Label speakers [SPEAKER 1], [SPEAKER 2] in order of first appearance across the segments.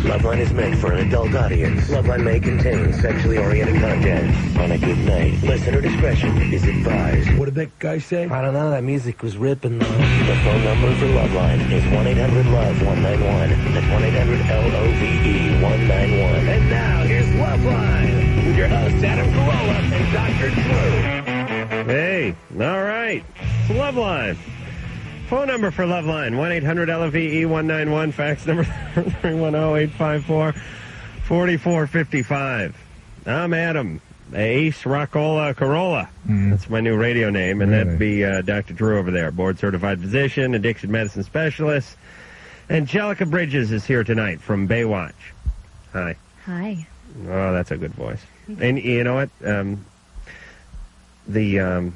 [SPEAKER 1] Loveline is meant for an adult audience. Loveline may contain sexually oriented content. On a good night, listener discretion is advised.
[SPEAKER 2] What did that guy say?
[SPEAKER 1] I don't know. That music was ripping. The phone number for Loveline is 1-800-LOVE-191. That's E 1-800-L-O-V-E-191.
[SPEAKER 2] And now here's Loveline with your hosts Adam Carolla and Dr. Drew.
[SPEAKER 3] Hey, all right. It's Loveline. Phone number for Loveline, E 1-800-LOVE-191, fax number 310-854-4455. I'm Adam, Ace Rockola Corolla. That's my new radio name, and that'd be uh, Dr. Drew over there, board-certified physician, addiction medicine specialist. Angelica Bridges is here tonight from Baywatch. Hi.
[SPEAKER 4] Hi.
[SPEAKER 3] Oh, that's a good voice. And you know what? Um, the um,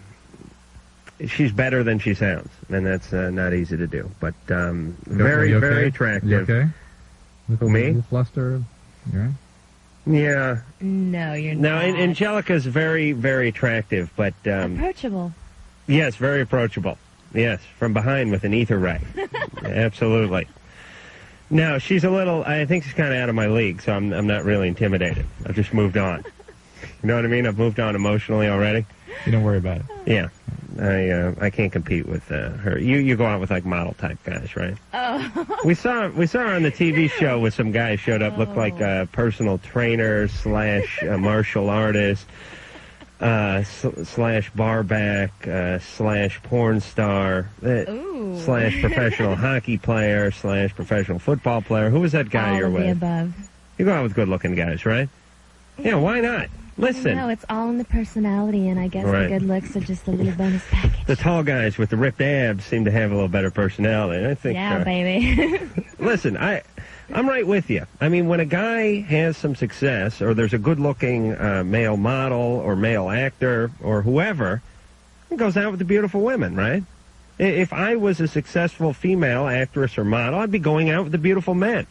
[SPEAKER 3] she's better than she sounds, and that's uh, not easy to do. But um, very,
[SPEAKER 5] You okay?
[SPEAKER 3] very
[SPEAKER 5] You
[SPEAKER 3] attractive.
[SPEAKER 5] okay? With a
[SPEAKER 3] Me?
[SPEAKER 5] little fluster. You all right?
[SPEAKER 3] Yeah.
[SPEAKER 4] No, you're
[SPEAKER 3] Now,
[SPEAKER 4] not.
[SPEAKER 3] An- Angelica's very, very attractive, but um,
[SPEAKER 4] Approachable.
[SPEAKER 3] yes, very approachable. Yes, from behind with an ether ray. Absolutely. No, she's a little. I think she's kind of out of my league, so I'm I'm not really intimidated. I've just moved on. You know what I mean? I've moved on emotionally already.
[SPEAKER 5] You don't worry about it.
[SPEAKER 3] Yeah, I uh, I can't compete with uh, her. You you go out with like model type guys, right?
[SPEAKER 4] Oh.
[SPEAKER 3] We saw we saw her on the TV show with some guy showed up looked like
[SPEAKER 4] Oh.
[SPEAKER 3] a personal trainer slash uh martial artist uh, sl- slash barback uh, slash porn star uh,
[SPEAKER 4] Ooh.
[SPEAKER 3] slash professional hockey player slash professional football player. Who was that guy
[SPEAKER 4] all
[SPEAKER 3] you're
[SPEAKER 4] of the
[SPEAKER 3] with?
[SPEAKER 4] above.
[SPEAKER 3] You go out with good looking guys, right? Yeah, why not? Listen,
[SPEAKER 4] No, it's all in the personality, and I guess
[SPEAKER 3] Right.
[SPEAKER 4] the good looks are just a little bonus package.
[SPEAKER 3] the tall guys with the ripped abs seem to have a little better personality. I think
[SPEAKER 4] yeah,
[SPEAKER 3] uh,
[SPEAKER 4] baby.
[SPEAKER 3] Listen, I, I'm right with you. I mean, when a guy has some success, or there's a good-looking uh, male model, or male actor, or whoever, he goes out with the beautiful women, right? I- If I was a successful female actress or model, I'd be going out with the beautiful men.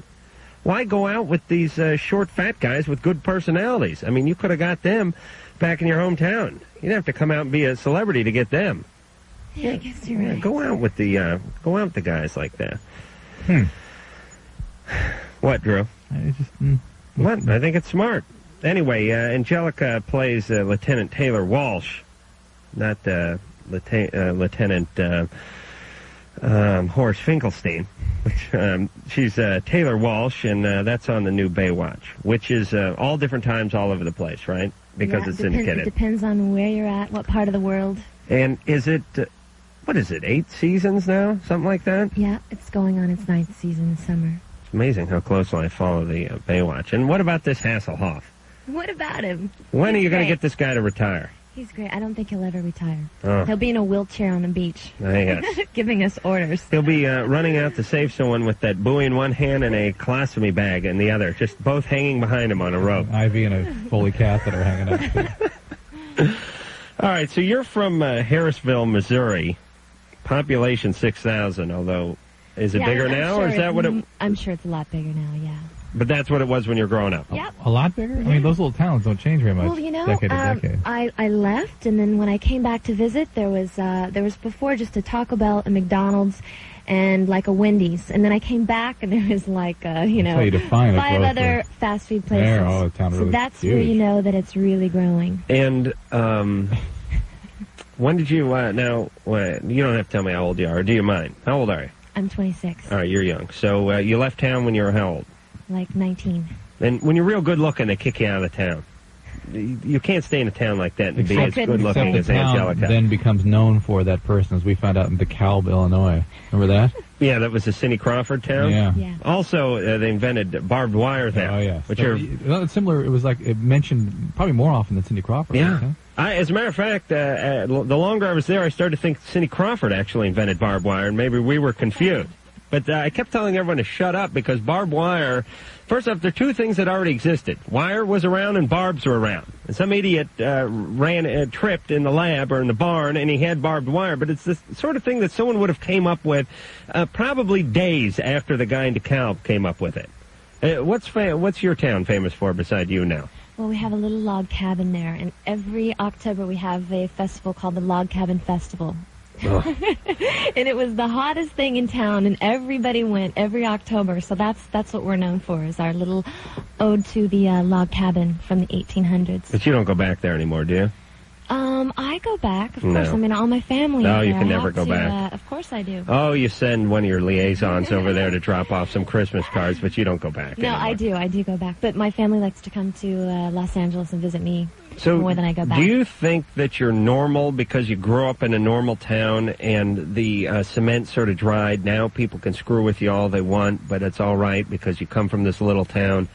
[SPEAKER 3] Why go out with these uh, short, fat guys with good personalities? I mean, you could have got them back in your hometown. You'd have to come out and be a celebrity to get them.
[SPEAKER 4] yeah, I guess you're
[SPEAKER 3] Yeah,
[SPEAKER 4] right.
[SPEAKER 3] go out with the uh, go out with the guys like that. What, Drew?
[SPEAKER 5] Hmm. I just, mm,
[SPEAKER 3] What? I think it's smart. Anyway, uh, Angelica plays uh, Lieutenant Taylor Walsh, not uh, Lieutenant, uh, Lieutenant uh, um, Horace Finkelstein. Which um, she's uh, Taylor Walsh, and uh, that's on the new Baywatch, which is uh, all different times all over the place, right? Because
[SPEAKER 4] Yeah,
[SPEAKER 3] it's
[SPEAKER 4] depends, It
[SPEAKER 3] syndicated.
[SPEAKER 4] depends on where you're at, what part of the world.
[SPEAKER 3] And is it? Uh, what is it? Eight seasons now, something like that.
[SPEAKER 4] Yeah, it's going on its ninth season this summer.
[SPEAKER 3] It's amazing how closely I follow the uh, Baywatch. And what about this Hasselhoff?
[SPEAKER 4] What about him?
[SPEAKER 3] When are
[SPEAKER 4] He's
[SPEAKER 3] you going to
[SPEAKER 4] great.
[SPEAKER 3] get this guy to retire?
[SPEAKER 4] He's great. I don't think he'll ever retire.
[SPEAKER 3] Oh.
[SPEAKER 4] He'll be in a wheelchair on the beach,
[SPEAKER 3] I guess.
[SPEAKER 4] giving us orders.
[SPEAKER 3] He'll be uh, running out to save someone with that buoy in one hand and a colostomy bag in the other, just both hanging behind him on a rope.
[SPEAKER 5] IV and a Foley catheter hanging out.
[SPEAKER 3] All right, so you're from uh, Harrisville, Missouri. Population 6,000, although is it
[SPEAKER 4] Yeah,
[SPEAKER 3] bigger
[SPEAKER 4] I'm
[SPEAKER 3] now,
[SPEAKER 4] sure
[SPEAKER 3] or is that
[SPEAKER 4] it's
[SPEAKER 3] what it?
[SPEAKER 4] m- I'm sure it's a lot bigger now. Yeah.
[SPEAKER 3] But that's what it was when you were growing up.
[SPEAKER 4] Yep.
[SPEAKER 5] A lot bigger? I mean, those little towns don't change very much.
[SPEAKER 4] Well, you know,
[SPEAKER 5] decade to
[SPEAKER 4] um,
[SPEAKER 5] decade.
[SPEAKER 4] I I left, and then when I came back to visit, there was uh, there was before just a Taco Bell, a McDonald's, and like a Wendy's, and then I came back, and there was like uh, you know
[SPEAKER 5] how you define a
[SPEAKER 4] five
[SPEAKER 5] growth
[SPEAKER 4] other
[SPEAKER 5] rate.
[SPEAKER 4] fast food places.
[SPEAKER 5] There, oh, the town
[SPEAKER 4] so
[SPEAKER 5] really
[SPEAKER 4] that's where
[SPEAKER 5] huge.
[SPEAKER 4] you know that it's really growing.
[SPEAKER 3] And um, when did you? Uh, now, uh, you don't have to tell me how old you are. Do you mind? How old are you?
[SPEAKER 4] I'm 26,
[SPEAKER 3] All right, you're young. So uh, you left town when you were how old?
[SPEAKER 4] like 19.
[SPEAKER 3] And when you're real good looking, they kick you out of the town. You you can't stay in a town like that and be
[SPEAKER 5] Except-
[SPEAKER 3] as good looking
[SPEAKER 5] Except
[SPEAKER 3] as
[SPEAKER 5] the town
[SPEAKER 3] Angelica.
[SPEAKER 5] then becomes known for that person, as we found out in DeKalb, Illinois. Remember that?
[SPEAKER 3] yeah, that was the Cindy Crawford town.
[SPEAKER 5] Yeah.
[SPEAKER 4] Yeah.
[SPEAKER 3] Also, uh, they invented barbed wire there.
[SPEAKER 5] Oh yeah,
[SPEAKER 3] Which
[SPEAKER 5] So,
[SPEAKER 3] are
[SPEAKER 5] you know, it's similar. It was like it mentioned probably more often than Cindy Crawford. I
[SPEAKER 3] yeah.
[SPEAKER 5] think,
[SPEAKER 3] I, as a matter of fact, uh, uh, l- the longer I was there, I started to think Cindy Crawford actually invented barbed wire, and maybe we were confused. But uh, I kept telling everyone to shut up because barbed wire. First off, there are two things that already existed: wire was around and barbs were around. And some idiot uh, ran uh, tripped in the lab or in the barn, and he had barbed wire. But it's the sort of thing that someone would have came up with uh, probably days after the guy in DeKalb came up with it. Uh, what's fa- what's your town famous for beside you now?
[SPEAKER 4] Well, we have a little log cabin there, and every October we have a festival called the Log Cabin Festival. and it was the hottest thing in town, and everybody went every October. So that's that's what we're known for is our little ode to the uh, log cabin from the 1800s.
[SPEAKER 3] But you don't go back there anymore, do you?
[SPEAKER 4] Um, I go back, of
[SPEAKER 3] No.
[SPEAKER 4] course. I mean, all my family.
[SPEAKER 3] No,
[SPEAKER 4] is
[SPEAKER 3] you
[SPEAKER 4] there.
[SPEAKER 3] can
[SPEAKER 4] I
[SPEAKER 3] never
[SPEAKER 4] have
[SPEAKER 3] go
[SPEAKER 4] to,
[SPEAKER 3] back.
[SPEAKER 4] Uh, of course, I do.
[SPEAKER 3] Oh, you send one of your liaisons over there to drop off some Christmas cards, but you don't go back.
[SPEAKER 4] no,
[SPEAKER 3] anymore.
[SPEAKER 4] I do. I do go back, but my family likes to come to uh, Los Angeles and visit me
[SPEAKER 3] So
[SPEAKER 4] more than I go back.
[SPEAKER 3] Do you think that you're normal because you grew up in a normal town and the uh, cement sort of dried? Now people can screw with you all they want, but it's all right because you come from this little town.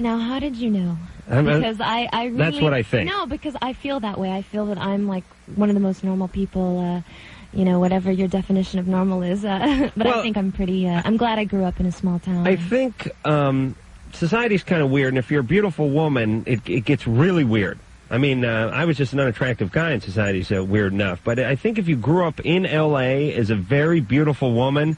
[SPEAKER 4] Now, how did you know?
[SPEAKER 3] I'm- I'm-
[SPEAKER 4] because I, I really
[SPEAKER 3] Um, uh, that's what I think.
[SPEAKER 4] No, because I feel that way. I feel that I'm like one of the most normal people. Uh, you know, whatever your definition of normal is. Uh, but
[SPEAKER 3] Well-
[SPEAKER 4] I think I'm pretty. Uh, I'm glad I grew up in a small town.
[SPEAKER 3] I think um, society's kind of weird, and if you're a beautiful woman, it, it gets really weird. I mean, uh, I was just an unattractive guy in society, so weird enough. But I think if you grew up in L.A. as a very beautiful woman,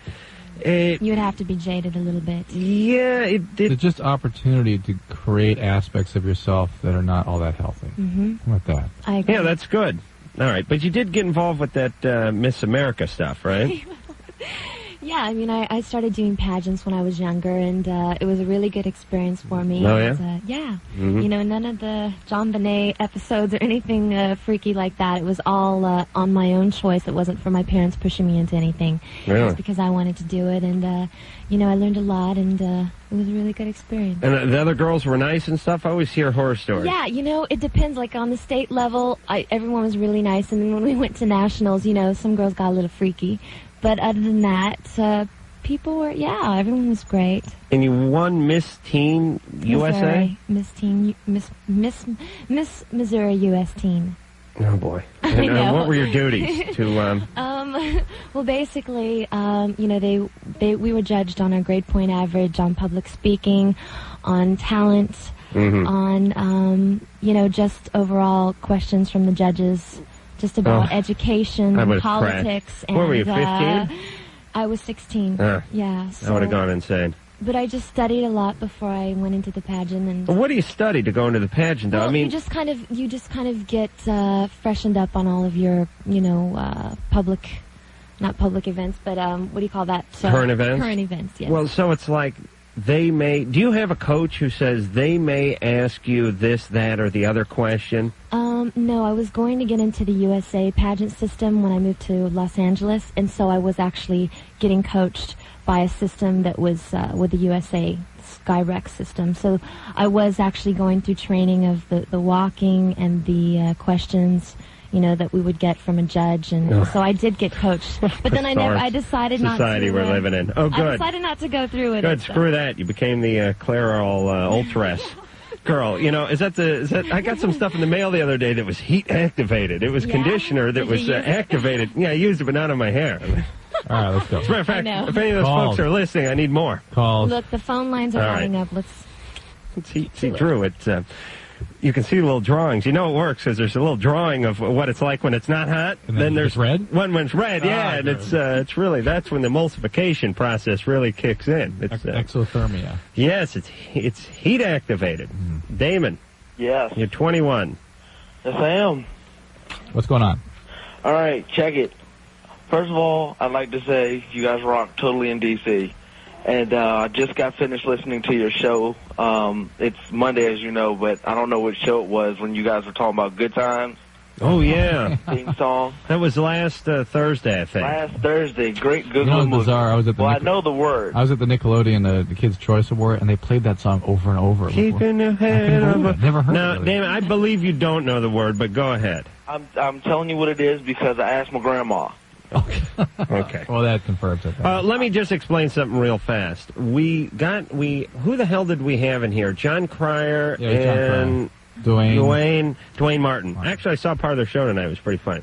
[SPEAKER 3] eh, it,
[SPEAKER 4] You'd have to be jaded a little bit.
[SPEAKER 3] yeah, it, it
[SPEAKER 5] It's just opportunity to create aspects of yourself that are not all that healthy. Mm-hmm. How about that?
[SPEAKER 4] I agree.
[SPEAKER 3] Yeah, that's good. All right, but you did get involved with that uh, Miss America stuff, right?
[SPEAKER 4] Yeah, I mean, I, I started doing pageants when I was younger, and uh, it was a really good experience for me.
[SPEAKER 3] Oh, yeah? Mm-hmm.
[SPEAKER 4] And, uh, yeah. You know, none of the John Bonet episodes or anything uh, freaky like that. It was all uh, on my own choice. It wasn't for my parents pushing me into anything. It
[SPEAKER 3] Really?
[SPEAKER 4] was because I wanted to do it, and, uh, you know, I learned a lot, and uh, it was a really good experience.
[SPEAKER 3] and uh, the other girls were nice and stuff. I always hear horror stories.
[SPEAKER 4] Yeah, you know, it depends. Like on the state level, I, everyone was really nice, and then when we went to nationals, you know, some girls got a little freaky, but other than that, uh, people were yeah, everyone was great.
[SPEAKER 3] And you won Miss Teen USA.
[SPEAKER 4] Missouri, Miss Teen, Miss Miss Miss Missouri U.S. Teen.
[SPEAKER 3] Oh boy! And, uh,
[SPEAKER 4] know.
[SPEAKER 3] what were your duties? to um,
[SPEAKER 4] Um, well, basically, um, you know, they, they we were judged on our grade point average, on public speaking, on talent,
[SPEAKER 3] Mm-hmm.
[SPEAKER 4] on um, you know, just overall questions from the judges, just about
[SPEAKER 3] Oh.
[SPEAKER 4] education,
[SPEAKER 3] I would've
[SPEAKER 4] politics,
[SPEAKER 3] cracked.
[SPEAKER 4] and
[SPEAKER 3] What were you,
[SPEAKER 4] uh,
[SPEAKER 3] 15?
[SPEAKER 4] I was sixteen.
[SPEAKER 3] Ah.
[SPEAKER 4] yeah,
[SPEAKER 3] I
[SPEAKER 4] so-
[SPEAKER 3] would have gone insane.
[SPEAKER 4] But I just studied a lot before I went into the pageant, and
[SPEAKER 3] Well, what do you study to go into the pageant? Though
[SPEAKER 4] well,
[SPEAKER 3] I mean,
[SPEAKER 4] you just kind of you just kind of get uh, freshened up on all of your you know uh, public, not public events, but um, what do you call that? Uh,
[SPEAKER 3] Current events?
[SPEAKER 4] Current events. Yes.
[SPEAKER 3] well, so it's like they may. Do you have a coach who says they may ask you this, that, or the other question?
[SPEAKER 4] um, no, I was going to get into the USA pageant system when I moved to Los Angeles, and so I was actually getting coached by a system that was uh, with the USA Skyrex system. So I was actually going through training of the the walking and the uh, questions. You know that we would get from a judge, and so I did get coached. But then I never.
[SPEAKER 3] Bizarre
[SPEAKER 4] I decided not to.
[SPEAKER 3] Society we're
[SPEAKER 4] uh,
[SPEAKER 3] living in. Oh,
[SPEAKER 4] I
[SPEAKER 3] good.
[SPEAKER 4] decided not to go through it.
[SPEAKER 3] Good.
[SPEAKER 4] and stuff.
[SPEAKER 3] Screw that. You became the uh, Clairol uh, Ultras girl. You know, is that the? Is that, I got some stuff in the mail the other day that was heat activated. It was
[SPEAKER 4] Yeah?
[SPEAKER 3] conditioner that
[SPEAKER 4] Did
[SPEAKER 3] was
[SPEAKER 4] you
[SPEAKER 3] uh,
[SPEAKER 4] use it?
[SPEAKER 3] activated. Yeah, I used it, but not on my hair. As
[SPEAKER 5] All right, let's go.
[SPEAKER 3] a matter of
[SPEAKER 4] I
[SPEAKER 3] fact,
[SPEAKER 4] know.
[SPEAKER 3] if any of those
[SPEAKER 5] Balls.
[SPEAKER 3] folks are listening, I need more.
[SPEAKER 5] Calls.
[SPEAKER 4] Look, the phone lines are
[SPEAKER 3] All right.
[SPEAKER 4] lining up. Let's.
[SPEAKER 3] See, see Drew, it's. Uh, you can see the little drawings. You know it works because there's a little drawing of what it's like when it's not hot.
[SPEAKER 5] And then
[SPEAKER 3] there's
[SPEAKER 5] it's red?
[SPEAKER 3] One when it's red, yeah,
[SPEAKER 5] Ah,
[SPEAKER 3] and
[SPEAKER 5] good.
[SPEAKER 3] it's uh, it's really that's when the emulsification process really kicks in. It's, uh,
[SPEAKER 5] Exothermia. Hmm.
[SPEAKER 3] yes, it's it's heat activated. Damon,
[SPEAKER 2] Yes,
[SPEAKER 3] You're 21.
[SPEAKER 2] yes I am.
[SPEAKER 5] What's going on?
[SPEAKER 2] All right, check it. First of all, I'd like to say you guys rock totally in DC, and uh, I just got finished listening to your show. Um, it's Monday, as you know, but I don't know what show it was when you guys were talking about good times,
[SPEAKER 3] Oh yeah,
[SPEAKER 2] theme song.
[SPEAKER 3] that was last uh, Thursday, I think.
[SPEAKER 2] Last Thursday, great Google
[SPEAKER 5] You know what's
[SPEAKER 2] movie.
[SPEAKER 5] bizarre? I was at the
[SPEAKER 2] well, I
[SPEAKER 5] Nic-
[SPEAKER 2] know the word.
[SPEAKER 5] I was at the Nickelodeon, uh, the Kids Choice Award, and they played that song over and over.
[SPEAKER 3] Keeping your head
[SPEAKER 5] believe
[SPEAKER 3] over.
[SPEAKER 5] it. Never heard
[SPEAKER 3] Now,
[SPEAKER 5] it, really.
[SPEAKER 3] Damon, I believe you don't know the word, but go ahead.
[SPEAKER 2] I'm I'm telling you what it is because I asked my grandma.
[SPEAKER 3] Okay.
[SPEAKER 5] Well, that confirms it. then.
[SPEAKER 3] Uh, let me just explain something real fast. We got we who the hell did we have in here? John Cryer
[SPEAKER 5] Yeah, John Cryer.
[SPEAKER 3] and
[SPEAKER 5] Dwayne.
[SPEAKER 3] Dwayne Dwayne Martin. Actually, I saw part of their show tonight. It was pretty fun.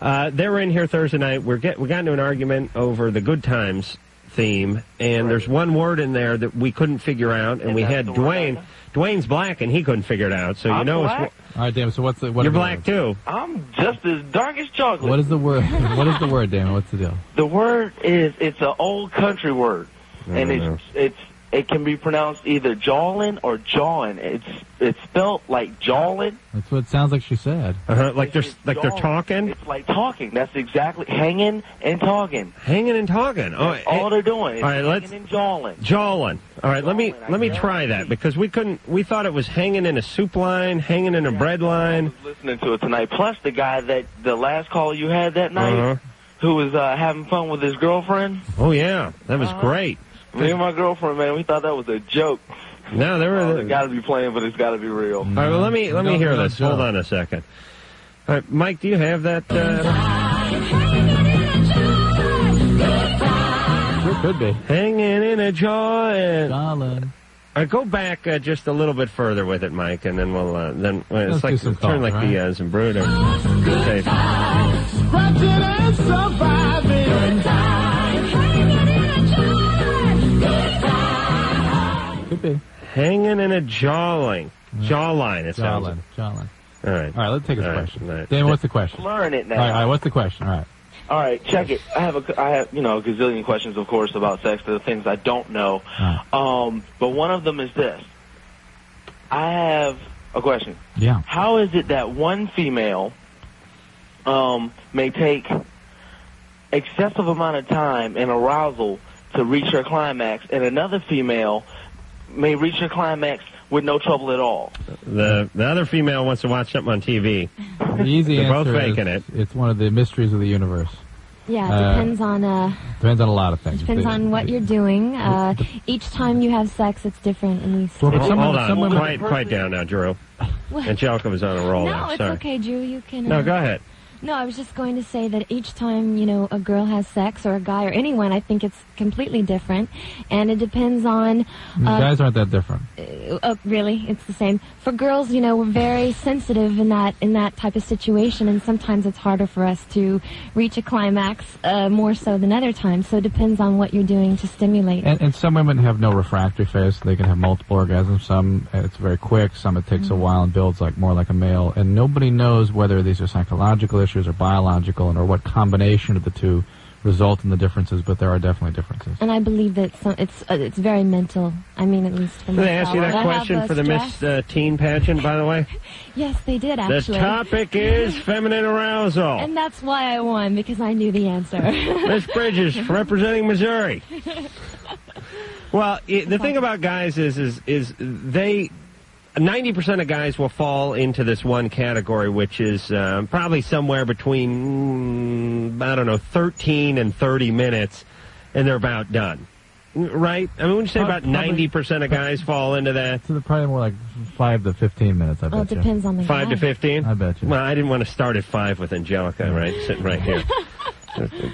[SPEAKER 3] Uh, they were in here Thursday night. We're get, we got into an argument over the Good Times theme, and there's one word in there that we couldn't figure out, and,
[SPEAKER 2] And
[SPEAKER 3] we
[SPEAKER 2] that's
[SPEAKER 3] had
[SPEAKER 2] the word I
[SPEAKER 3] Dwayne.
[SPEAKER 2] know.
[SPEAKER 3] Dwayne's black, and he couldn't figure it out. So you
[SPEAKER 2] I'm
[SPEAKER 3] know
[SPEAKER 2] black?
[SPEAKER 3] it's
[SPEAKER 5] All right, Damon. So what's the what?
[SPEAKER 3] you're
[SPEAKER 5] is the
[SPEAKER 3] black
[SPEAKER 5] word?
[SPEAKER 3] too.
[SPEAKER 2] I'm just as dark as chocolate.
[SPEAKER 5] What is the word? what is the word, Damon? What's the deal?
[SPEAKER 2] The word is it's an old country word, and it's it's it can be pronounced either jawlin or jawin. It's it's spelled like jawlin.
[SPEAKER 5] That's what it sounds like she said.
[SPEAKER 3] Uh-huh. Like they're
[SPEAKER 2] It's
[SPEAKER 3] like they're
[SPEAKER 2] jawlin.
[SPEAKER 3] talking,
[SPEAKER 2] It's like talking. That's exactly hanging and talking.
[SPEAKER 3] hanging and talking. Oh,
[SPEAKER 2] All
[SPEAKER 3] eh,
[SPEAKER 2] they're doing is
[SPEAKER 3] All right,
[SPEAKER 2] hanging
[SPEAKER 3] let's-
[SPEAKER 2] and jawling.
[SPEAKER 3] jawlin. All right, let me
[SPEAKER 2] Jawlin, I
[SPEAKER 3] let me
[SPEAKER 2] guess.
[SPEAKER 3] try that because we couldn't. We thought it was hanging in a soup line, hanging in a bread
[SPEAKER 2] I
[SPEAKER 3] line.
[SPEAKER 2] was listening to it tonight. Plus the guy that the last call you had that night,
[SPEAKER 3] Uh-huh.
[SPEAKER 2] who was uh, having fun with his girlfriend. Uh-huh.
[SPEAKER 3] Oh yeah, that was great.
[SPEAKER 2] Me and my girlfriend, man, we thought that was a joke.
[SPEAKER 3] No, there
[SPEAKER 2] Oh,
[SPEAKER 3] were.
[SPEAKER 2] they gotta be playing, but it's gotta be real.
[SPEAKER 3] All right, well, let me let me
[SPEAKER 5] No,
[SPEAKER 3] hear
[SPEAKER 5] no,
[SPEAKER 3] this.
[SPEAKER 5] no.
[SPEAKER 3] Hold on a second. All right, Mike, do you have that? Uh,
[SPEAKER 5] Sure could be.
[SPEAKER 3] hanging in a jaw and. All
[SPEAKER 5] Darling.
[SPEAKER 3] right, go back uh, just a little bit further with it, Mike, and then we'll uh, then uh, it's
[SPEAKER 5] Let's do
[SPEAKER 3] like
[SPEAKER 5] some
[SPEAKER 3] turn like
[SPEAKER 5] calling,
[SPEAKER 3] the uh, Zembruder. Okay.
[SPEAKER 5] Could be.
[SPEAKER 3] Hanging in a jawline. Jawline, it sounds.
[SPEAKER 5] Mm. Jawline. Jawline.
[SPEAKER 3] All right.
[SPEAKER 5] All right, let's take his
[SPEAKER 3] All right,
[SPEAKER 5] question.
[SPEAKER 3] all right.
[SPEAKER 5] Dan, what's the question? All
[SPEAKER 2] Learn it now.
[SPEAKER 5] right, all right, what's the question? All right.
[SPEAKER 2] All right, check it. I have a, I have, you know, a gazillion questions, of course, about sex. The things I don't know.
[SPEAKER 5] Ah.
[SPEAKER 2] Um, but one of them is this. I have a question.
[SPEAKER 5] Yeah.
[SPEAKER 2] How is it that one female, um, may take excessive amount of time and arousal to reach her climax, and another female may reach her climax with no trouble at all?
[SPEAKER 3] The the other female wants to watch something on TV.
[SPEAKER 5] The easy
[SPEAKER 3] They're both
[SPEAKER 5] answer
[SPEAKER 3] faking
[SPEAKER 5] is
[SPEAKER 3] it.
[SPEAKER 5] it's one of the mysteries of the universe.
[SPEAKER 4] Yeah,
[SPEAKER 5] Uh,
[SPEAKER 4] it depends on uh,
[SPEAKER 5] Depends on a lot of things.
[SPEAKER 4] depends
[SPEAKER 5] They-
[SPEAKER 4] on what
[SPEAKER 5] they-
[SPEAKER 4] you're doing. Uh, each time you have sex, it's different, and we.
[SPEAKER 5] Well, But
[SPEAKER 3] Hold-
[SPEAKER 5] some
[SPEAKER 3] Hold
[SPEAKER 5] women-
[SPEAKER 3] on.
[SPEAKER 5] some women-
[SPEAKER 3] Quiet, quiet down now, Drew.
[SPEAKER 4] What?
[SPEAKER 3] Angelica was on a roll.
[SPEAKER 4] No,
[SPEAKER 3] now.
[SPEAKER 4] it's
[SPEAKER 3] Sorry.
[SPEAKER 4] okay, Drew. You can. uh,
[SPEAKER 3] No, go ahead.
[SPEAKER 4] No, I was just going to say that each time, you know, a girl has sex or a guy or anyone, I think it's completely different. And it depends on,
[SPEAKER 5] The
[SPEAKER 4] uh,
[SPEAKER 5] guys aren't that different.
[SPEAKER 4] oh, really, it's the same. For girls, you know, we're very sensitive in that, in that type of situation and sometimes it's harder for us to reach a climax, uh, more so than other times. So it depends on what you're doing to stimulate.
[SPEAKER 5] And, and some women have no refractory phase. They can have multiple orgasms. Some uh, it's very quick. Some it
[SPEAKER 4] Mm-hmm.
[SPEAKER 5] takes a while and builds like more like a male. And nobody knows whether these are psychological issues or biological, and or what combination of the two result in the differences. But there are definitely differences.
[SPEAKER 4] And I believe that some, it's, uh, it's very mental. I mean, at least for
[SPEAKER 3] Did
[SPEAKER 4] myself.
[SPEAKER 3] they ask you
[SPEAKER 4] I
[SPEAKER 3] that
[SPEAKER 4] have,
[SPEAKER 3] question
[SPEAKER 4] uh,
[SPEAKER 3] for the Miss
[SPEAKER 4] stress.
[SPEAKER 3] uh, Teen pageant, by the way?
[SPEAKER 4] Yes, they did,
[SPEAKER 3] The
[SPEAKER 4] actually.
[SPEAKER 3] topic is feminine arousal.
[SPEAKER 4] And that's why I won, because I knew the answer.
[SPEAKER 3] Miss Bridges representing Missouri. Well, i the thing about guys is, is, is they. 90% of guys will fall into this one category, which is uh, probably somewhere between, mm, I don't know, 13 and 30 minutes, and they're about done. Right? I mean, would you say about
[SPEAKER 5] Probably-
[SPEAKER 3] 90% of guys fall into that?
[SPEAKER 5] So they're probably more like five to fifteen minutes. I bet
[SPEAKER 4] Well, it
[SPEAKER 5] you.
[SPEAKER 4] depends on the
[SPEAKER 3] Five to
[SPEAKER 4] guy.
[SPEAKER 3] fifteen.
[SPEAKER 5] I bet you.
[SPEAKER 3] Well, I didn't want to start at five with Angelica, right? Sitting right here.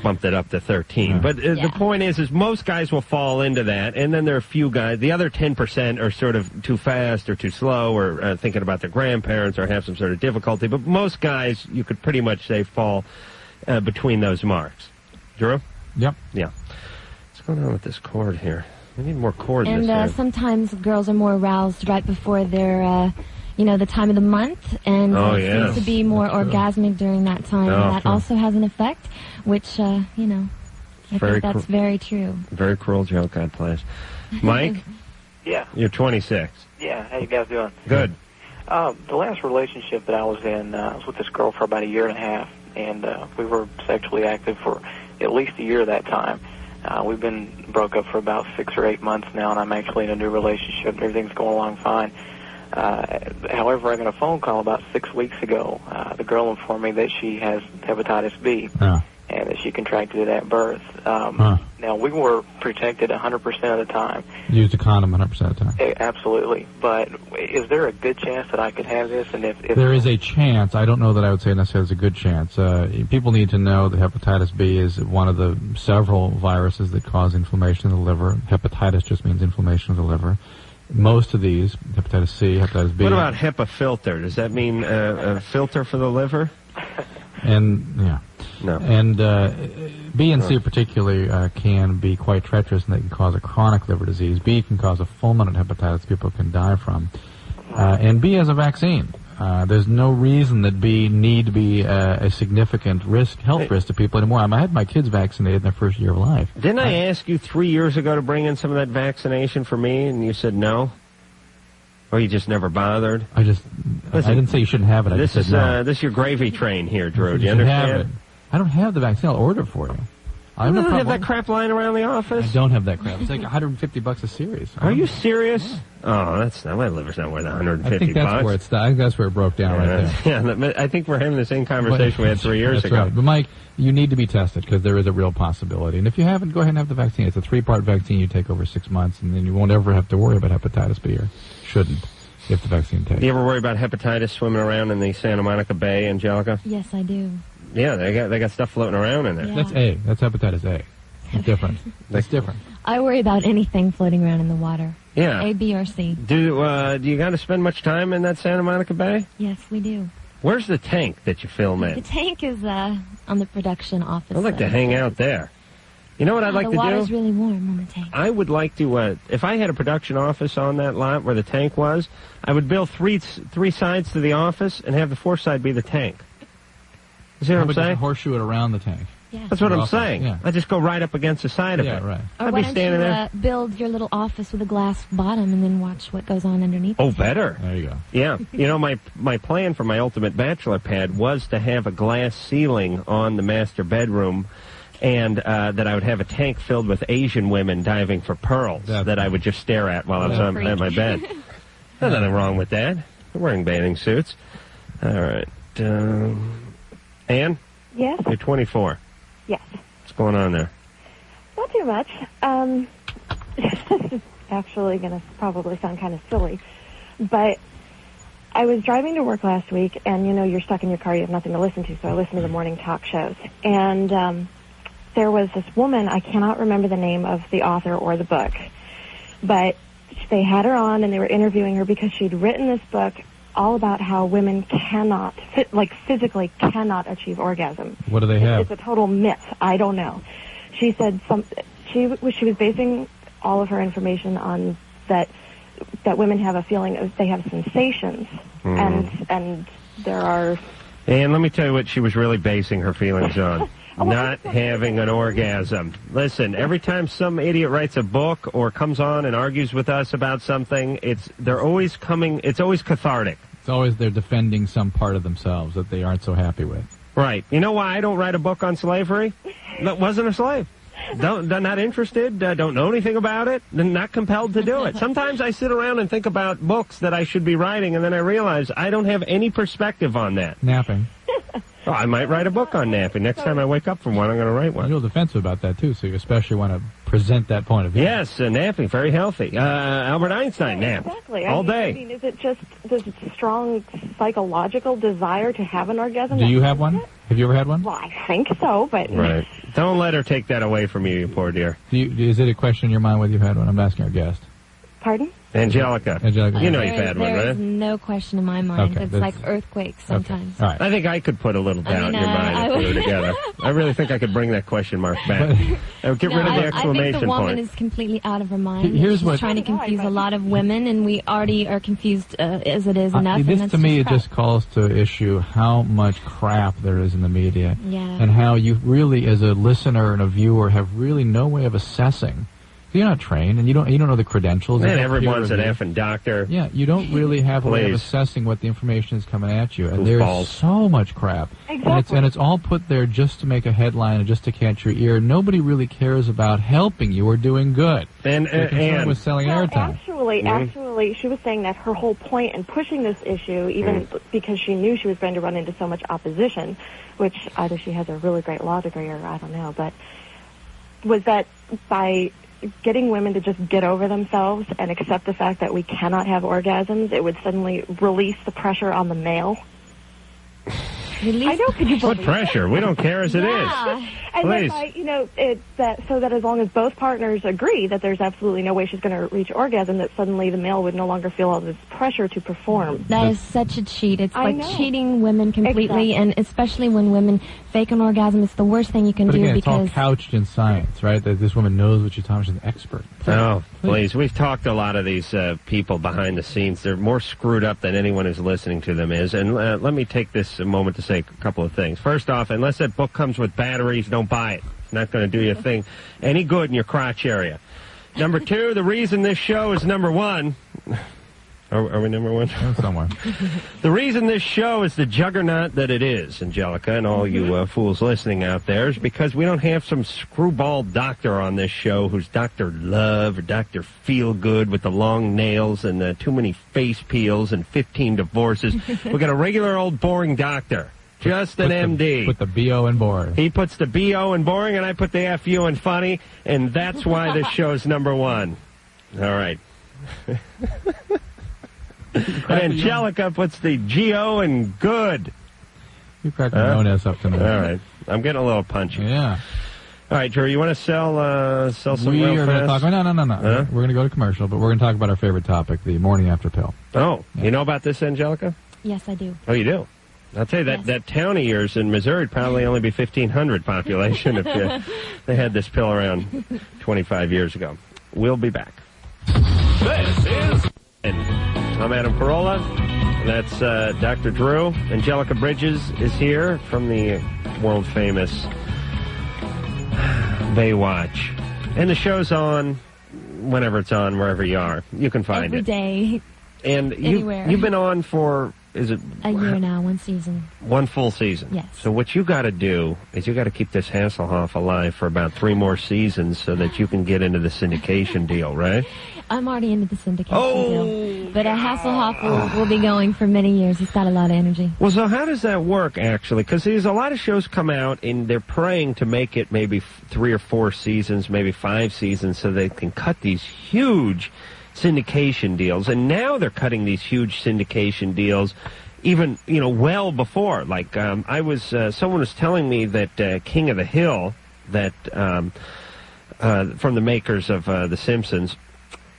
[SPEAKER 3] Bumped it up to thirteen. But uh,
[SPEAKER 4] Yeah.
[SPEAKER 3] the point is, is most guys will fall into that, and then there are a few guys. The other ten percent are sort of too fast or too slow, or uh, thinking about their grandparents, or have some sort of difficulty. But most guys, you could pretty much say fall uh, between those marks. Drew,
[SPEAKER 5] Yep.
[SPEAKER 3] yeah. What's going on with this cord here? We need more cord. in
[SPEAKER 4] And
[SPEAKER 3] this
[SPEAKER 4] uh,
[SPEAKER 3] area.
[SPEAKER 4] sometimes girls are more aroused right before their, uh, you know, the time of the month, and
[SPEAKER 3] Oh,
[SPEAKER 4] uh,
[SPEAKER 3] yes.
[SPEAKER 4] seems to be more orgasmic during that time.
[SPEAKER 3] Oh,
[SPEAKER 4] and that
[SPEAKER 3] true.
[SPEAKER 4] also has an effect, which uh, you know, I
[SPEAKER 3] Very
[SPEAKER 4] think that's
[SPEAKER 3] cru-
[SPEAKER 4] very true.
[SPEAKER 3] Very cruel joke on plays. Mike,
[SPEAKER 6] Yeah,
[SPEAKER 3] you're 26.
[SPEAKER 6] yeah. How you guys doing?
[SPEAKER 3] Good.
[SPEAKER 6] Uh, the last relationship that I was in, uh, I was with this girl for about a year and a half, and uh, we were sexually active for at least a year that time. Uh, we've been broke up for about six or eight months now, and I'm actually in a new relationship. Everything's going along fine. Uh, however, I got a phone call about six weeks ago. Uh, the girl informed me that she has hepatitis B.
[SPEAKER 5] Yeah.
[SPEAKER 6] and that she contracted it at birth. Um,
[SPEAKER 5] Huh.
[SPEAKER 6] Now, we were protected 100% of the time,
[SPEAKER 5] Used a condom 100 percent of the time.
[SPEAKER 6] eh, absolutely. But is there a good chance that I could have this? And if, if
[SPEAKER 5] There is a chance. I don't know that I would say necessarily it's a good chance. Uh, people need to know that hepatitis B is one of the several viruses that cause inflammation in the liver. Hepatitis just means inflammation of the liver. Most of these, hepatitis C, hepatitis B,
[SPEAKER 3] What about HEPA filter? Does that mean uh, a filter for the liver?
[SPEAKER 5] and yeah,
[SPEAKER 3] No.
[SPEAKER 5] and uh, B and C particularly uh, can be quite treacherous, and they can cause a chronic liver disease. B can cause a fulminant hepatitis people can die from, uh, and B has a vaccine. Uh, there's no reason that B need be uh, a significant risk, health risk to people anymore. I, mean, I had my kids vaccinated in their first year of life.
[SPEAKER 3] Didn't I ask you three years ago to bring in some of that vaccination for me, and you said no? Or you just never bothered?
[SPEAKER 5] I just, I didn't say you shouldn't have it. I
[SPEAKER 3] this
[SPEAKER 5] just
[SPEAKER 3] is
[SPEAKER 5] said no.
[SPEAKER 3] uh, this is your gravy train here, Drew. Do you
[SPEAKER 5] should
[SPEAKER 3] understand?
[SPEAKER 5] Have it. I don't have the vaccine. I'll order it for you. I
[SPEAKER 3] You
[SPEAKER 5] have no
[SPEAKER 3] don't have
[SPEAKER 5] problem.
[SPEAKER 3] that crap lying around the office.
[SPEAKER 5] I don't have that crap. It's like 150 bucks a series.
[SPEAKER 3] Are you serious? Oh, that's not my liver's not worth 150
[SPEAKER 5] I think that's
[SPEAKER 3] bucks.
[SPEAKER 5] where it's. I think that's where it broke down right there.
[SPEAKER 3] yeah, that- I think we're having the same conversation we had three years
[SPEAKER 5] That's
[SPEAKER 3] ago.
[SPEAKER 5] right. But Mike, you need to be tested because there is a real possibility. And if you haven't, go ahead and have the vaccine. It's a three-part vaccine you take over six months, and then you won't ever have to worry about hepatitis B or shouldn't if the vaccine takes.
[SPEAKER 3] Do you ever worry about hepatitis swimming around in the Santa Monica Bay, Angelica?
[SPEAKER 4] Yes, I do.
[SPEAKER 3] Yeah, they got they got stuff floating around in there.
[SPEAKER 4] Yeah.
[SPEAKER 5] That's A. That's hepatitis A. It's different. That's different.
[SPEAKER 4] I worry about anything floating around in the water.
[SPEAKER 3] Yeah.
[SPEAKER 4] A, B, or C.
[SPEAKER 3] Do uh, do you got to spend much time in that Santa Monica Bay?
[SPEAKER 4] Yes, we do.
[SPEAKER 3] Where's the tank that you film
[SPEAKER 4] The
[SPEAKER 3] in?
[SPEAKER 4] tank is uh, on the production office.
[SPEAKER 3] I'd like to
[SPEAKER 4] uh,
[SPEAKER 3] hang out there. You know what I'd like
[SPEAKER 4] the
[SPEAKER 3] to do?
[SPEAKER 4] water's really warm on the tank.
[SPEAKER 3] I would like to. Uh, if I had a production office on that lot where the tank was, I would build three three sides to the office and have the fourth side be the tank. You see
[SPEAKER 5] How
[SPEAKER 3] what I'm
[SPEAKER 5] about just
[SPEAKER 3] saying?
[SPEAKER 5] Horseshoe it around the tank.
[SPEAKER 4] Yeah.
[SPEAKER 3] That's what I'm
[SPEAKER 5] Awesome.
[SPEAKER 3] saying.
[SPEAKER 5] Yeah.
[SPEAKER 3] I just go right up against the side of
[SPEAKER 5] Yeah,
[SPEAKER 3] it.
[SPEAKER 5] right.
[SPEAKER 4] Or
[SPEAKER 3] I'd
[SPEAKER 4] why
[SPEAKER 3] be
[SPEAKER 4] don't
[SPEAKER 3] standing
[SPEAKER 4] you,
[SPEAKER 3] there.
[SPEAKER 4] Uh, build your little office with a glass bottom and then watch what goes on underneath.
[SPEAKER 3] Oh, better.
[SPEAKER 5] There you go.
[SPEAKER 3] Yeah, you know my my plan for my ultimate bachelor pad was to have a glass ceiling on the master bedroom, and uh, that I would have a tank filled with Asian women diving for pearls
[SPEAKER 5] That's-
[SPEAKER 3] that I would just stare at while I was on,
[SPEAKER 4] Freak.
[SPEAKER 3] at my bed. There's nothing wrong with that. They're wearing bathing suits. All right, um, Anne,
[SPEAKER 7] Yes,
[SPEAKER 3] you're 24.
[SPEAKER 7] yes.
[SPEAKER 3] What's going on there?
[SPEAKER 7] Not too much. Um, this is actually going to probably sound kind of silly, but I was driving to work last week, and you know, you're stuck in your car, you have nothing to listen to, so I listen to the morning talk shows. And um, there was this woman, I cannot remember the name of the author or the book, but they had her on and they were interviewing her because she'd written this book all about how women cannot, phy- like physically cannot achieve orgasm.
[SPEAKER 5] What do they
[SPEAKER 7] It's-
[SPEAKER 5] have?
[SPEAKER 7] It's a total myth. I don't know. She said some. She was she was basing all of her information on that that women have a feeling of they have sensations
[SPEAKER 5] Hmm.
[SPEAKER 7] and and there are
[SPEAKER 3] And let me tell you what she was really basing her feelings on.
[SPEAKER 7] Oh, well,
[SPEAKER 3] Not having an orgasm. Listen, every time some idiot writes a book or comes on and argues with us about something, it's they're always coming it's always cathartic.
[SPEAKER 5] It's always they're defending some part of themselves that they aren't so happy with.
[SPEAKER 3] Right. You know why I don't write a book on slavery? That wasn't a slave. Don't, they're not interested. Uh, don't know anything about it. They're not compelled to do it. Sometimes I sit around and think about books that I should be writing, and then I realize I don't have any perspective on that.
[SPEAKER 5] Napping.
[SPEAKER 3] Oh, I might write a book on napping. Next time I wake up from one, I'm going to write
[SPEAKER 5] You're
[SPEAKER 3] one.
[SPEAKER 5] real defensive about that too, so you especially want to present that point of view.
[SPEAKER 3] Yes, uh, napping, very healthy. Uh, Albert Einstein napped
[SPEAKER 7] exactly
[SPEAKER 3] all
[SPEAKER 7] I mean, I
[SPEAKER 3] day.
[SPEAKER 7] mean, is it just this strong psychological desire to have an orgasm?
[SPEAKER 5] Do you have one? Have you ever had one?
[SPEAKER 7] Well, I think so, but
[SPEAKER 3] Right. Don't let her take that away from you, you poor dear.
[SPEAKER 5] Do you, is it a question in your mind whether you've had one? I'm asking our guest.
[SPEAKER 7] pardon.
[SPEAKER 3] Angelica.
[SPEAKER 5] Angelica.
[SPEAKER 3] You know
[SPEAKER 4] There
[SPEAKER 3] you've
[SPEAKER 4] is-
[SPEAKER 3] had one,
[SPEAKER 4] There
[SPEAKER 3] right?
[SPEAKER 4] is no question in my mind.
[SPEAKER 5] Okay,
[SPEAKER 4] it's
[SPEAKER 5] that's-
[SPEAKER 4] like earthquakes sometimes.
[SPEAKER 5] Okay. All right.
[SPEAKER 3] I think I could put a little doubt
[SPEAKER 4] I mean,
[SPEAKER 3] in your
[SPEAKER 4] uh,
[SPEAKER 3] mind
[SPEAKER 4] I
[SPEAKER 3] if we were
[SPEAKER 4] would-
[SPEAKER 3] together. I really think I could bring that question mark back. I would get
[SPEAKER 4] No,
[SPEAKER 3] rid of the
[SPEAKER 4] I, I think
[SPEAKER 3] exclamation
[SPEAKER 4] the woman
[SPEAKER 3] point.
[SPEAKER 4] is completely out of her mind.
[SPEAKER 5] Here's
[SPEAKER 4] She's
[SPEAKER 5] what-
[SPEAKER 4] trying to confuse a lot of women, and we already are confused uh, as it is enough.
[SPEAKER 5] Uh,
[SPEAKER 4] and
[SPEAKER 5] this
[SPEAKER 4] that's
[SPEAKER 5] to me it
[SPEAKER 4] crap.
[SPEAKER 5] just calls to issue how much crap there is in the media,
[SPEAKER 4] Yeah.
[SPEAKER 5] and how you really, as a listener and a viewer, have really no way of assessing. You're not trained, and you don't you don't know the credentials.
[SPEAKER 3] Man,
[SPEAKER 5] There's no peer
[SPEAKER 3] everyone's an
[SPEAKER 5] review.
[SPEAKER 3] effing doctor.
[SPEAKER 5] Yeah, you don't really have a way of
[SPEAKER 3] Please.
[SPEAKER 5] assessing what the information is coming at you, and
[SPEAKER 3] Those
[SPEAKER 5] there's
[SPEAKER 3] balls.
[SPEAKER 5] so much crap. And it's,
[SPEAKER 7] Exactly.
[SPEAKER 5] and it's all put there just to make a headline and just to catch your ear. Nobody really cares about helping you or doing good.
[SPEAKER 3] And, uh,
[SPEAKER 5] They're
[SPEAKER 3] and, Mm-hmm.
[SPEAKER 5] concerned with
[SPEAKER 3] and
[SPEAKER 5] selling
[SPEAKER 7] Well,
[SPEAKER 5] airtime.
[SPEAKER 7] actually, actually, she was saying that her whole point in pushing this issue, even
[SPEAKER 3] Mm-hmm.
[SPEAKER 7] because she knew she was going to run into so much opposition, which either she has a really great law degree or I don't know, but was that by getting women to just get over themselves and accept the fact that we cannot have orgasms, it would suddenly release the pressure on the male. I know. Could you believe
[SPEAKER 3] What pressure? We don't care as it is.
[SPEAKER 7] And then,
[SPEAKER 3] Please.
[SPEAKER 7] like, you know, it, that so that as long as both partners agree that there's absolutely no way she's going to reach orgasm, that suddenly the male would no longer feel all this pressure to perform.
[SPEAKER 4] That is such a cheat. It's
[SPEAKER 7] I
[SPEAKER 4] like
[SPEAKER 7] know.
[SPEAKER 4] cheating women completely,
[SPEAKER 7] Exactly.
[SPEAKER 4] and especially when women fake an orgasm, it's the worst thing you can
[SPEAKER 5] But
[SPEAKER 4] do
[SPEAKER 5] again, it's all
[SPEAKER 4] because
[SPEAKER 5] couched in science, right? That this woman knows what she's talking. She's an expert.
[SPEAKER 3] Oh, please. We've talked to a lot of these uh, people behind the scenes. They're more screwed up than anyone who's listening to them is. And uh, let me take this a moment to say a couple of things. First off, unless that book comes with batteries, don't buy it. It's not going to do you a thing any good in your crotch area. Number two, the reason this show is number one. Are, are we number one?
[SPEAKER 5] Somewhere.
[SPEAKER 3] The reason this show is the juggernaut that it is, Angelica, and all you uh, fools listening out there, is because we don't have some screwball doctor on this show who's Dr. Love or Dr. Feelgood with the long nails and uh, too many face peels and 15 divorces. we got a regular old boring doctor. Just an MD.
[SPEAKER 5] Put the BO in board.
[SPEAKER 3] He puts the BO in boring, and I put the FU in funny, and that's why this show's number one. All right. and Angelica puts the GO in good.
[SPEAKER 5] You cracked your own ass up
[SPEAKER 3] All
[SPEAKER 5] tonight.
[SPEAKER 3] right. I'm getting a little punchy.
[SPEAKER 5] Yeah.
[SPEAKER 3] All right, Drew, you want to sell uh, sell some
[SPEAKER 5] we
[SPEAKER 3] real
[SPEAKER 5] are
[SPEAKER 3] fast?
[SPEAKER 5] to talk. Oh, No, no, no, no.
[SPEAKER 3] Huh?
[SPEAKER 5] We're going to go to commercial, but we're going to talk about our favorite topic, the morning after pill.
[SPEAKER 3] Oh, you know about this, Angelica?
[SPEAKER 4] yes, I do.
[SPEAKER 3] Oh, you do. I'll tell you that
[SPEAKER 4] Yes.
[SPEAKER 3] that town of yours in Missouri would probably only be fifteen hundred population if they, they had this pill around twenty five years ago. We'll be back. This is. I'm Adam Carolla. and That's uh, Dr. Drew. Angelica Bridges is here from the world famous Baywatch, and the show's on whenever it's on, wherever you are. You can find
[SPEAKER 4] Every
[SPEAKER 3] it.
[SPEAKER 4] day,
[SPEAKER 3] And you
[SPEAKER 4] Anywhere.
[SPEAKER 3] you've been on for is it
[SPEAKER 4] a year now, one season.
[SPEAKER 3] one full season.
[SPEAKER 4] Yes.
[SPEAKER 3] So what you got to do is you got to keep this Hasselhoff alive for about three more seasons so that you can get into the syndication deal, right?
[SPEAKER 4] I'm already into the syndication
[SPEAKER 3] Oh,
[SPEAKER 4] deal, but a Hasselhoff will, will be going for many years. He's got a lot of energy.
[SPEAKER 3] Well, so how does that work actually? Because there's a lot of shows come out and they're praying to make it maybe f- three or four seasons, maybe five seasons, so they can cut these huge syndication deals. And now they're cutting these huge syndication deals. Even you know well before, like um, I was, uh, someone was telling me that uh, King of the Hill, that um, uh, from the makers of uh, The Simpsons,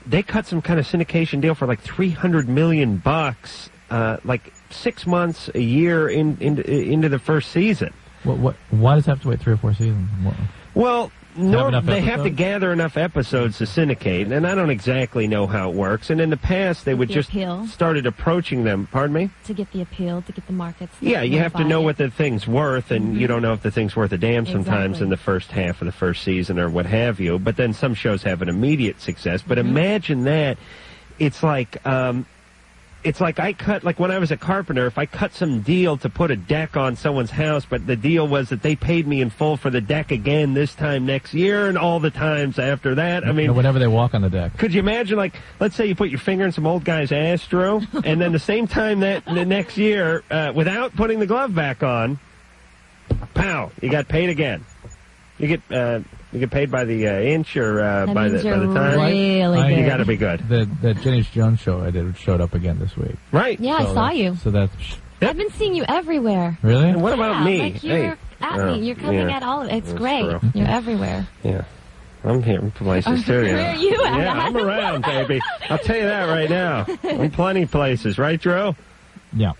[SPEAKER 3] they cut some kind of syndication deal for like 300 million bucks uh, like six months a year in, in into the first season
[SPEAKER 5] What, what, why does it have to wait three or four seasons? What,
[SPEAKER 3] well nor,
[SPEAKER 5] enough
[SPEAKER 3] they have to
[SPEAKER 5] episodes?
[SPEAKER 3] gather enough episodes to syndicate and i don't exactly know how it works and in the past they would
[SPEAKER 4] the
[SPEAKER 3] just
[SPEAKER 4] appeal.
[SPEAKER 3] started approaching them pardon me
[SPEAKER 4] To get the appeal, to get the markets.
[SPEAKER 3] yeah, you have to
[SPEAKER 4] buy
[SPEAKER 3] know
[SPEAKER 4] it.
[SPEAKER 3] what the thing's worth, and you don't know if the thing's worth a damn sometimes
[SPEAKER 4] Exactly.
[SPEAKER 3] in the first half of the first season or what have you. But then some shows have an immediate success. But imagine that it's like um, it's like I cut like when I was a carpenter, if I cut some deal to put a deck on someone's house, but the deal was that they paid me in full for the deck again this time next year and all the times after that. I mean,
[SPEAKER 5] whenever they walk on the deck.
[SPEAKER 3] could you imagine, like, let's say you put your finger in some old guy's ass, Drew, and then the same time that the next year, uh, without putting the glove back on, pow, you got paid again. You get uh, you get paid by the uh, inch or uh,
[SPEAKER 4] That
[SPEAKER 3] by the
[SPEAKER 4] means
[SPEAKER 3] by the
[SPEAKER 4] you're
[SPEAKER 3] time.
[SPEAKER 4] really
[SPEAKER 5] Right.
[SPEAKER 3] You
[SPEAKER 4] good.
[SPEAKER 3] got to be good,
[SPEAKER 5] The, the Jenny Jones show I did showed up again this week.
[SPEAKER 3] right?
[SPEAKER 4] yeah, I
[SPEAKER 5] So
[SPEAKER 4] saw
[SPEAKER 5] that-
[SPEAKER 4] you.
[SPEAKER 5] So that's
[SPEAKER 4] I've been seeing you everywhere.
[SPEAKER 5] really.
[SPEAKER 3] And what about
[SPEAKER 4] yeah,
[SPEAKER 3] me?
[SPEAKER 4] Like you're
[SPEAKER 3] Hey.
[SPEAKER 4] at
[SPEAKER 3] Oh,
[SPEAKER 4] me. You're coming
[SPEAKER 3] yeah.
[SPEAKER 4] at all of it. It's
[SPEAKER 3] That's
[SPEAKER 4] great.
[SPEAKER 3] true.
[SPEAKER 4] You're everywhere.
[SPEAKER 3] Yeah. I'm here in places too.
[SPEAKER 4] Where are you at?
[SPEAKER 3] Yeah, I'm around, baby. I'll tell you that right now. I'm plenty places, right, Drew?
[SPEAKER 5] Yeah.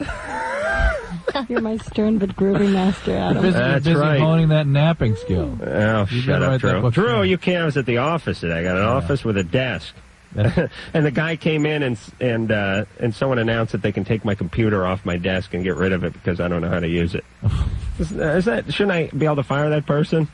[SPEAKER 8] You're my stern but groovy master, Adam.
[SPEAKER 5] Busy,
[SPEAKER 3] That's
[SPEAKER 5] busy
[SPEAKER 3] right
[SPEAKER 5] honing that napping skill.
[SPEAKER 3] Oh, shut
[SPEAKER 5] better
[SPEAKER 3] up,
[SPEAKER 5] write that
[SPEAKER 3] Drew.
[SPEAKER 5] book
[SPEAKER 3] Drew,
[SPEAKER 5] down.
[SPEAKER 3] you can't. I was at the office today. I got an office with a desk.
[SPEAKER 5] That's-
[SPEAKER 3] and the guy came in and s- and uh, and someone announced that they can take my computer off my desk and get rid of it because I don't know how to use it. is, uh, is that shouldn't I be able to fire that person?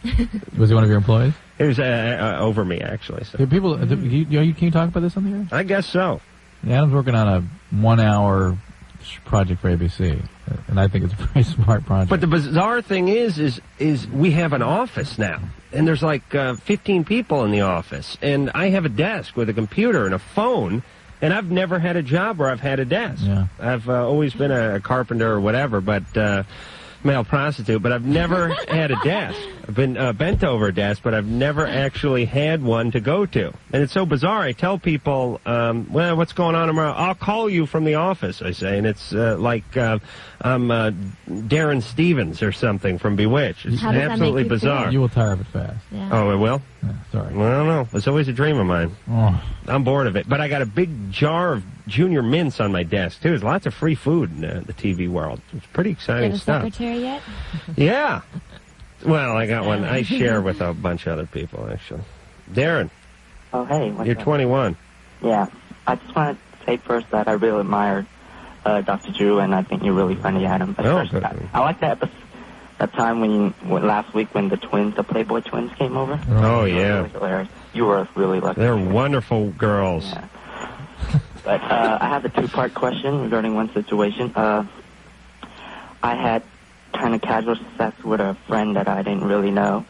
[SPEAKER 5] Was he one of your employees?
[SPEAKER 3] It was uh, uh, over me actually. So
[SPEAKER 5] Yeah, People, do you, you know, can you talk about this on the air?
[SPEAKER 3] I guess so.
[SPEAKER 5] Adam's working on a one-hour sh- project for ABC, and I think it's a very smart project.
[SPEAKER 3] But the bizarre thing is, is, is we have an office now, and there's like uh, 15 people in the office, and I have a desk with a computer and a phone, and I've never had a job where I've had a desk.
[SPEAKER 5] Yeah.
[SPEAKER 3] I've uh, always been a, a carpenter or whatever, but uh, male prostitute, but I've never had a desk. I've been uh, bent over a desk, but I've never actually had one to go to. And it's so bizarre. I tell people, um, well, what's going on tomorrow? I'll call you from the office, I say. And it's uh, like uh, I'm uh, Darren Stevens or something from Bewitched. It's
[SPEAKER 5] How does that make
[SPEAKER 3] absolutely
[SPEAKER 5] you feel?
[SPEAKER 3] bizarre.
[SPEAKER 5] You will tire of it fast.
[SPEAKER 4] Yeah.
[SPEAKER 3] Oh, it will?
[SPEAKER 5] sorry.
[SPEAKER 3] Well, I don't know. It's always a dream of mine.
[SPEAKER 5] Oh.
[SPEAKER 3] I'm bored of it. But I got a big jar of junior mints on my desk, too. There's lots of free food in uh, the TV world. It's pretty
[SPEAKER 9] You
[SPEAKER 3] exciting
[SPEAKER 9] have a
[SPEAKER 3] stuff.
[SPEAKER 9] secretary yet?
[SPEAKER 3] Yeah. Well, I got one. I share with a bunch of other people, actually. Darren,
[SPEAKER 10] Oh, hey. What's
[SPEAKER 3] you're
[SPEAKER 10] up?
[SPEAKER 3] 21.
[SPEAKER 10] Yeah. I just want to say first that I really admired uh, Dr. Drew, and I think you're really funny, Adam. But
[SPEAKER 3] Oh,
[SPEAKER 10] first,
[SPEAKER 3] good.
[SPEAKER 10] I, I like that episode, that time when, you, when last week when the twins, the Playboy twins, came over.
[SPEAKER 3] Oh,
[SPEAKER 10] That
[SPEAKER 3] yeah.
[SPEAKER 10] was hilarious. You were really lucky.
[SPEAKER 3] They're wonderful girls.
[SPEAKER 10] But uh, I have a two-part question regarding one situation. Uh, I had kind of casual sex with a friend that I didn't really know,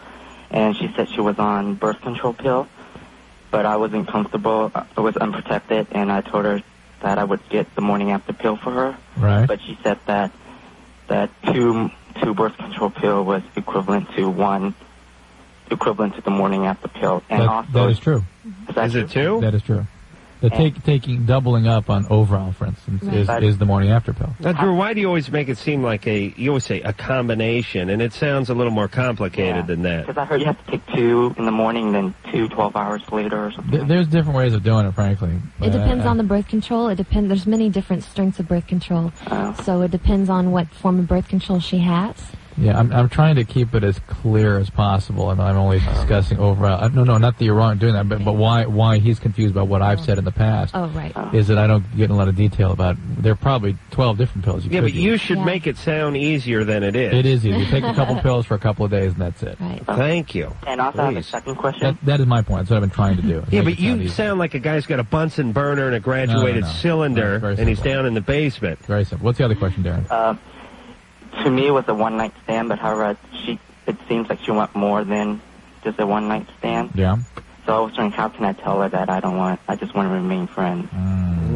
[SPEAKER 10] and she said she was on birth control pill, but I wasn't comfortable. I was unprotected, and I told her that I would get the morning after pill for her.
[SPEAKER 5] Right.
[SPEAKER 10] But she said that that two two birth control pill was equivalent to one equivalent to the morning after pill, and
[SPEAKER 5] That,
[SPEAKER 10] also
[SPEAKER 5] that is true.
[SPEAKER 10] Is, that
[SPEAKER 3] it two?
[SPEAKER 5] That is true. The take, taking doubling up on overall, for instance,
[SPEAKER 10] Right.
[SPEAKER 5] is, is the morning after pill.
[SPEAKER 3] Now, Drew, why do you always make it seem like a, you always say a combination, and it sounds a little more complicated than that.
[SPEAKER 10] Because I heard you have to take two in the morning, then two 12 hours later or something.
[SPEAKER 5] Th- There's different ways of doing it, frankly.
[SPEAKER 4] It depends
[SPEAKER 5] on
[SPEAKER 4] on the birth control. It depends. There's many different strengths of birth control, so it depends on what form of birth control she has.
[SPEAKER 5] Yeah, I'm, I'm trying to keep it as clear as possible, and I'm
[SPEAKER 4] Uh-huh.
[SPEAKER 5] only discussing overall. Uh, no, no, not that you're wrong doing that, but, but why why he's confused by what I've said in the past
[SPEAKER 4] Oh, right.
[SPEAKER 5] is that I don't get in a lot of detail about. There are probably 12 different pills. You
[SPEAKER 3] Yeah,
[SPEAKER 5] could
[SPEAKER 3] but
[SPEAKER 5] do.
[SPEAKER 3] you should make it sound easier than it is.
[SPEAKER 5] It is easy. You take a couple pills for a couple of days, and that's it.
[SPEAKER 4] Right.
[SPEAKER 3] Thank you.
[SPEAKER 10] And also I have a second question.
[SPEAKER 5] That, that is my point. That's what I've been trying to do.
[SPEAKER 3] Yeah,
[SPEAKER 5] Make
[SPEAKER 3] but
[SPEAKER 5] it sound
[SPEAKER 3] you
[SPEAKER 5] easy.
[SPEAKER 3] sound like a guy's got a Bunsen burner and a graduated
[SPEAKER 5] no.
[SPEAKER 3] cylinder,
[SPEAKER 5] That's very
[SPEAKER 3] and he's
[SPEAKER 5] simple.
[SPEAKER 3] down in the basement.
[SPEAKER 5] Very simple. What's the other question, Darren?
[SPEAKER 10] Uh, to me, it was a one night stand, but however, she it seems like she want more than just a one night stand.
[SPEAKER 5] Yeah.
[SPEAKER 10] So I was wondering, how can I tell her that I don't want? I just want to remain friends.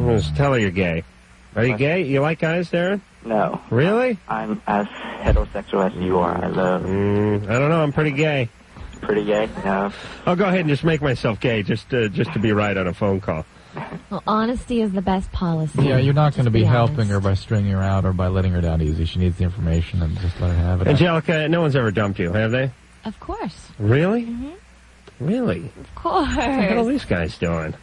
[SPEAKER 3] Just tell her you're gay. Are you gay? You like guys, Darren?
[SPEAKER 10] No,
[SPEAKER 3] Really?
[SPEAKER 10] I'm as heterosexual as you are. I love
[SPEAKER 3] Mm, I don't know. I'm pretty gay.
[SPEAKER 10] pretty gay. No,
[SPEAKER 3] I'll go ahead and just make myself gay just uh, just to be right on a phone call.
[SPEAKER 4] Well, honesty is the best policy.
[SPEAKER 5] Yeah, you're not going to be,
[SPEAKER 4] Just
[SPEAKER 5] helping
[SPEAKER 4] honest.
[SPEAKER 5] her by stringing her out or by letting her down easy. She needs the information, and just let her have it.
[SPEAKER 3] Angelica, no one's ever dumped you, have they?
[SPEAKER 9] Of course.
[SPEAKER 3] Really? Really?
[SPEAKER 9] Of course.
[SPEAKER 3] What the hell are these guys doing?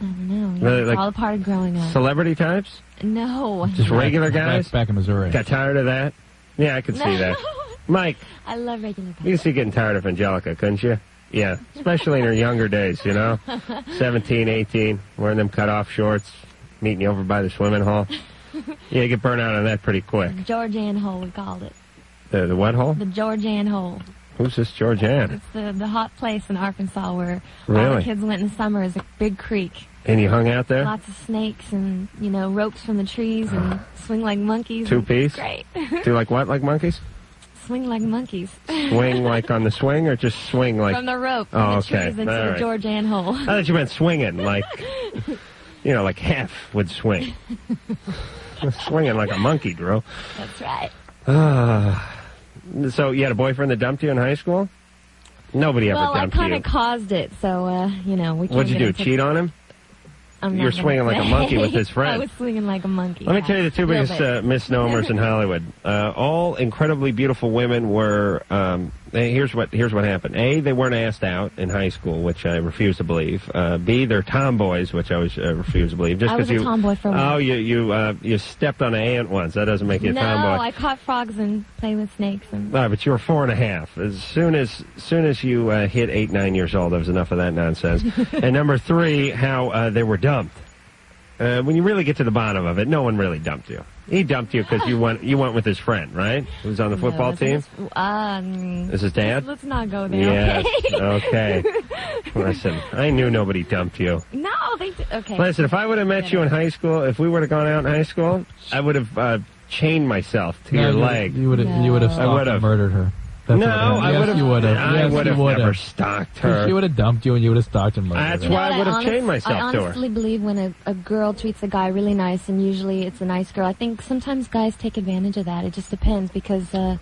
[SPEAKER 4] I don't know.
[SPEAKER 3] Really,
[SPEAKER 4] it's
[SPEAKER 3] like-
[SPEAKER 4] all a part of growing up.
[SPEAKER 3] Celebrity types?
[SPEAKER 4] no.
[SPEAKER 3] Just regular guys?
[SPEAKER 5] Back, back in Missouri.
[SPEAKER 3] Got tired of that? Yeah, I could see that. Mike,
[SPEAKER 4] I love regular guys.
[SPEAKER 3] you could see getting tired of Angelica, couldn't you? Yeah, especially in her younger days, you know? 17, 18, wearing them cut-off shorts, meeting you over by the swimming hole. Yeah, you get burnt out on that pretty quick.
[SPEAKER 4] The George Ann hole, we called it.
[SPEAKER 3] The, the what hole?
[SPEAKER 4] The George Ann hole.
[SPEAKER 3] Who's this George Ann?
[SPEAKER 4] It's the, the hot place in Arkansas where all
[SPEAKER 3] Really?
[SPEAKER 4] the kids went in the summer. It's a big creek.
[SPEAKER 3] And you hung out there?
[SPEAKER 4] Lots of snakes and, you know, ropes from the trees and swing like monkeys.
[SPEAKER 3] Two piece?
[SPEAKER 4] Great.
[SPEAKER 3] Do like what? Like monkeys?
[SPEAKER 4] swing like monkeys.
[SPEAKER 3] Swing like on the swing or just swing like.
[SPEAKER 4] from the rope.
[SPEAKER 3] Oh,
[SPEAKER 4] from the
[SPEAKER 3] okay.
[SPEAKER 4] trees into
[SPEAKER 3] All
[SPEAKER 4] the
[SPEAKER 3] right.
[SPEAKER 4] George Ann hole.
[SPEAKER 3] I thought you meant swinging like. You know, like half would swing. swinging like a monkey, Drew.
[SPEAKER 4] That's right.
[SPEAKER 3] Ah. So you had a boyfriend that dumped you in high school? Nobody ever
[SPEAKER 4] well, I
[SPEAKER 3] dumped
[SPEAKER 4] kind
[SPEAKER 3] you.
[SPEAKER 4] of caused it, so, uh, you know, we can't
[SPEAKER 3] What'd you
[SPEAKER 4] get
[SPEAKER 3] do?
[SPEAKER 4] into-
[SPEAKER 3] Cheat on him?
[SPEAKER 4] I'm
[SPEAKER 3] You were
[SPEAKER 4] not gonna
[SPEAKER 3] swinging like a
[SPEAKER 4] say.
[SPEAKER 3] monkey with his friend.
[SPEAKER 4] I was swinging like a monkey.
[SPEAKER 3] Let me
[SPEAKER 4] yeah.
[SPEAKER 3] tell you the two
[SPEAKER 4] Little
[SPEAKER 3] biggest
[SPEAKER 4] bit.
[SPEAKER 3] uh, misnomers in Hollywood. Uh, all incredibly beautiful women were. Um, they, here's what here's what happened. A, they weren't asked out in high school, which I refuse to believe. Uh, B, they're tomboys, which I always uh, refuse to believe. Just
[SPEAKER 4] I
[SPEAKER 3] because
[SPEAKER 4] was a
[SPEAKER 3] you
[SPEAKER 4] tomboy for a while.
[SPEAKER 3] oh, you you uh, you stepped on an ant once. That doesn't make you
[SPEAKER 4] no,
[SPEAKER 3] a tomboy.
[SPEAKER 4] I caught frogs and played with snakes and
[SPEAKER 3] No, but you were four and a half. As soon as soon as you uh, hit eight, nine years old, there was enough of that nonsense. and number three, how uh, they were dumped. Uh, when you really get to the bottom of it, no one really dumped you. He dumped you because you went you went with his friend, right? Who was on the football
[SPEAKER 4] No,
[SPEAKER 3] team.
[SPEAKER 4] this is- Um,
[SPEAKER 3] Is Oh. his dad?
[SPEAKER 4] Let's not go there.
[SPEAKER 3] Yes.
[SPEAKER 4] Okay?
[SPEAKER 3] Okay. Listen, I knew nobody dumped you.
[SPEAKER 4] no, they. d- Okay.
[SPEAKER 3] Listen, if I would have met you in high school, if we would have gone out in high school, I would have uh, chained myself to
[SPEAKER 5] No,
[SPEAKER 3] your
[SPEAKER 5] you-
[SPEAKER 3] leg.
[SPEAKER 5] You would have. You would have.
[SPEAKER 4] No.
[SPEAKER 3] I
[SPEAKER 5] stopped and
[SPEAKER 3] would've.
[SPEAKER 5] murdered her. That's
[SPEAKER 3] No,
[SPEAKER 5] what happened.
[SPEAKER 3] I
[SPEAKER 5] yes,
[SPEAKER 3] would've-
[SPEAKER 5] you would have.
[SPEAKER 3] I
[SPEAKER 5] yes,
[SPEAKER 3] would've
[SPEAKER 5] you would've.
[SPEAKER 3] never stalked her.
[SPEAKER 5] She would have dumped you, and you would have stalked him later.
[SPEAKER 3] That's
[SPEAKER 4] You know
[SPEAKER 3] why I
[SPEAKER 4] what?
[SPEAKER 3] would have
[SPEAKER 4] honest-
[SPEAKER 3] chained myself
[SPEAKER 4] I
[SPEAKER 3] to her.
[SPEAKER 4] honestly believe when a, a girl treats a guy really nice, and usually it's a nice girl, I think sometimes guys take advantage of that. It just depends because, uh,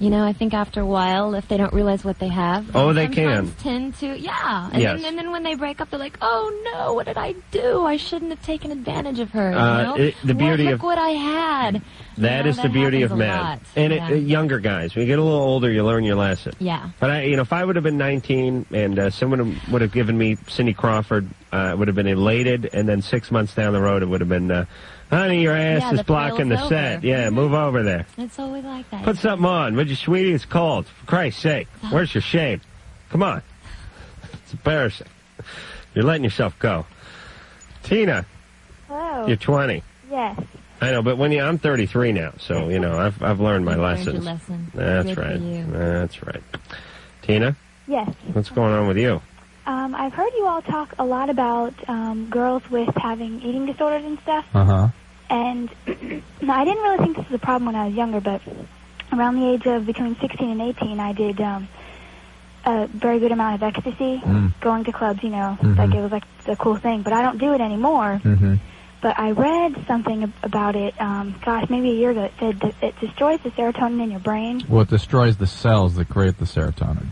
[SPEAKER 4] you know, I think after a while, if they don't realize what they have,
[SPEAKER 3] Oh, they
[SPEAKER 4] sometimes Tend to, yeah. And,
[SPEAKER 3] Yes.
[SPEAKER 4] then, and then when they break up, they're like, "Oh no, what did I do? I shouldn't have taken advantage of
[SPEAKER 3] Uh,
[SPEAKER 4] her." you know?
[SPEAKER 3] it- the
[SPEAKER 4] Well,
[SPEAKER 3] beauty
[SPEAKER 4] look
[SPEAKER 3] of-
[SPEAKER 4] what I had.
[SPEAKER 3] That
[SPEAKER 4] You
[SPEAKER 3] is
[SPEAKER 4] know,
[SPEAKER 3] the beauty of
[SPEAKER 4] happens a
[SPEAKER 3] men.
[SPEAKER 4] lot.
[SPEAKER 3] And
[SPEAKER 4] Yeah.
[SPEAKER 3] it, uh, younger guys, when you get a little older, you learn your lesson.
[SPEAKER 4] Yeah.
[SPEAKER 3] But I, you know, if I would have been 19 and uh, someone would have given me Cindy Crawford, uh, I would have been elated. And then six months down the road, it would have been, uh, honey, your ass
[SPEAKER 4] Yeah,
[SPEAKER 3] is
[SPEAKER 4] the
[SPEAKER 3] blocking the
[SPEAKER 4] pile's
[SPEAKER 3] set.
[SPEAKER 4] over. Mm-hmm.
[SPEAKER 3] Yeah, move over there.
[SPEAKER 4] It's always like that.
[SPEAKER 3] Put something on, would you, sweetie? It's cold. For Christ's sake, where's your shame? Come on. It's embarrassing. You're letting yourself go. Tina,
[SPEAKER 7] Oh.
[SPEAKER 11] Oh.
[SPEAKER 9] Hello.
[SPEAKER 3] you're 20.
[SPEAKER 9] Yes.
[SPEAKER 3] I know, but when you, I'm 33 now, so you know I've I've learned my
[SPEAKER 4] You've learned your
[SPEAKER 3] lessons.
[SPEAKER 4] lesson.
[SPEAKER 3] That's
[SPEAKER 4] Good for
[SPEAKER 3] right.
[SPEAKER 4] you.
[SPEAKER 3] That's right. Tina,
[SPEAKER 9] Yes.
[SPEAKER 3] what's going on with you?
[SPEAKER 9] Um, I've heard you all talk a lot about um, girls with having eating disorders and stuff,
[SPEAKER 5] Uh huh.
[SPEAKER 9] and I didn't really think this was a problem when I was younger, but around the age of between 16 and 18, I did um, a very good amount of ecstasy,
[SPEAKER 5] Mm.
[SPEAKER 9] going to clubs, you know,
[SPEAKER 5] Mhm.
[SPEAKER 9] like it was like the cool thing, but I don't do it anymore.
[SPEAKER 5] Mm-hmm.
[SPEAKER 9] But I read something ab- about it, um, gosh, maybe a year ago, it said that it destroys the serotonin in your brain.
[SPEAKER 5] Well, it destroys the cells that create the serotonin.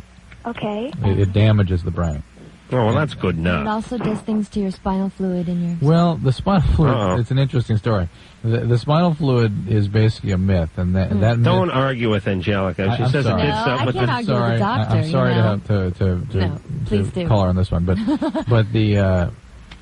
[SPEAKER 9] Okay.
[SPEAKER 5] It, it damages the brain.
[SPEAKER 3] Oh, well, that's good
[SPEAKER 4] It
[SPEAKER 3] enough.
[SPEAKER 4] also does things to your spinal fluid and your
[SPEAKER 5] Well, the spinal
[SPEAKER 3] Uh-oh.
[SPEAKER 5] fluid—it's an interesting story. The, the spinal fluid is basically a myth, and that, that myth-
[SPEAKER 3] Don't argue with Angelica.
[SPEAKER 5] I-
[SPEAKER 3] She
[SPEAKER 5] I'm
[SPEAKER 3] says
[SPEAKER 5] sorry.
[SPEAKER 3] it did
[SPEAKER 4] No,
[SPEAKER 3] something
[SPEAKER 4] I
[SPEAKER 3] with
[SPEAKER 4] can't
[SPEAKER 3] the.
[SPEAKER 4] argue. with the
[SPEAKER 5] sorry, I-
[SPEAKER 4] doctor,
[SPEAKER 5] I'm
[SPEAKER 4] you
[SPEAKER 5] sorry
[SPEAKER 4] know?
[SPEAKER 5] to, have, to to to,
[SPEAKER 4] No, please
[SPEAKER 5] to
[SPEAKER 4] do.
[SPEAKER 5] call her on this one, but but the uh,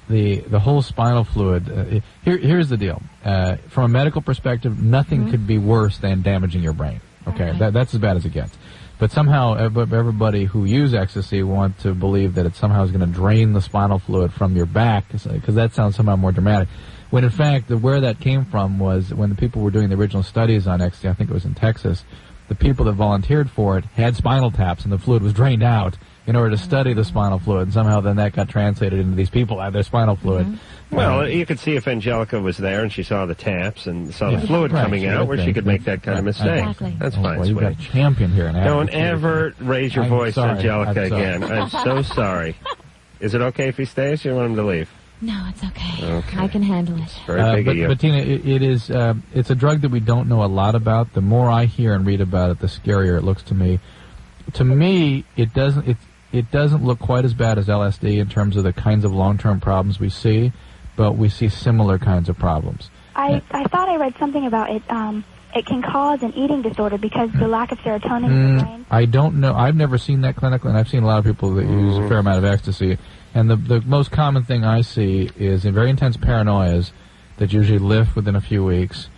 [SPEAKER 5] the the whole spinal fluid. Uh, it- here here's the deal. Uh, from a medical perspective, nothing
[SPEAKER 4] Mm-hmm.
[SPEAKER 5] could be worse than damaging your brain. Okay, that, that's as bad as it gets. But somehow, ev- but everybody who use ecstasy want to believe that it somehow is going to drain the spinal fluid from your back, because that sounds somehow more dramatic. When in fact, the, where that came from was when the people were doing the original studies on ecstasy. I think it was in Texas the people that volunteered for it had spinal taps and the fluid was drained out in order to study the spinal fluid and somehow then that got translated into these people out their spinal fluid
[SPEAKER 3] Well, you could see if Angelica was there and she saw the taps and saw
[SPEAKER 5] Yeah.
[SPEAKER 3] the fluid
[SPEAKER 5] Right,
[SPEAKER 3] coming
[SPEAKER 5] she
[SPEAKER 3] out,
[SPEAKER 5] would
[SPEAKER 3] where she
[SPEAKER 5] think
[SPEAKER 3] could
[SPEAKER 5] that-
[SPEAKER 3] make that kind of
[SPEAKER 5] right, I-
[SPEAKER 3] mistake.
[SPEAKER 4] Exactly.
[SPEAKER 3] That's
[SPEAKER 5] Oh,
[SPEAKER 3] fine,
[SPEAKER 5] well, you've got a
[SPEAKER 3] sweetie.
[SPEAKER 5] champion here and
[SPEAKER 3] Don't ever raise your
[SPEAKER 5] I'm
[SPEAKER 3] voice,
[SPEAKER 5] sorry. uh,
[SPEAKER 3] Angelica,
[SPEAKER 5] I'm sorry.
[SPEAKER 3] again. I'm so sorry. Is it okay if he stays? Or you want him to leave?
[SPEAKER 4] No, it's okay.
[SPEAKER 3] Okay.
[SPEAKER 4] I can handle it.
[SPEAKER 3] Very
[SPEAKER 5] uh,
[SPEAKER 3] big
[SPEAKER 5] but,
[SPEAKER 3] of you.
[SPEAKER 5] but Tina, it, it is uh, it's a drug that we don't know a lot about. The more I hear and read about it, the scarier it looks to me. To me, it doesn't it it doesn't look quite as bad as LSD in terms of the kinds of long term problems we see, but we see similar kinds of problems.
[SPEAKER 9] I, I thought I read something about it. Um, it can cause an eating disorder because the lack of serotonin in the brain.
[SPEAKER 5] Mm, I don't know. I've never seen that clinically, and I've seen a lot of people that use
[SPEAKER 3] Mm-hmm.
[SPEAKER 5] a fair amount of ecstasy. And the the most common thing I see is in very intense paranoias that usually lift within a few weeks,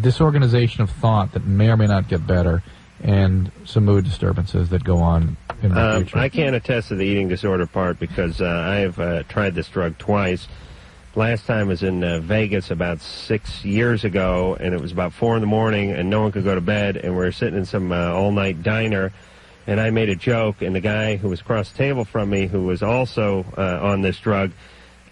[SPEAKER 5] disorganization of thought that may or may not get better, and some mood disturbances that go on in the
[SPEAKER 3] Um,
[SPEAKER 5] future.
[SPEAKER 3] I can't attest to the eating disorder part because uh, I have uh, tried this drug twice. Last time was in uh, Vegas about six years ago, and it was about four in the morning, and no one could go to bed, and we were sitting in some uh, all-night diner, and I made a joke, and the guy who was across the table from me, who was also uh, on this drug,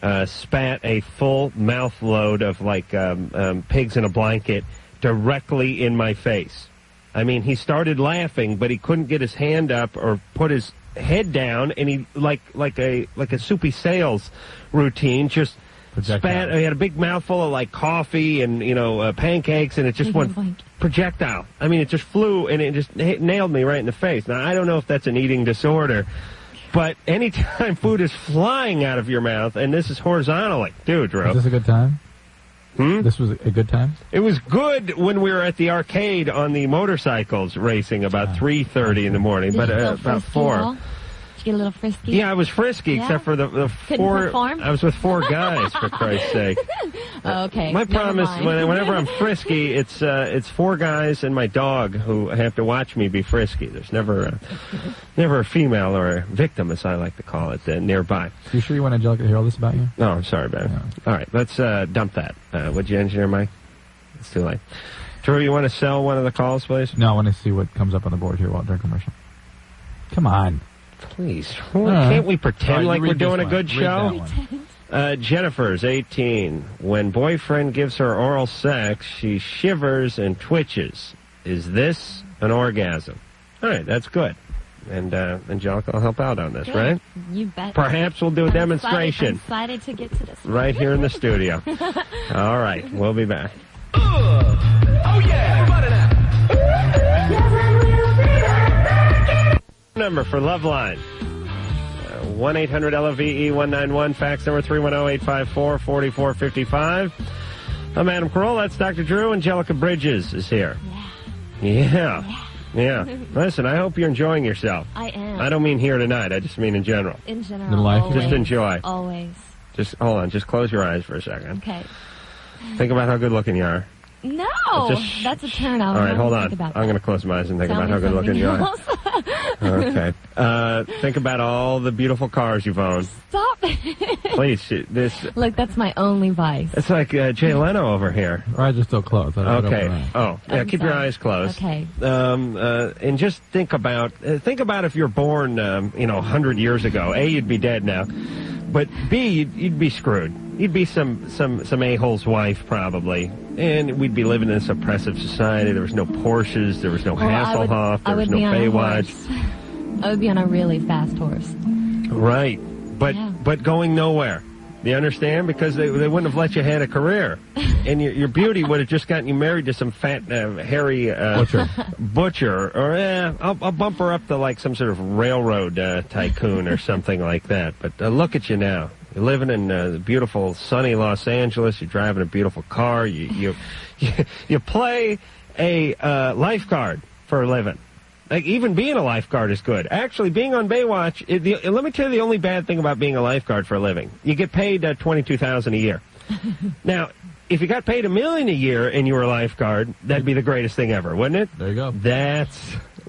[SPEAKER 3] uh, spat a full mouthload of like um, um, pigs in a blanket directly in my face. I mean, he started laughing, but he couldn't get his hand up or put his head down, and he like like a like a soupy sales routine just.
[SPEAKER 5] Projectile.
[SPEAKER 3] Spat, he had a big mouthful of like coffee and you know uh, pancakes, and it just
[SPEAKER 4] Big
[SPEAKER 3] went
[SPEAKER 4] blank.
[SPEAKER 3] projectile. I mean, it just flew and it just hit, nailed me right in the face. Now I don't know if that's an eating disorder, but anytime food is flying out of your mouth, and this is horizontally, dude, bro.
[SPEAKER 5] Is this a good time?
[SPEAKER 3] Hmm?
[SPEAKER 5] This was a good time.
[SPEAKER 3] It was good when we were at the arcade on the motorcycles racing about three thirty in the morning,
[SPEAKER 4] Did
[SPEAKER 3] but
[SPEAKER 4] you feel
[SPEAKER 3] uh, about
[SPEAKER 4] frisky at
[SPEAKER 3] four.
[SPEAKER 4] all? Did you get a little frisky?
[SPEAKER 3] Yeah, I was frisky
[SPEAKER 4] Yeah?
[SPEAKER 3] except for the, the
[SPEAKER 4] Couldn't
[SPEAKER 3] four.
[SPEAKER 4] perform?
[SPEAKER 3] I was with four guys for Christ's sake.
[SPEAKER 4] Oh, okay.
[SPEAKER 3] uh, My
[SPEAKER 4] Never
[SPEAKER 3] problem is
[SPEAKER 4] mind.
[SPEAKER 3] when, whenever I'm frisky, it's uh, it's four guys and my dog who have to watch me be frisky. There's never a, never a female or a victim, as I like to call it, uh, nearby.
[SPEAKER 5] You sure you want Angelica to hear all this about you?
[SPEAKER 3] No, I'm sorry, man. All right, let's uh, dump that. Uh, would you engineer Mike? It's too late. Drew, you want to sell one of the calls, please?
[SPEAKER 5] No, I want to see what comes up on the board here while during commercial. Come on.
[SPEAKER 3] Please,
[SPEAKER 5] right.
[SPEAKER 3] can't we
[SPEAKER 5] All right,
[SPEAKER 3] pretend
[SPEAKER 5] you
[SPEAKER 3] like we're
[SPEAKER 5] read this
[SPEAKER 3] doing a
[SPEAKER 5] one.
[SPEAKER 3] good
[SPEAKER 5] Read
[SPEAKER 3] show?
[SPEAKER 5] that one.
[SPEAKER 3] Uh, Jennifer's 18. When boyfriend gives her oral sex, she shivers and twitches. Is this an orgasm? All right, that's good. And uh, Angelica will help out on this,
[SPEAKER 4] Good.
[SPEAKER 3] right?
[SPEAKER 4] You bet.
[SPEAKER 3] Perhaps we'll do a
[SPEAKER 4] I'm excited-
[SPEAKER 3] demonstration.
[SPEAKER 4] I'm excited to get to this.
[SPEAKER 3] Right Oh, here in the studio. All right, we'll be back.
[SPEAKER 1] Oh yeah!
[SPEAKER 3] Number for Uh, Loveline. 1 800 LOVE 191, fax number 310 854 4455. I'm Adam Carolla, Uh, that's Dr. Drew. Angelica Bridges is here. Yeah. Yeah. Listen, I hope you're enjoying yourself.
[SPEAKER 4] I am.
[SPEAKER 3] I don't mean here tonight, I just mean in general.
[SPEAKER 4] In general.
[SPEAKER 3] The life-
[SPEAKER 4] always,
[SPEAKER 3] Just enjoy.
[SPEAKER 4] Always.
[SPEAKER 3] Just hold on, just close your eyes for a second.
[SPEAKER 4] Okay.
[SPEAKER 3] Think about how good looking you are.
[SPEAKER 4] No,
[SPEAKER 3] Just-
[SPEAKER 4] that's a turn off.
[SPEAKER 3] All right, hold on.
[SPEAKER 4] Oh, Think about
[SPEAKER 3] I'm going to close my eyes and think
[SPEAKER 4] Tell
[SPEAKER 3] about
[SPEAKER 4] me
[SPEAKER 3] how good looking
[SPEAKER 4] something
[SPEAKER 3] you are.
[SPEAKER 4] else.
[SPEAKER 3] okay. Uh, think about all the beautiful cars you've owned.
[SPEAKER 4] Stop it.
[SPEAKER 3] Please, sh- this
[SPEAKER 4] Look, that's my only vice.
[SPEAKER 3] It's like uh, Jay Leno over here. Or I just don't close. okay. Oh, yeah.
[SPEAKER 4] I'm
[SPEAKER 3] keep your
[SPEAKER 4] sorry.
[SPEAKER 3] eyes closed.
[SPEAKER 4] Okay.
[SPEAKER 3] Um, uh, and just think about uh, think about if you're born, um, you know, hundred years ago. A, you'd be dead now, but B, you'd, you'd be screwed. You'd be some some some a hole's wife probably, and we'd be living in this oppressive society. There was no Porsches. There was no
[SPEAKER 4] Well, I would-
[SPEAKER 3] Hasselhoff.
[SPEAKER 4] I
[SPEAKER 3] There was no
[SPEAKER 4] would be on a
[SPEAKER 3] Baywatch.
[SPEAKER 4] I would be on a really fast horse.
[SPEAKER 3] Right. But but going nowhere. You understand? Because they, they wouldn't have let you had a career. And your, your beauty would have just gotten you married to some fat, uh, hairy uh, butcher. Or eh, I'll, I'll bump her up to like some sort of railroad uh, tycoon or something like that. But uh, look at you now. You're living in uh, the beautiful, sunny Los Angeles. You're driving a beautiful car. You, you, you, you play a uh, lifeguard for a living. Like even being a lifeguard is good. Actually, being on Baywatch, it, the, let me tell you the only bad thing about being a lifeguard for a living. You get paid uh, twenty two thousand a year. now, if you got paid a million a year and you were a lifeguard, that'd be the greatest thing ever, wouldn't it? There you go. That's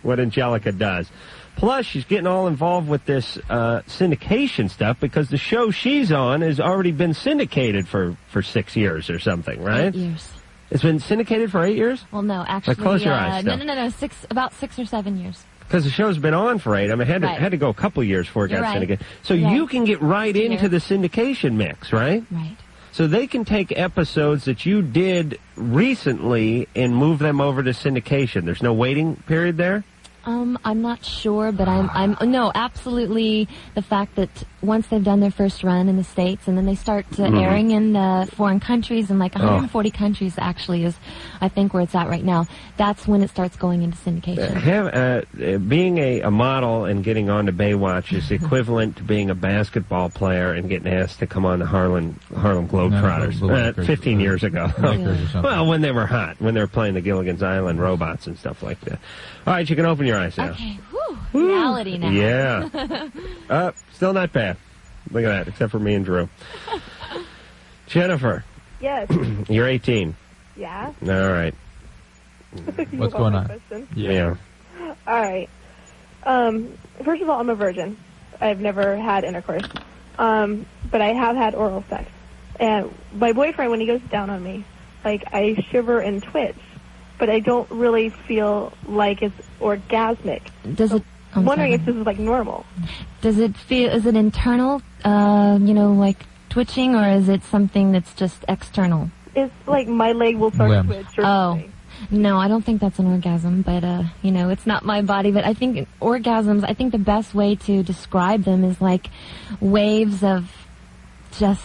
[SPEAKER 3] what Angelica does. Plus, she's getting all involved with this uh, syndication stuff because the show she's on has already been syndicated for for six years or something, right?
[SPEAKER 4] Eight years.
[SPEAKER 3] It's been syndicated for eight years.
[SPEAKER 4] Well, no, actually,
[SPEAKER 3] close your
[SPEAKER 4] uh,
[SPEAKER 3] eyes
[SPEAKER 4] no,
[SPEAKER 3] now.
[SPEAKER 4] no, no, no, six, about six or seven years.
[SPEAKER 3] Because the show's been on for eight. I mean, it had to,
[SPEAKER 4] Right.
[SPEAKER 3] had to go a couple years before it
[SPEAKER 4] You're
[SPEAKER 3] got
[SPEAKER 4] right.
[SPEAKER 3] syndicated. So
[SPEAKER 4] Yeah.
[SPEAKER 3] you can get right into
[SPEAKER 4] Here.
[SPEAKER 3] the syndication mix, right?
[SPEAKER 4] Right.
[SPEAKER 3] So they can take episodes that you did recently and move them over to syndication. There's no waiting period there?
[SPEAKER 4] Um, I'm not sure, but I'm,
[SPEAKER 3] Ah.
[SPEAKER 4] I'm, no, absolutely the fact that once they've done their first run in the States and then they start uh,
[SPEAKER 3] Mhm.
[SPEAKER 4] airing in the foreign countries and like
[SPEAKER 3] Oh.
[SPEAKER 4] 140 countries actually is, I think where it's at right now. That's when it starts going into syndication.
[SPEAKER 3] Have, uh, uh, being a, a model and getting onto Baywatch is equivalent to being a basketball player and getting asked to come on the Harlem Harlem Globetrotters
[SPEAKER 5] No, no, the
[SPEAKER 3] uh,
[SPEAKER 5] Lakers.
[SPEAKER 3] 15 years ago.
[SPEAKER 5] Lakers or something.
[SPEAKER 3] well, when they were hot, when they were playing the Gilligan's Island robots and stuff like that. All right, you can open your eyes now.
[SPEAKER 4] Okay, whew, reality now.
[SPEAKER 3] Yeah. Uh, still not bad. Look at that, except for me and Drew. Jennifer,
[SPEAKER 7] Yes.
[SPEAKER 3] you're 18.
[SPEAKER 7] yeah.
[SPEAKER 3] All right.
[SPEAKER 7] You
[SPEAKER 3] What's
[SPEAKER 7] want
[SPEAKER 3] going
[SPEAKER 7] my
[SPEAKER 3] on?
[SPEAKER 7] question?
[SPEAKER 3] Yeah.
[SPEAKER 7] All right. Um, first of all, I'm a virgin. I've never had intercourse, um, but I have had oral sex. And my boyfriend, when he goes down on me, like I shiver and twitch, but I don't really feel like it's orgasmic.
[SPEAKER 4] Does it? I'm
[SPEAKER 7] wondering
[SPEAKER 4] sorry.
[SPEAKER 7] if this is like normal.
[SPEAKER 4] Does it feel? Is it internal? Uh, you know, like twitching, or is it something that's just external?
[SPEAKER 7] It's like my leg will start
[SPEAKER 4] Limb.
[SPEAKER 7] to twitch. Or
[SPEAKER 4] Oh. No, I don't think that's an orgasm, but uh, you know, it's not my body. But I think orgasms. I think the best way to describe them is like waves of just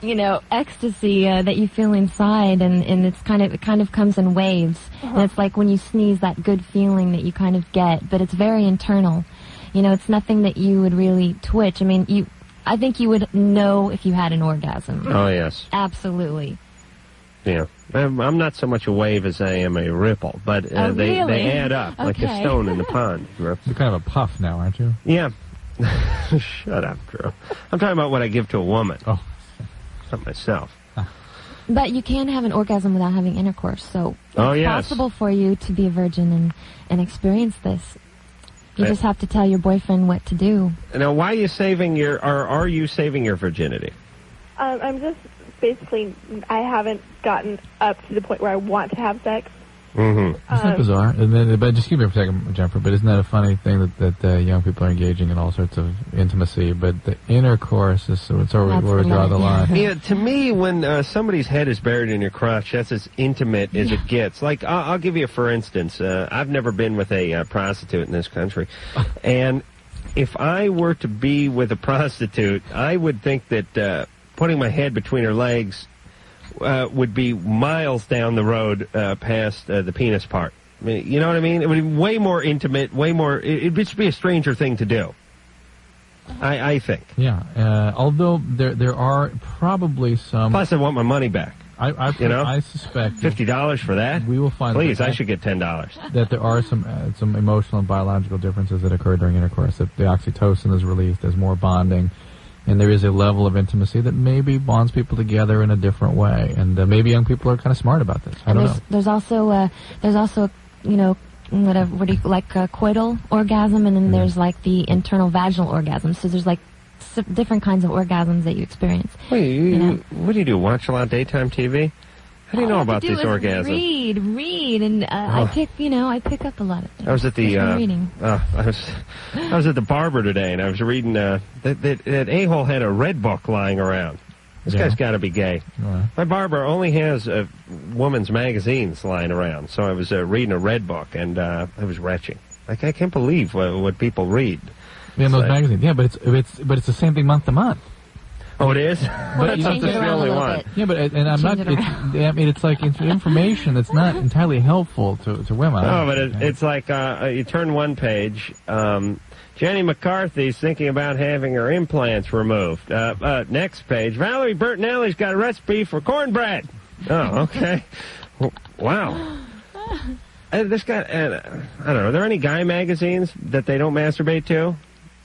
[SPEAKER 4] you know ecstasy uh, that you feel inside, and and it's kind of it kind of comes in waves. And it's like when you sneeze, that good feeling that you kind of get, but it's very internal. You know, it's nothing that you would really twitch. I mean, you. I think you would know if you had an orgasm.
[SPEAKER 3] Oh, yes.
[SPEAKER 4] Absolutely.
[SPEAKER 3] Yeah. I'm, I'm not so much a wave as I am a ripple, but uh,
[SPEAKER 4] Oh,
[SPEAKER 3] they,
[SPEAKER 4] really?
[SPEAKER 3] they add up like a
[SPEAKER 4] Okay.
[SPEAKER 3] stone in the pond. You're kind of a puff now, aren't you? Yeah. Shut up, Drew. I'm talking about what I give to a woman. Oh. Not myself.
[SPEAKER 4] But you can have an orgasm without having intercourse, so
[SPEAKER 3] Oh,
[SPEAKER 4] it's
[SPEAKER 3] yes.
[SPEAKER 4] possible for you to be a virgin and, and experience this. You
[SPEAKER 3] Yeah.
[SPEAKER 4] just have to tell your boyfriend what to do.
[SPEAKER 3] Now, why are you saving your, or are you saving your virginity?
[SPEAKER 7] Um, I'm just basically I haven't gotten up to the point where I want to have sex,
[SPEAKER 3] Mm-hmm.
[SPEAKER 5] Isn't that bizarre? And then, but just give me a second, Jennifer. But isn't that a funny thing that, that uh, young people are engaging in all sorts of intimacy, but the intercourse is so it's where we, where we draw the line.
[SPEAKER 3] Yeah, to me, when uh, somebody's head is buried in your crotch, that's as intimate as it gets. Like, I'll, I'll give you, a for instance, uh, I've never been with a uh, prostitute in this country, and if I were to be with a prostitute, I would think that uh, putting my head between her legs uh, would be miles down the road uh, past uh, the penis part. I mean, you know what I mean? It would be way more intimate, way more. It, it'd just be a stranger thing to do. I, I think.
[SPEAKER 5] Yeah. Uh, although there there are probably some.
[SPEAKER 3] Plus, I want my money back.
[SPEAKER 5] I, I
[SPEAKER 3] you know,
[SPEAKER 5] I suspect
[SPEAKER 3] fifty dollars for that.
[SPEAKER 5] We will find.
[SPEAKER 3] Please,
[SPEAKER 5] that-
[SPEAKER 3] I should get ten dollars.
[SPEAKER 5] that there are some uh, some emotional and biological differences that occur during intercourse. That the oxytocin is released, there's more bonding, and there is a level of intimacy that maybe bonds people together in a different way. And uh, maybe young people are kind of smart about this. I
[SPEAKER 4] And
[SPEAKER 5] don't
[SPEAKER 4] there's,
[SPEAKER 5] know.
[SPEAKER 4] there's also uh, there's also you know whatever what do you, like a coital orgasm, and then there's like the internal vaginal orgasm. So there's like s- different kinds of orgasms that you experience.
[SPEAKER 3] Wait, you,
[SPEAKER 4] You know.
[SPEAKER 3] what do you do? Watch a lot of daytime TV? How do you know
[SPEAKER 4] All I
[SPEAKER 3] about
[SPEAKER 4] do
[SPEAKER 3] these
[SPEAKER 4] is
[SPEAKER 3] orgasms?
[SPEAKER 4] Read, read, and uh, I
[SPEAKER 3] Oh.
[SPEAKER 4] pick you know I pick up a lot of things.
[SPEAKER 3] I was at the
[SPEAKER 4] Just from
[SPEAKER 3] uh,
[SPEAKER 4] reading.
[SPEAKER 3] uh, I was I was at the barber today, and I was reading uh, that that, that a hole had a red book lying around. This
[SPEAKER 5] Yeah.
[SPEAKER 3] guy's got to be gay.
[SPEAKER 5] Yeah.
[SPEAKER 3] My barber only has uh, women's magazines lying around, so I was uh, reading a red book, and uh, I was retching. Like I can't believe what, what people read.
[SPEAKER 5] Yeah, in those
[SPEAKER 3] It's like-
[SPEAKER 5] magazines. Yeah, but it's it's but it's the same thing month to month.
[SPEAKER 3] Oh, it is.
[SPEAKER 5] But
[SPEAKER 3] That's
[SPEAKER 5] change it
[SPEAKER 3] the
[SPEAKER 5] around
[SPEAKER 3] only
[SPEAKER 5] a little
[SPEAKER 3] one.
[SPEAKER 5] bit. Yeah, but and I'm not. It's, I mean, it's like it's information that's not entirely helpful to to women.
[SPEAKER 3] No, Oh, but it, it's like uh, you turn one page. Um, Jenny McCarthy's thinking about having her implants removed. Uh, uh, next page. Valerie Bertinelli's got a recipe for cornbread. Oh, okay. W- wow. Uh, this guy, uh, I don't know. Are there any guy magazines that they don't masturbate to?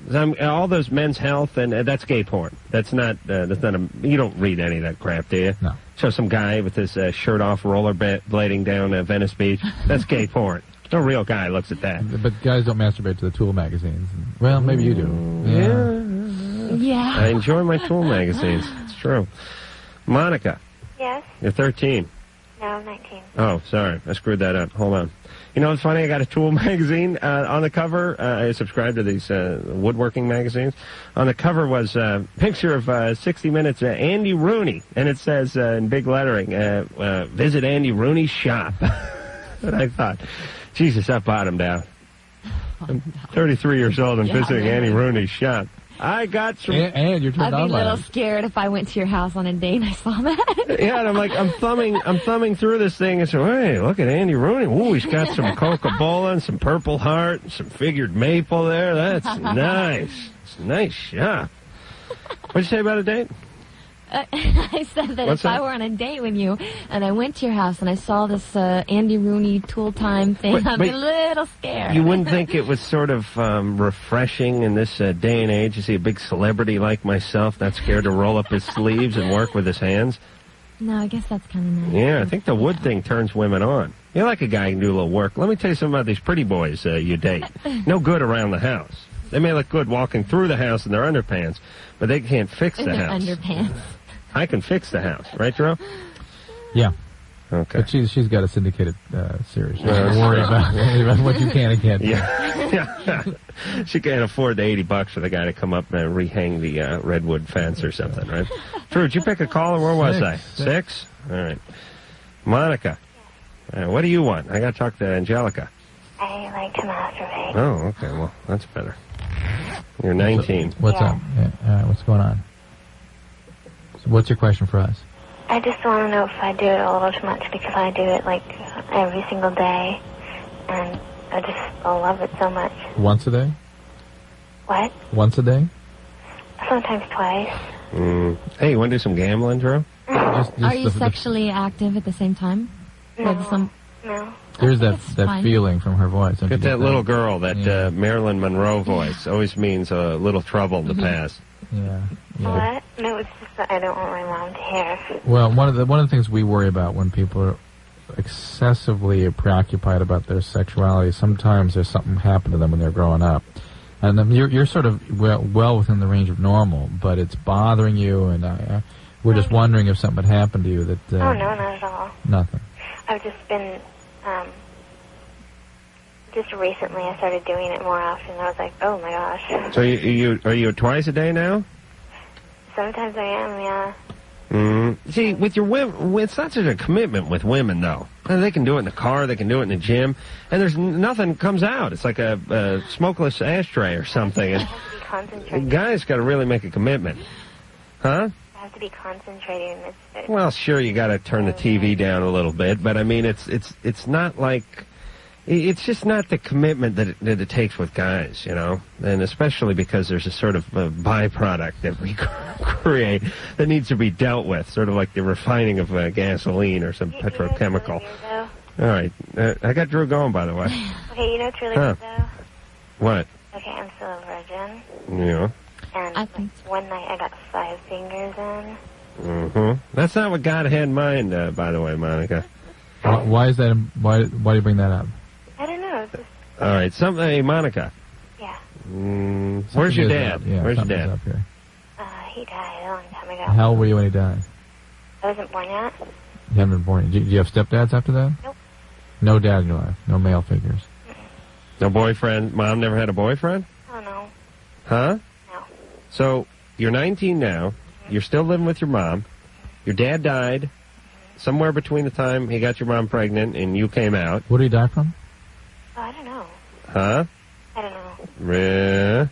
[SPEAKER 3] 'Cause I'm, all those Men's Health and uh, that's gay porn. That's not. Uh, that's not a. You don't read any of that crap, do you?
[SPEAKER 5] No.
[SPEAKER 3] So some guy with his uh, shirt off, rollerblading down uh, Venice Beach. That's gay porn. No real guy looks at that.
[SPEAKER 5] But guys don't masturbate to the Tool magazines. Well, maybe you do. Yeah.
[SPEAKER 4] Yeah.
[SPEAKER 3] Mm, I enjoy my Tool magazines. It's true. Monica,
[SPEAKER 12] Yes?
[SPEAKER 3] you're 13.
[SPEAKER 12] No, I'm 19.
[SPEAKER 3] Oh, sorry, I screwed that up. Hold on. You know, it's funny. I got a Tool magazine uh, on the cover. Uh, I subscribe to these uh, woodworking magazines. On the cover was a picture of uh, 60 Minutes uh, Andy Rooney, and it says uh, in big lettering, uh, uh, "Visit Andy Rooney's shop." and I thought, Jesus, I bottomed out. I'm 33 years old and
[SPEAKER 4] Oh, Yeah,
[SPEAKER 3] visiting
[SPEAKER 4] man.
[SPEAKER 3] Andy Rooney's shop. I got some.
[SPEAKER 5] And, and you're
[SPEAKER 4] I'd be a little scared if I went to your house on a date and I saw that.
[SPEAKER 3] Yeah, and I'm like, I'm thumbing, I'm thumbing through this thing, and so, hey, look at Andy Rooney. Ooh, he's got some Coca-Cola and some Purple Heart, and some figured maple there. That's nice. It's a nice shop. What'd you say about a date?
[SPEAKER 4] Uh, I said that
[SPEAKER 3] What's
[SPEAKER 4] if
[SPEAKER 3] that?
[SPEAKER 4] I were on a date with you and I went to your house and I saw this uh, Andy Rooney Tool Time thing,
[SPEAKER 3] Wait,
[SPEAKER 4] I'd
[SPEAKER 3] wait.
[SPEAKER 4] be a little scared.
[SPEAKER 3] You wouldn't think it was sort of um, refreshing in this uh, day and age to see a big celebrity like myself not scared to roll up his sleeves and work with his hands.
[SPEAKER 4] No, I guess that's kind of nice.
[SPEAKER 3] Yeah, I think the wood thing turns women on. You like a guy who can do a little work. Let me tell you something about these pretty boys uh, you date. No good around the house. They may look good walking through the house in their underpants, but they can't fix
[SPEAKER 4] In
[SPEAKER 3] the
[SPEAKER 4] their
[SPEAKER 3] house.
[SPEAKER 4] underpants.
[SPEAKER 3] I can fix the house, right, Drew?
[SPEAKER 5] Yeah.
[SPEAKER 3] Okay.
[SPEAKER 5] But she's she's got a syndicated uh, series.
[SPEAKER 3] Yeah, that's
[SPEAKER 5] Don't worry
[SPEAKER 3] true.
[SPEAKER 5] about, worry about what you can and can't. do.
[SPEAKER 3] Yeah. Yeah. she can't afford the 80 bucks for the guy to come up and rehang the uh, redwood fence or something, right? Drew, did you pick a caller? Where was
[SPEAKER 5] Six.
[SPEAKER 3] I?
[SPEAKER 5] Six.
[SPEAKER 3] Six? All right. Monica, uh, what do you want? I got to talk to Angelica.
[SPEAKER 12] I like to masturbate.
[SPEAKER 3] Oh, okay. Well, that's better. You're 19.
[SPEAKER 5] What's up? Yeah. All right. What's going on? So what's your question for us?
[SPEAKER 12] I just want to know if I do it a little too much because I do it like every single day. And I just I love it so much.
[SPEAKER 5] Once a day?
[SPEAKER 12] What?
[SPEAKER 5] Once a day?
[SPEAKER 12] Sometimes twice.
[SPEAKER 3] Mm. Hey, you want to do some gambling, Drew?
[SPEAKER 5] Just, just
[SPEAKER 4] Are you
[SPEAKER 5] the- the-
[SPEAKER 4] sexually active at the same time? With some,
[SPEAKER 12] No.
[SPEAKER 5] there's that
[SPEAKER 4] It's
[SPEAKER 5] that
[SPEAKER 4] fine.
[SPEAKER 5] feeling from her voice. Don't you
[SPEAKER 3] Get that little girl, that
[SPEAKER 5] Yeah.
[SPEAKER 3] uh, Marilyn Monroe voice. Always means a little trouble in the past.
[SPEAKER 5] Yeah. yeah.
[SPEAKER 12] What? No, it's just that I don't want my mom to hear.
[SPEAKER 5] Well, one of the one of the things we worry about when people are excessively preoccupied about their sexuality, sometimes there's something happened to them when they're growing up, and um, you're you're sort of well, well within the range of normal, but it's bothering you, and I, I, we're just wondering if something had happened to you that uh,
[SPEAKER 12] Oh, no, not at all.
[SPEAKER 5] nothing.
[SPEAKER 12] I've just been um, just recently I started doing it more often. I was like, oh my gosh.
[SPEAKER 3] So you, you are you twice a day now?
[SPEAKER 12] Sometimes I am, yeah.
[SPEAKER 3] Mm. See, with your women, it's not such a commitment with women, though. And They can do it in the car, they can do it in the gym, and there's n- nothing comes out. It's like a, a smokeless ashtray or something.
[SPEAKER 12] I have to be concentrating.
[SPEAKER 3] And guys got to really make a commitment, huh?
[SPEAKER 12] I have to be concentrating. It's, it's
[SPEAKER 3] Well, sure, you got to turn the TV down a little bit, but I mean, it's it's it's not like i- it's just not the commitment that it, that it takes with guys, you know, and especially because there's a sort of uh byproduct that we create that needs to be dealt with, sort of like the refining of uh, gasoline or some petrochemical.
[SPEAKER 12] though.
[SPEAKER 3] All right, uh, I got Drew going, by the way.
[SPEAKER 12] Okay, you know it's really
[SPEAKER 3] Huh.
[SPEAKER 12] good though.
[SPEAKER 3] What?
[SPEAKER 12] Okay, I'm still a virgin,
[SPEAKER 3] Yeah.
[SPEAKER 12] and like, one night I got five fingers in.
[SPEAKER 3] hmm That's not what God had in mind, uh, by the way, Monica.
[SPEAKER 5] Why, Uh, why is that? Why why do you bring that up?
[SPEAKER 12] I don't know. It's just,
[SPEAKER 3] All right, some hey, Monica.
[SPEAKER 12] Yeah.
[SPEAKER 3] Mm, where's your
[SPEAKER 5] is
[SPEAKER 3] dad?
[SPEAKER 5] up, yeah,
[SPEAKER 3] where's your
[SPEAKER 5] something's
[SPEAKER 3] dad?
[SPEAKER 5] up here.
[SPEAKER 12] uh, he died a long time ago.
[SPEAKER 5] How old were you when he died?
[SPEAKER 12] I wasn't born yet.
[SPEAKER 5] You haven't been born. yet. Do you, do you have stepdads after that?
[SPEAKER 12] Nope.
[SPEAKER 5] No dad in your life. No male figures.
[SPEAKER 3] No boyfriend. Mom never had a boyfriend?
[SPEAKER 12] I don't know.
[SPEAKER 3] Huh?
[SPEAKER 12] No.
[SPEAKER 3] So you're 19 now. You're still living with your mom. Your dad died somewhere between the time he got your mom pregnant and you came out.
[SPEAKER 5] What did he die from?
[SPEAKER 12] Oh, I don't know.
[SPEAKER 3] Huh?
[SPEAKER 12] I don't know.
[SPEAKER 3] Re-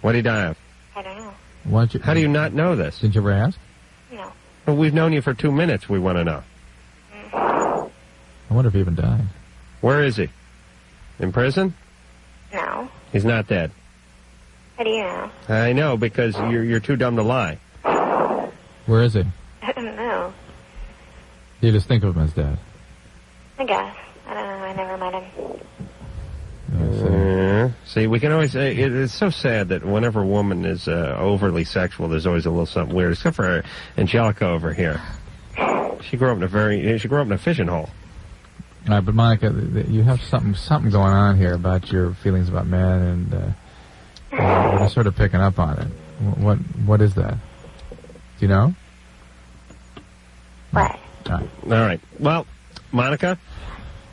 [SPEAKER 3] What did he die of?
[SPEAKER 12] I don't know.
[SPEAKER 5] Why you,
[SPEAKER 3] How do you not know this?
[SPEAKER 5] Did you ever ask?
[SPEAKER 12] No.
[SPEAKER 3] Well, we've known you for two minutes. We want to know.
[SPEAKER 5] I wonder if he even died.
[SPEAKER 3] Where is he? In prison?
[SPEAKER 12] No.
[SPEAKER 3] He's not dead.
[SPEAKER 12] How do you know?
[SPEAKER 3] I know because you're you're too dumb to lie.
[SPEAKER 5] Where is he?
[SPEAKER 12] I don't know.
[SPEAKER 5] You just think of him as dead.
[SPEAKER 12] I guess. I don't know. I never met him.
[SPEAKER 3] Yeah. See, we can always. uh, It, it's so sad that whenever a woman is uh, overly sexual, there's always a little something weird. Except for Angelica over here. She grew up in a very. She grew up in a fishing hole.
[SPEAKER 5] All right, but Monica, th- th- you have something something going on here about your feelings about men, and uh, uh, we're sort of picking up on it. Wh- What what is that? Do you know?
[SPEAKER 12] What?
[SPEAKER 5] All right.
[SPEAKER 3] All right. Well, Monica,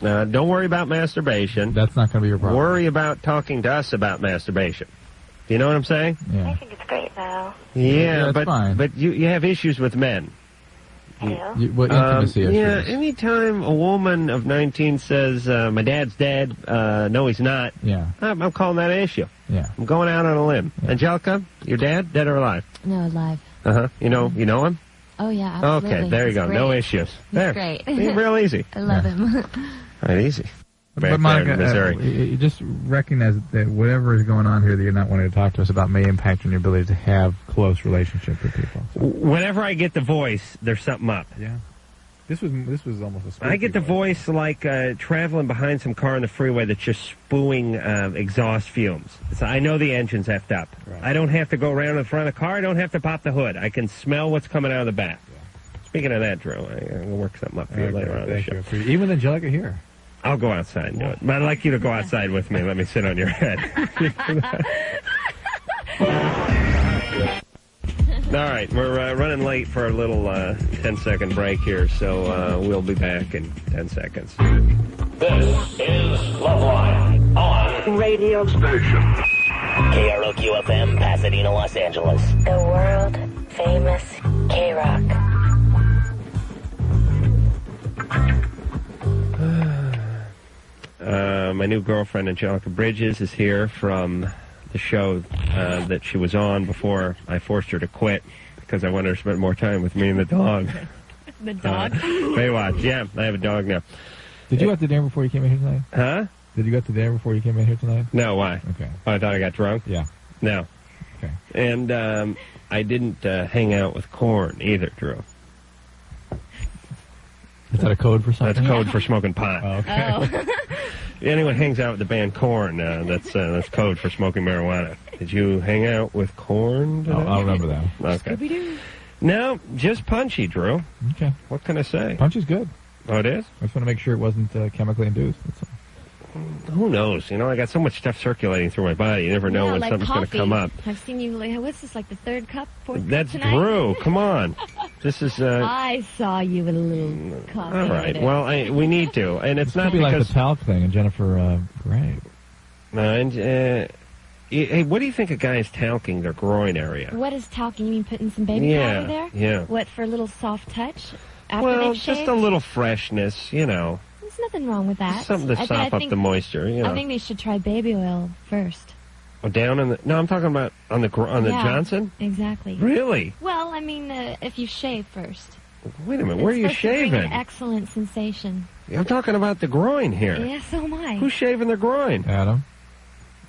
[SPEAKER 3] uh, don't worry about masturbation.
[SPEAKER 5] That's not going to be your problem.
[SPEAKER 3] Worry about talking to us about masturbation. Do you know what I'm saying?
[SPEAKER 5] Yeah.
[SPEAKER 12] I think it's great though.
[SPEAKER 3] Yeah,
[SPEAKER 5] that's
[SPEAKER 3] but
[SPEAKER 5] fine.
[SPEAKER 3] but you you have issues with men.
[SPEAKER 5] You, what intimacy
[SPEAKER 3] Um,
[SPEAKER 5] issues?
[SPEAKER 3] yeah, anytime a woman of 19 says, uh, my dad's dead, uh, no he's not,
[SPEAKER 5] Yeah.
[SPEAKER 3] I'm, I'm calling that an issue.
[SPEAKER 5] Yeah.
[SPEAKER 3] I'm going out on a limb. Angelica, your dad, dead or alive?
[SPEAKER 13] No, alive.
[SPEAKER 3] Uh huh. You know, you know him?
[SPEAKER 13] Oh yeah, Uh-huh. absolutely.
[SPEAKER 3] Okay, there you
[SPEAKER 13] He's
[SPEAKER 3] go.
[SPEAKER 13] Great.
[SPEAKER 3] No issues. There.
[SPEAKER 13] Great.
[SPEAKER 3] See, real easy.
[SPEAKER 13] I love him.
[SPEAKER 3] All right, easy. Back
[SPEAKER 5] but Monica,
[SPEAKER 3] there in Missouri.
[SPEAKER 5] uh, you- you just recognize that whatever is going on here that you're not wanting to talk to us about may impact on your ability to have close relationships with people.
[SPEAKER 3] Whenever I get the voice, there's something up.
[SPEAKER 5] Yeah. This was this was almost a
[SPEAKER 3] I get the voice like uh, traveling behind some car on the freeway that's just spewing uh, exhaust fumes. So I know the engine's effed up. I don't have to go around in front of the car. I don't have to pop the hood. I can smell what's coming out of the back. Speaking of that, Drew, I, I'm going to work something up for you later on in the show.
[SPEAKER 5] Even Angelica here.
[SPEAKER 3] I'll go outside and do it. But I'd like you to go outside with me. Let me sit on your head. All right, we're uh, running late for a little uh, 10 second break here, so uh, we'll be back in 10 seconds.
[SPEAKER 1] This is Loveline on radio station. KROQ FM, Pasadena, Los Angeles.
[SPEAKER 12] The world famous K Rock.
[SPEAKER 3] Uh, my new girlfriend, Angelica Bridges, is here from the show uh, that she was on before I forced her to quit because I wanted her to spend more time with me and the dog.
[SPEAKER 14] The
[SPEAKER 3] Uh, Baywatch, yeah, I have a dog now.
[SPEAKER 5] Did you go out to dinner before you came in here tonight?
[SPEAKER 3] Huh?
[SPEAKER 5] Did you go out to dinner before you came in here tonight?
[SPEAKER 3] No, why?
[SPEAKER 5] Okay.
[SPEAKER 3] Oh, I thought I got drunk?
[SPEAKER 5] Yeah.
[SPEAKER 3] No.
[SPEAKER 5] Okay.
[SPEAKER 3] And um, I didn't uh, hang out with corn either, Drew.
[SPEAKER 5] Is that a code for something? Oh,
[SPEAKER 3] That's code for smoking pot.
[SPEAKER 5] okay.
[SPEAKER 4] Oh.
[SPEAKER 3] Anyone hangs out with the band Corn, uh, that's uh, that's code for smoking marijuana. Did you hang out with Corn?
[SPEAKER 5] Oh, I'll remember that.
[SPEAKER 3] Okay. No, just punchy, Drew.
[SPEAKER 5] Okay.
[SPEAKER 3] What can I say?
[SPEAKER 5] Punch is good.
[SPEAKER 3] Oh, it is.
[SPEAKER 5] I just want to make sure it wasn't uh, chemically induced. That's all.
[SPEAKER 3] Who knows? You know, I got so much stuff circulating through my body. You never know
[SPEAKER 13] yeah,
[SPEAKER 3] when
[SPEAKER 13] like
[SPEAKER 3] something's
[SPEAKER 13] coffee.
[SPEAKER 3] going to come up.
[SPEAKER 13] I've seen you. Like, what's this? Like the third cup, fourth
[SPEAKER 3] That's
[SPEAKER 13] cup tonight? Ah.
[SPEAKER 3] Drew. Come on. This is uh, Mm,
[SPEAKER 4] I saw you with a little coffee.
[SPEAKER 3] all right. Well, I, we need to, and it's not
[SPEAKER 5] be like the
[SPEAKER 3] because.
[SPEAKER 5] talc thing and Jennifer uh, Gray.
[SPEAKER 3] Uh, and, uh, y- hey, what do you think a guy is talking their groin area?
[SPEAKER 4] What is talking? You mean putting some baby
[SPEAKER 3] Yeah,
[SPEAKER 4] powder there?
[SPEAKER 3] yeah.
[SPEAKER 4] What for a little soft touch after
[SPEAKER 3] well,
[SPEAKER 4] they've
[SPEAKER 3] just
[SPEAKER 4] shaved?
[SPEAKER 3] a little freshness, you know,
[SPEAKER 4] There's nothing wrong with that.
[SPEAKER 3] something to
[SPEAKER 4] I,
[SPEAKER 3] sop
[SPEAKER 4] I
[SPEAKER 3] up
[SPEAKER 4] think,
[SPEAKER 3] the moisture. You know,
[SPEAKER 4] I think they should try baby oil first.
[SPEAKER 3] Or down in the. No, I'm talking about on the gr- on the
[SPEAKER 4] Yeah,
[SPEAKER 3] Johnson.
[SPEAKER 4] Exactly.
[SPEAKER 3] Really?
[SPEAKER 4] Well, I mean, uh, if you shave first.
[SPEAKER 3] Wait a minute. Where are
[SPEAKER 4] It's
[SPEAKER 3] you
[SPEAKER 4] supposed to bring
[SPEAKER 3] shaving?
[SPEAKER 4] An excellent sensation. oh
[SPEAKER 3] I'm talking about the groin here.
[SPEAKER 4] Yeah, so am I.
[SPEAKER 3] Who's shaving their groin?
[SPEAKER 5] Adam.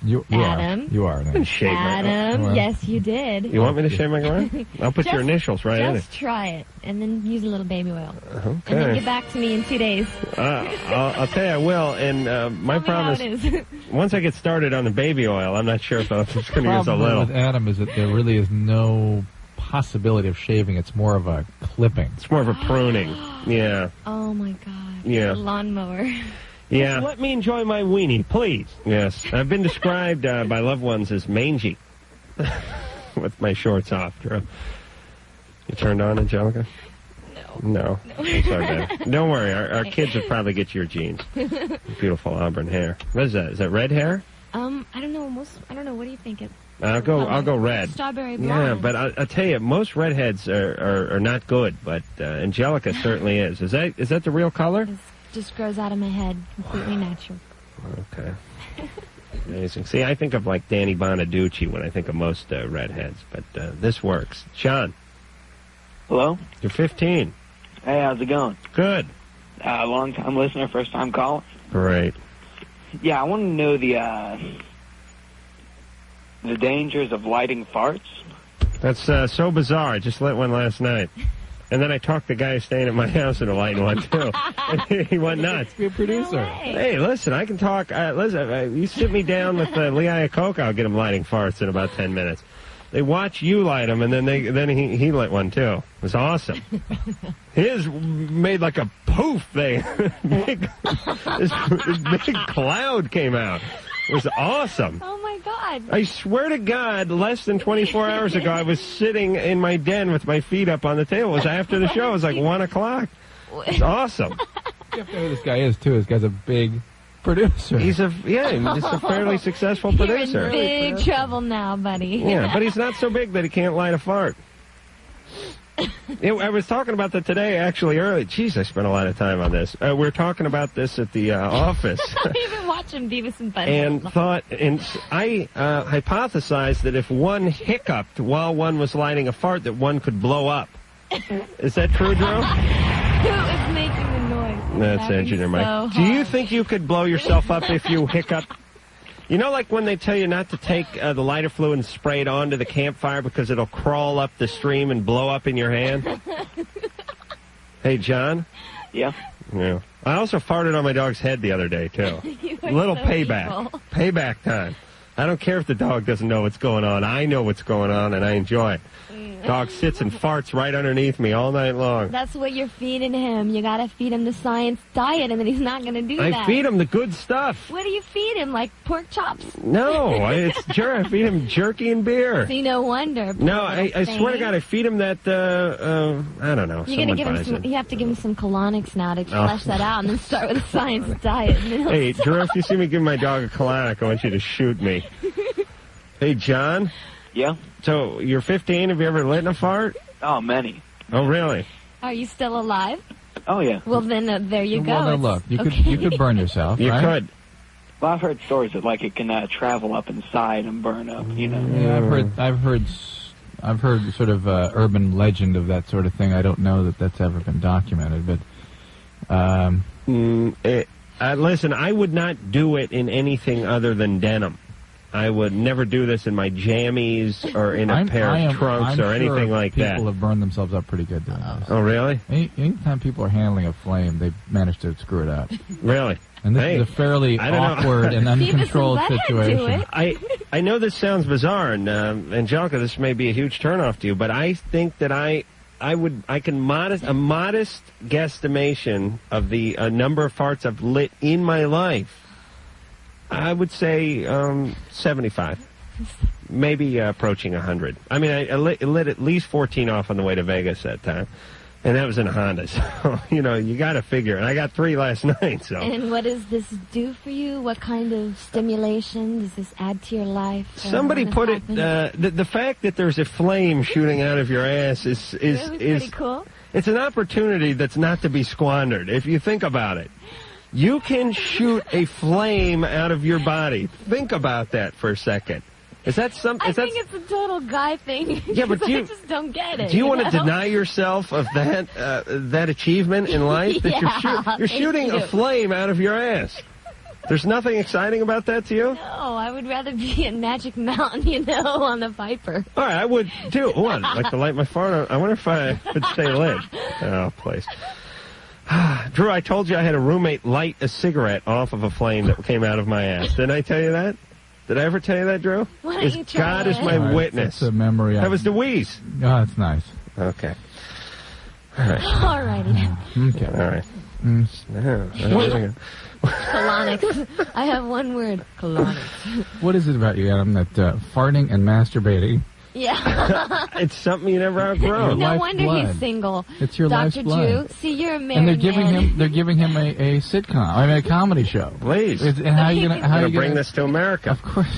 [SPEAKER 5] You,
[SPEAKER 4] you are. Adam.
[SPEAKER 5] You are.
[SPEAKER 3] I didn't shave my-
[SPEAKER 4] Adam,
[SPEAKER 3] Well,
[SPEAKER 4] yes, you did.
[SPEAKER 3] You want me to shave my groin? I'll put your
[SPEAKER 4] Just-
[SPEAKER 3] initials right in it.
[SPEAKER 4] Just try it, and then use a little baby oil, and then get
[SPEAKER 3] Okay.
[SPEAKER 4] back to me in two days.
[SPEAKER 3] Uh, I'll, I'll tell you I will. And uh, my
[SPEAKER 4] Tell me how
[SPEAKER 3] promise.
[SPEAKER 4] it is.
[SPEAKER 3] Once I get started on the baby oil, I'm not sure if I'm just going to use a
[SPEAKER 5] problem
[SPEAKER 3] little.
[SPEAKER 5] with Adam is that there really is no possibility of shaving. It's more of a clipping.
[SPEAKER 3] It's more of a pruning. Yeah.
[SPEAKER 4] Oh my god.
[SPEAKER 3] Yeah.
[SPEAKER 4] Lawnmower.
[SPEAKER 3] Yeah. let me enjoy my weenie, please. Yes. I've been described uh, by loved ones as mangy with my shorts off, Drew. You turned on, Angelica? No. No. I'm sorry, babe. Don't worry. Our, our kids will probably get your jeans. Beautiful auburn hair. What is that? Is that red hair?
[SPEAKER 4] um, I don't know. Most, I don't know. What do you think? It,
[SPEAKER 3] I'll go. I'll go red.
[SPEAKER 4] Strawberry
[SPEAKER 3] Yeah,
[SPEAKER 4] blonde.
[SPEAKER 3] but I, I tell you, most redheads are, are, are not good, but uh, Angelica certainly is. Is that is that the real color?
[SPEAKER 4] just grows out of my head, completely natural.
[SPEAKER 3] Okay. Amazing. See, I think of like Danny Bonaducci when I think of most uh, redheads, but uh, this works. Sean,
[SPEAKER 14] Hello?
[SPEAKER 3] you're 15.
[SPEAKER 14] Hey, how's it going?
[SPEAKER 3] Good.
[SPEAKER 14] Uh, long time listener, first time caller.
[SPEAKER 3] Great.
[SPEAKER 14] Yeah, I want to know the uh, the dangers of lighting farts.
[SPEAKER 3] That's uh, so bizarre. I just lit one last night. And then I talked the guy staying at my house into lighting one too. And he went nuts.
[SPEAKER 5] Be a producer.
[SPEAKER 3] Hey, listen, I can talk. Uh, listen, uh, you sit me down with uh, Lee Iacocca, I'll get him lighting farts in about ten minutes. They watch you light them, and then they then he he lit one too. It was awesome. His made like a poof thing. big, this, this big cloud came out. It was awesome.
[SPEAKER 4] Oh my god.
[SPEAKER 3] I swear to God, less than 24 hours ago, I was sitting in my den with my feet up on the table. It was after the show. It was like 1 o'clock. It's awesome.
[SPEAKER 5] You have to know who this guy is too. This guy's a big producer.
[SPEAKER 3] He's a yeah, he's a fairly successful
[SPEAKER 4] You're
[SPEAKER 3] producer.
[SPEAKER 4] in big trouble now, buddy.
[SPEAKER 3] Yeah, but he's not so big that he can't light a fart. Yeah, I was talking about that today, actually, early. Jeez, I spent a lot of time on this. Uh, we are talking about this at the uh, office.
[SPEAKER 4] You've been watching Beavis and Butthead.
[SPEAKER 3] and thought and s- I uh, hypothesized that if one hiccuped while one was lighting a fart, that one could blow up. Is that true, Drew?
[SPEAKER 4] Who is making the noise?
[SPEAKER 3] That's
[SPEAKER 4] Laughing
[SPEAKER 3] engineer Mike.
[SPEAKER 4] so hard.
[SPEAKER 3] Do you think you could blow yourself up if you hiccup? You know, like when they tell you not to take uh, the lighter fluid and spray it onto the campfire because it'll crawl up the stream and blow up in your hand. hey, John.
[SPEAKER 14] Yeah.
[SPEAKER 3] Yeah. I also farted on my dog's head the other day too.
[SPEAKER 14] You are
[SPEAKER 3] Little
[SPEAKER 14] so
[SPEAKER 3] payback.
[SPEAKER 14] evil.
[SPEAKER 3] Payback time. I don't care if the dog doesn't know what's going on. I know what's going on and I enjoy it. Dog sits and farts right underneath me all night long.
[SPEAKER 4] That's what you're feeding him. You gotta feed him the science diet, and then he's not gonna do that.
[SPEAKER 3] I feed him the good stuff.
[SPEAKER 4] What do you feed him? Like pork chops?
[SPEAKER 3] No, I- it's jer- I feed him jerky and beer.
[SPEAKER 4] See, no wonder. poor
[SPEAKER 3] No, I, I
[SPEAKER 4] little
[SPEAKER 3] swear to
[SPEAKER 4] thing.
[SPEAKER 3] God, I feed him that. Uh, uh, I don't know. someone
[SPEAKER 4] You're gonna give him
[SPEAKER 3] buys
[SPEAKER 4] some,
[SPEAKER 3] it. Oh.
[SPEAKER 4] you have to give him some colonics now to flesh that out and then start with a science diet. and then he'll
[SPEAKER 3] Hey, Drew, if you see me give my dog a colonic, I want you to shoot me. Hey, John.
[SPEAKER 14] Yeah.
[SPEAKER 3] So you're 15. Have you ever lit in a fart?
[SPEAKER 14] Oh, many.
[SPEAKER 3] Oh, really?
[SPEAKER 4] Are you still alive?
[SPEAKER 14] Oh yeah.
[SPEAKER 4] Well, then uh, there you go.
[SPEAKER 5] well, no,
[SPEAKER 4] It's-
[SPEAKER 5] look, you could
[SPEAKER 4] okay.
[SPEAKER 5] you could burn yourself.
[SPEAKER 3] You
[SPEAKER 5] right?
[SPEAKER 3] could.
[SPEAKER 14] Well, I've heard stories that like it can uh, travel up inside and burn up. You know.
[SPEAKER 5] Yeah, I've heard I've heard s- I've heard sort of uh, urban legend of that sort of thing. I don't know that that's ever been documented, but um,
[SPEAKER 3] Mm, eh, uh, listen, I would not do it in anything other than denim. I would never do this in my jammies or in a
[SPEAKER 5] I'm-
[SPEAKER 3] pair
[SPEAKER 5] I am-
[SPEAKER 3] of trunks
[SPEAKER 5] I'm
[SPEAKER 3] or
[SPEAKER 5] sure
[SPEAKER 3] anything like
[SPEAKER 5] people
[SPEAKER 3] that.
[SPEAKER 5] People have burned themselves up pretty good doing this.
[SPEAKER 3] Oh, really?
[SPEAKER 5] Any, anytime people are handling a flame, they manage to screw it up.
[SPEAKER 3] Really?
[SPEAKER 5] And this
[SPEAKER 3] Hey,
[SPEAKER 5] is a fairly
[SPEAKER 3] I don't know.
[SPEAKER 5] awkward and uncontrolled situation.
[SPEAKER 3] I, I know this sounds bizarre, and um, Angelica, this may be a huge turnoff to you, but I think that I, I would, I can modest a modest guesstimation of the uh, number of farts I've lit in my life. I would say um, seventy-five. maybe uh, approaching 100. I mean, I, I lit, lit at least 14 off on the way to Vegas that time. And that was in a Honda, so, you know, you gotta figure. And I got three last night, so.
[SPEAKER 1] And what does this do for you? What kind of stimulation does this add to your life? Uh,
[SPEAKER 3] Somebody
[SPEAKER 1] what
[SPEAKER 3] put it,
[SPEAKER 1] happens?
[SPEAKER 3] uh, the, the fact that there's a flame shooting out of your ass is, is,
[SPEAKER 1] That was
[SPEAKER 3] is,
[SPEAKER 1] pretty cool.
[SPEAKER 3] It's an opportunity that's not to be squandered, if you think about it. You can shoot a flame out of your body. Think about that for a second. Is that something?
[SPEAKER 4] I
[SPEAKER 3] Is that,
[SPEAKER 4] think it's a total guy thing.
[SPEAKER 3] Yeah, but
[SPEAKER 4] 'cause
[SPEAKER 3] do
[SPEAKER 4] I
[SPEAKER 3] you-
[SPEAKER 4] just don't get it.
[SPEAKER 3] do you want
[SPEAKER 4] know?
[SPEAKER 3] to deny yourself of that uh, that achievement in life? That you're,
[SPEAKER 4] Yeah,
[SPEAKER 3] you're
[SPEAKER 4] thank
[SPEAKER 3] shooting
[SPEAKER 4] you.
[SPEAKER 3] a flame out of your ass. There's nothing exciting about that to you.
[SPEAKER 4] Oh, I would rather be in Magic Mountain, you know, on the Viper.
[SPEAKER 3] All right, I would do one like to light my fart. On. I wonder if I would stay lit. Oh, please. Drew, I told you I had a roommate light a cigarette off of a flame that came out of my ass. Didn't I tell you that? Did I ever tell you that, Drew?
[SPEAKER 4] Why don't
[SPEAKER 3] Is-
[SPEAKER 4] you try
[SPEAKER 3] God is
[SPEAKER 4] it?
[SPEAKER 3] my
[SPEAKER 5] All right,
[SPEAKER 3] witness.
[SPEAKER 5] That's a memory.
[SPEAKER 3] That was Deweese.
[SPEAKER 5] Oh, that's nice.
[SPEAKER 3] Okay. All right.
[SPEAKER 4] Alrighty.
[SPEAKER 5] Hmm, Okay. Hmm.
[SPEAKER 3] All right.
[SPEAKER 5] What-
[SPEAKER 4] Colonics. I have one word. Colonics.
[SPEAKER 5] what is it about you, Adam, that uh, farting and masturbating?
[SPEAKER 4] Yeah.
[SPEAKER 3] it's something you never outgrow.
[SPEAKER 4] no wonder he's single.
[SPEAKER 5] It's your
[SPEAKER 4] Dr.
[SPEAKER 5] lifeblood.
[SPEAKER 4] Jew, see, you're a married
[SPEAKER 5] and they're giving
[SPEAKER 4] man.
[SPEAKER 5] him they're giving him a, a sitcom. I mean, a comedy show.
[SPEAKER 3] Please.
[SPEAKER 5] It's- and how are you gonna how are you
[SPEAKER 3] bring
[SPEAKER 5] gonna,
[SPEAKER 3] this to America? Of
[SPEAKER 5] course.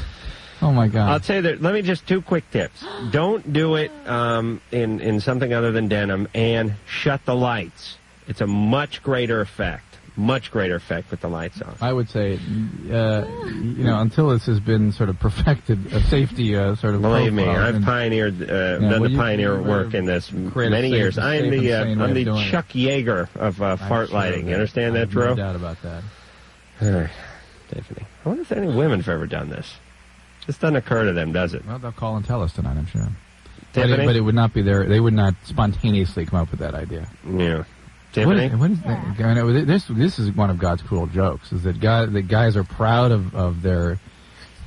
[SPEAKER 5] Oh my God.
[SPEAKER 3] I'll tell you that. Let me just two quick tips. Don't do it um, in in something other than denim, and shut the lights. It's a much greater effect. Much greater effect with the lights on.
[SPEAKER 5] I would say, uh, you know, until this has been sort of perfected, a safety uh, sort of.
[SPEAKER 3] Believe me,
[SPEAKER 5] profile
[SPEAKER 3] I've
[SPEAKER 5] and-
[SPEAKER 3] pioneered, uh,
[SPEAKER 5] Yeah,
[SPEAKER 3] been
[SPEAKER 5] well,
[SPEAKER 3] the
[SPEAKER 5] you-
[SPEAKER 3] pioneer
[SPEAKER 5] you
[SPEAKER 3] at work
[SPEAKER 5] were
[SPEAKER 3] in this m-
[SPEAKER 5] created a
[SPEAKER 3] many
[SPEAKER 5] safe-
[SPEAKER 3] years. I am
[SPEAKER 5] safe and
[SPEAKER 3] the uh,
[SPEAKER 5] sane way
[SPEAKER 3] I'm
[SPEAKER 5] of
[SPEAKER 3] the
[SPEAKER 5] doing it.
[SPEAKER 3] Chuck Yeager of uh, fart
[SPEAKER 5] sure of
[SPEAKER 3] lighting. You
[SPEAKER 5] it.
[SPEAKER 3] understand
[SPEAKER 5] I
[SPEAKER 3] that,
[SPEAKER 5] have
[SPEAKER 3] Drew?
[SPEAKER 5] No doubt about that.
[SPEAKER 3] All right, Tiffany. I wonder if any women have ever done this. This doesn't occur to them, does it?
[SPEAKER 5] Well, they'll call and tell us tonight, I'm sure. But
[SPEAKER 3] Tiffany?
[SPEAKER 5] it, but it would not be there. They would not spontaneously come up with that idea.
[SPEAKER 3] Yeah.
[SPEAKER 5] What
[SPEAKER 3] Tiffany?
[SPEAKER 5] is, what is that? I mean, this this is one of God's cruel jokes: is that guy that guys are proud of of their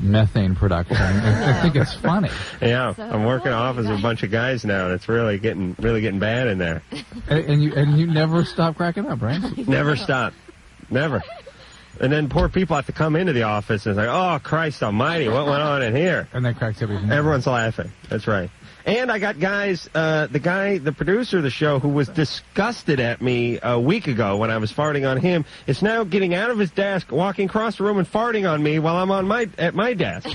[SPEAKER 5] methane production. and I think it's funny.
[SPEAKER 3] Yeah, I'm working off as a bunch of guys now, and it's really getting really getting bad in there.
[SPEAKER 5] And, and you and you never stop cracking up, right?
[SPEAKER 3] Never stop, never. And then poor people have to come into the office and it's like, "Oh Christ Almighty, what went on in here?"
[SPEAKER 5] And that cracks everything.
[SPEAKER 3] Everyone's laughing. That's right. And I got guys, uh, the guy, the producer of the show, who was disgusted at me a week ago when I was farting on him, is now getting out of his desk, walking across the room, and farting on me while I'm on my at my desk.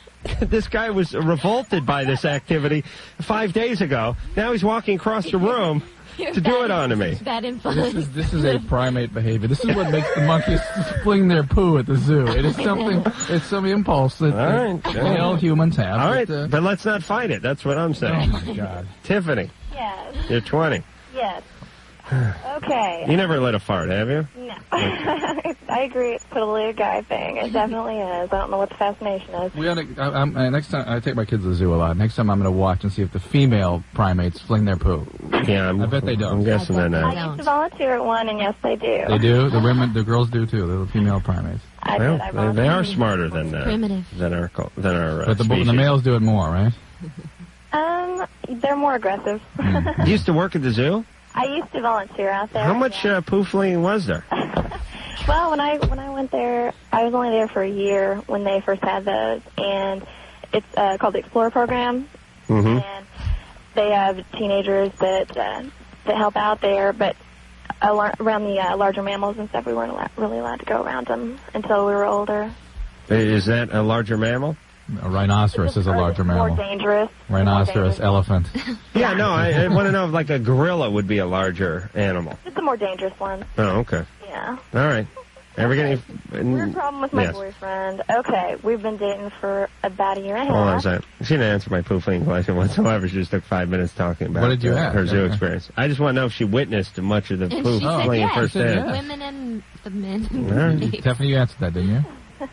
[SPEAKER 3] this guy was revolted by this activity five days ago. Now he's walking across the room to do it onto me.
[SPEAKER 4] That influence.
[SPEAKER 5] This is this is a primate behavior. This is what makes the monkeys fling their poo at the zoo. It is something. It's some impulse that
[SPEAKER 3] All right.
[SPEAKER 5] that all humans have.
[SPEAKER 3] All right, but let's not fight it. That's what I'm saying.
[SPEAKER 5] Oh, my God.
[SPEAKER 3] Tiffany,
[SPEAKER 15] Yes.
[SPEAKER 3] you're 20.
[SPEAKER 15] Yes. Okay.
[SPEAKER 3] You never let a fart, have you?
[SPEAKER 15] No. I agree. It's totally a guy thing. It definitely is. I don't know what the fascination is.
[SPEAKER 5] We ought to, I, I'm, uh, next time I take my kids to the zoo a lot. Next time I'm going to watch and see if the female primates fling their poo.
[SPEAKER 3] Yeah, i
[SPEAKER 5] bet they don't.
[SPEAKER 3] I'm guessing they're
[SPEAKER 15] I
[SPEAKER 5] not.
[SPEAKER 15] used to volunteer at one, and yes, they do.
[SPEAKER 5] They do. The women, the girls do too. They're the female primates.
[SPEAKER 15] I
[SPEAKER 3] Well,
[SPEAKER 15] did. I
[SPEAKER 3] they, they are
[SPEAKER 15] volunteered.
[SPEAKER 3] smarter than uh,
[SPEAKER 15] Primitive.
[SPEAKER 3] than our cul- than our uh,
[SPEAKER 5] But the, bo-
[SPEAKER 3] species.
[SPEAKER 5] the males do it more, right?
[SPEAKER 15] Um, they're more aggressive.
[SPEAKER 3] Mm. You used to work at the zoo.
[SPEAKER 15] I used to volunteer out there.
[SPEAKER 3] How much uh, poo flinging was there?
[SPEAKER 15] Well, when I when I went there, I was only there for a year when they first had those, and it's uh, called the Explorer Program.
[SPEAKER 3] Mm-hmm.
[SPEAKER 15] They have teenagers that uh, that help out there, but a lar- around the uh, larger mammals and stuff, we weren't allo- really allowed to go around them until we were older.
[SPEAKER 3] Is that a larger mammal?
[SPEAKER 5] A rhinoceros is a larger
[SPEAKER 15] More
[SPEAKER 5] mammal.
[SPEAKER 15] dangerous.
[SPEAKER 5] Rhinoceros, elephant.
[SPEAKER 3] Yeah, no, I, I want to know if like a gorilla would be a larger animal.
[SPEAKER 15] It's a more dangerous one.
[SPEAKER 3] Oh, okay.
[SPEAKER 15] Yeah.
[SPEAKER 3] All right. Ever getting?
[SPEAKER 15] Weird problem with my
[SPEAKER 3] yes.
[SPEAKER 15] boyfriend. Okay, we've been dating for about a year and a
[SPEAKER 3] Hold on a
[SPEAKER 15] half.
[SPEAKER 3] second. She didn't answer my poo flinging question whatsoever. She just took five minutes talking about
[SPEAKER 5] What did you
[SPEAKER 3] uh,
[SPEAKER 5] ask?
[SPEAKER 3] her zoo
[SPEAKER 5] Okay.
[SPEAKER 3] experience. I just want to know if she witnessed much of the
[SPEAKER 4] and
[SPEAKER 3] poo
[SPEAKER 4] she said
[SPEAKER 3] flinging
[SPEAKER 4] yes.
[SPEAKER 3] firsthand.
[SPEAKER 4] Women and the men.
[SPEAKER 3] All right.
[SPEAKER 5] Stephanie, you answered that, didn't you?